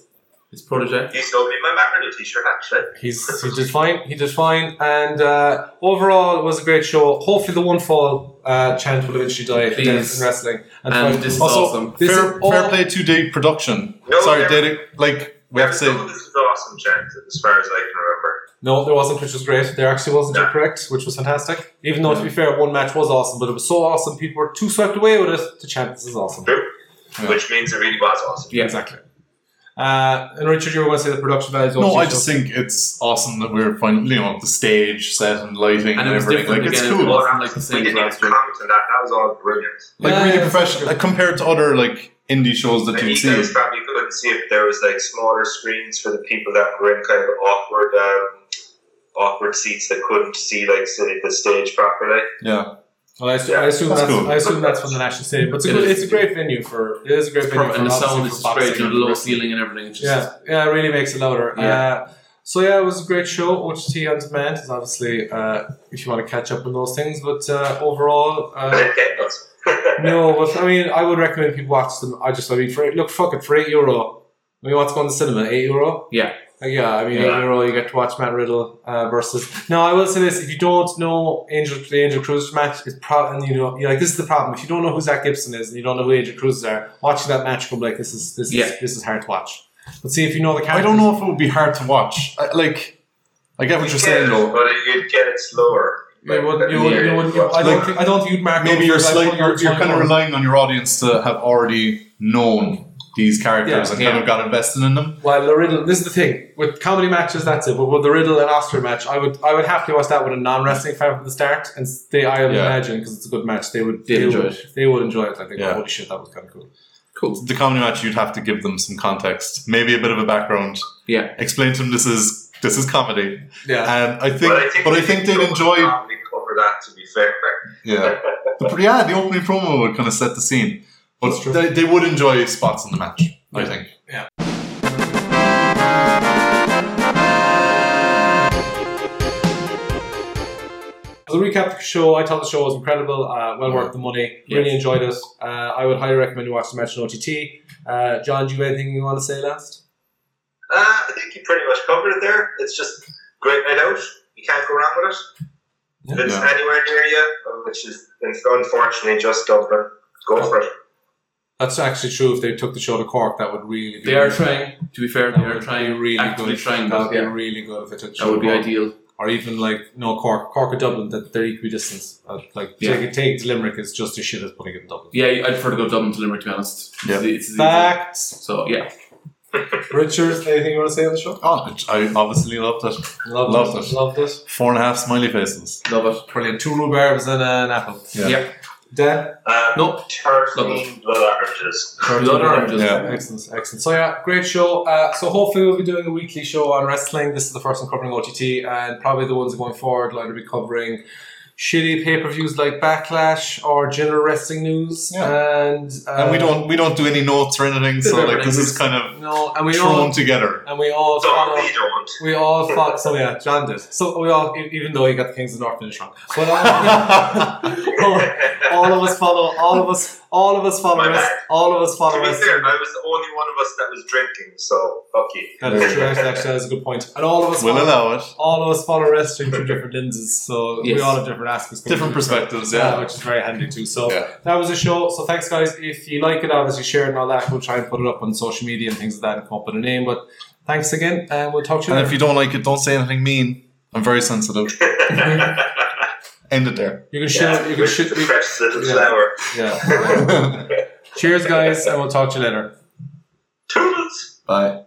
Speaker 4: His protege.
Speaker 3: you sold me my Matt Riddle t-shirt, actually.
Speaker 1: He's he did fine. He did fine, and uh, overall it was a great show. Hopefully, the one fall uh, chant will eventually die at the death
Speaker 4: Please.
Speaker 1: in wrestling.
Speaker 4: And
Speaker 1: fight.
Speaker 4: this is
Speaker 1: Also,
Speaker 4: awesome.
Speaker 1: This
Speaker 2: fair,
Speaker 1: is all-
Speaker 2: fair play to Dave Production.
Speaker 3: No,
Speaker 2: Sorry,
Speaker 3: they're-
Speaker 2: Dave. Like we have to
Speaker 3: Some
Speaker 2: say,
Speaker 3: of This is awesome, chant, as far as I can remember.
Speaker 1: No, there wasn't, which was great. There actually wasn't. You're
Speaker 3: Yeah.
Speaker 1: correct, which was fantastic. Even though to be fair, one match was awesome, but it was so awesome, people were too swept away with it. The chant this is awesome.
Speaker 3: True. Which means it really was awesome.
Speaker 4: Yeah.
Speaker 1: Exactly. Uh, and Richard, you were going to say the production values.
Speaker 2: no,
Speaker 1: obviously
Speaker 2: I
Speaker 1: show-
Speaker 2: just think it's awesome that we're finally you know the stage set and lighting and,
Speaker 4: And it was
Speaker 2: everything.
Speaker 4: different
Speaker 2: Like
Speaker 4: again.
Speaker 2: it's
Speaker 4: It
Speaker 2: cool.
Speaker 4: wasn't like the
Speaker 3: We
Speaker 4: same as
Speaker 3: didn't even
Speaker 4: last week.
Speaker 3: comment on that. That was all brilliant.
Speaker 2: Like
Speaker 1: Yeah,
Speaker 2: really
Speaker 1: yeah,
Speaker 2: professional
Speaker 1: yeah.
Speaker 2: like, compared to other like indie shows that
Speaker 3: And
Speaker 2: you
Speaker 3: you
Speaker 2: see.
Speaker 3: guys probably couldn't see it. but There was like smaller screens for the people that were in kind of awkward, um, awkward seats that couldn't see like sit the stage properly.
Speaker 2: Yeah,
Speaker 1: Well, I, assu-
Speaker 3: Yeah,
Speaker 1: I assume
Speaker 2: that's
Speaker 1: that's,
Speaker 2: cool.
Speaker 1: I assume that's from the national stadium, but it's a,
Speaker 4: It
Speaker 1: good,
Speaker 4: is.
Speaker 1: it's a great venue for. It is a great
Speaker 4: It's
Speaker 1: venue
Speaker 4: perfect.
Speaker 1: for.
Speaker 4: And the
Speaker 1: obviously
Speaker 4: sound
Speaker 1: for
Speaker 4: is straight
Speaker 1: boxing
Speaker 4: to the
Speaker 1: and
Speaker 4: low
Speaker 1: wrestling.
Speaker 4: ceiling and everything. It's just,
Speaker 1: Yeah, yeah, it really makes it louder.
Speaker 4: Yeah.
Speaker 1: Uh, so yeah, it was a great show. OTT on demand is obviously uh, if you want to catch up on those things, but uh, overall,
Speaker 3: But
Speaker 1: uh,
Speaker 3: it kept us.
Speaker 1: no. But I mean, I would recommend people watch them. I just, I mean, for, look, fuck it, for eight euro. I mean, what's going to cinema? Eight euro.
Speaker 4: Yeah.
Speaker 1: Uh, yeah, I mean,
Speaker 4: Yeah.
Speaker 1: eight euro. You get to watch Matt Riddle uh, versus. Now, I will say this: if you don't know Angel, the Angel Cruz match, it's probably and you know, you're like this is the problem. If you don't know who Zach Gibson is and you don't know who Angel Cruz are, watching that match, go like, this is this
Speaker 4: Yeah.
Speaker 1: is this is hard to watch. But see if you know the characters.
Speaker 2: I don't know if it would be hard to watch. I, like, I get what you're saying
Speaker 3: Yeah,
Speaker 2: though.
Speaker 3: but you'd get it slower.
Speaker 1: You would, you
Speaker 3: yeah,
Speaker 1: would, you would, you, I
Speaker 2: Like,
Speaker 1: don't think, I don't think you'd mark
Speaker 2: Maybe
Speaker 1: up
Speaker 2: you're
Speaker 1: for that
Speaker 2: slight,
Speaker 1: one
Speaker 2: you're, you're
Speaker 1: time
Speaker 2: kind of
Speaker 1: or-
Speaker 2: relying on your audience to have already known these characters
Speaker 1: Yeah.
Speaker 2: and kind of got invested in them.
Speaker 1: Well, the riddle. This is the thing with comedy matches. That's it. But with the riddle and Oscar match, I would, I would happily watch that with a non-wrestling fan from the start, and they, I would
Speaker 2: Yeah.
Speaker 1: imagine, because it's a good match, they would,
Speaker 4: They'd
Speaker 1: they
Speaker 4: enjoy
Speaker 1: would, they would enjoy it. I think.
Speaker 2: Yeah.
Speaker 1: Holy shit, that was kind of cool.
Speaker 4: cool.
Speaker 2: The comedy match, you'd have to give them some context, maybe a bit of a background.
Speaker 4: Yeah.
Speaker 2: Explain to them this is this is comedy,
Speaker 1: Yeah.
Speaker 2: and I think, but I think they'd enjoy.
Speaker 3: Probably cover that to be fair.
Speaker 2: Yeah, the, yeah, the opening promo would kind of set the scene, but
Speaker 1: That's true.
Speaker 2: they, they would enjoy spots in the match. I think.
Speaker 1: As a recap of the show, I thought the show was incredible. Uh, well worth the money. Really
Speaker 4: Yes.
Speaker 1: enjoyed it. Uh, I would highly recommend you watch the match on OTT. Uh, John, do you have anything you want to say last?
Speaker 3: Uh, I think you pretty much covered it there. It's just great night out. You can't go wrong with it. If it's
Speaker 2: Yeah.
Speaker 3: anywhere near you, which is unfortunately just Dublin, go for it.
Speaker 1: That's actually true. If they took the show to Cork, that would really. be
Speaker 4: They are trying. To be fair,
Speaker 1: That
Speaker 4: they are
Speaker 1: would be
Speaker 4: trying.
Speaker 1: really
Speaker 4: actively
Speaker 1: good.
Speaker 4: trying.
Speaker 1: That would
Speaker 4: But
Speaker 1: be
Speaker 4: yeah,
Speaker 1: really good if they took the
Speaker 4: that
Speaker 1: show
Speaker 4: would be
Speaker 1: to Cork.
Speaker 4: ideal.
Speaker 1: or even like no Cork, Cork or Dublin that they're equidistant. Uh, like
Speaker 4: Yeah.
Speaker 1: take take to Limerick is just as shit as putting it in Dublin.
Speaker 4: Yeah, I'd prefer to go Dublin to Limerick to be honest.
Speaker 2: Yeah.
Speaker 4: It's, it's easy.
Speaker 1: Facts.
Speaker 4: So yeah,
Speaker 1: Richard, anything you want to say on the show?
Speaker 2: Oh, I obviously loved it.
Speaker 1: Loved,
Speaker 2: Loved
Speaker 1: it.
Speaker 2: it.
Speaker 1: Loved it.
Speaker 2: Four and a half smiley faces.
Speaker 4: love it.
Speaker 1: Brilliant. Two rhubarbs and an apple.
Speaker 4: Yeah.
Speaker 1: Dan?
Speaker 3: Um,
Speaker 4: Nope.
Speaker 3: 13 blood oranges.
Speaker 4: Blood oranges.
Speaker 1: Yeah, excellent, excellent. So yeah, great show. Uh, so hopefully we'll be doing a weekly show on wrestling. This is the first one covering OTT, and probably the ones going forward will either be covering shitty pay per views like Backlash or general wrestling news. And uh,
Speaker 2: and we don't we don't do any notes or anything, so like this is kind of
Speaker 1: no, and we
Speaker 2: thrown
Speaker 1: all
Speaker 2: together.
Speaker 1: and we all
Speaker 3: Don't
Speaker 1: follow.
Speaker 3: they don't.
Speaker 1: We all follow. So yeah, John did. So we all, e- even though he got the Kings of North finish wrong, but all, all of us follow. All of us. All of us follow.
Speaker 3: My
Speaker 1: Rest,
Speaker 3: bad.
Speaker 1: all of us follow.
Speaker 3: To be
Speaker 1: wrestling.
Speaker 3: fair, I was the only one of us that was drinking, so fuck you.
Speaker 1: That is true. Actually, actually, that's a good point. And all of us,
Speaker 2: We'll
Speaker 1: follow,
Speaker 2: allow it.
Speaker 1: all of us follow wrestling through different lenses, so we
Speaker 4: Yes.
Speaker 1: all have different aspects,
Speaker 2: Different perspectives, yeah.
Speaker 1: which is very handy too. So
Speaker 2: Yeah.
Speaker 1: that was a show. So thanks, guys. If you like it, obviously share it and all that. We'll try and put it up on social media and things like that, and come up with a name. But thanks again, and we'll talk to you.
Speaker 2: And
Speaker 1: later.
Speaker 2: if you don't like it, don't say anything mean. I'm very sensitive. End it there.
Speaker 1: you can share, you can
Speaker 3: With the
Speaker 1: shoot.
Speaker 3: fresh little
Speaker 1: yeah. Yeah.
Speaker 3: flower.
Speaker 1: Cheers, guys, and we'll talk to you later.
Speaker 3: Toodles!
Speaker 2: Bye.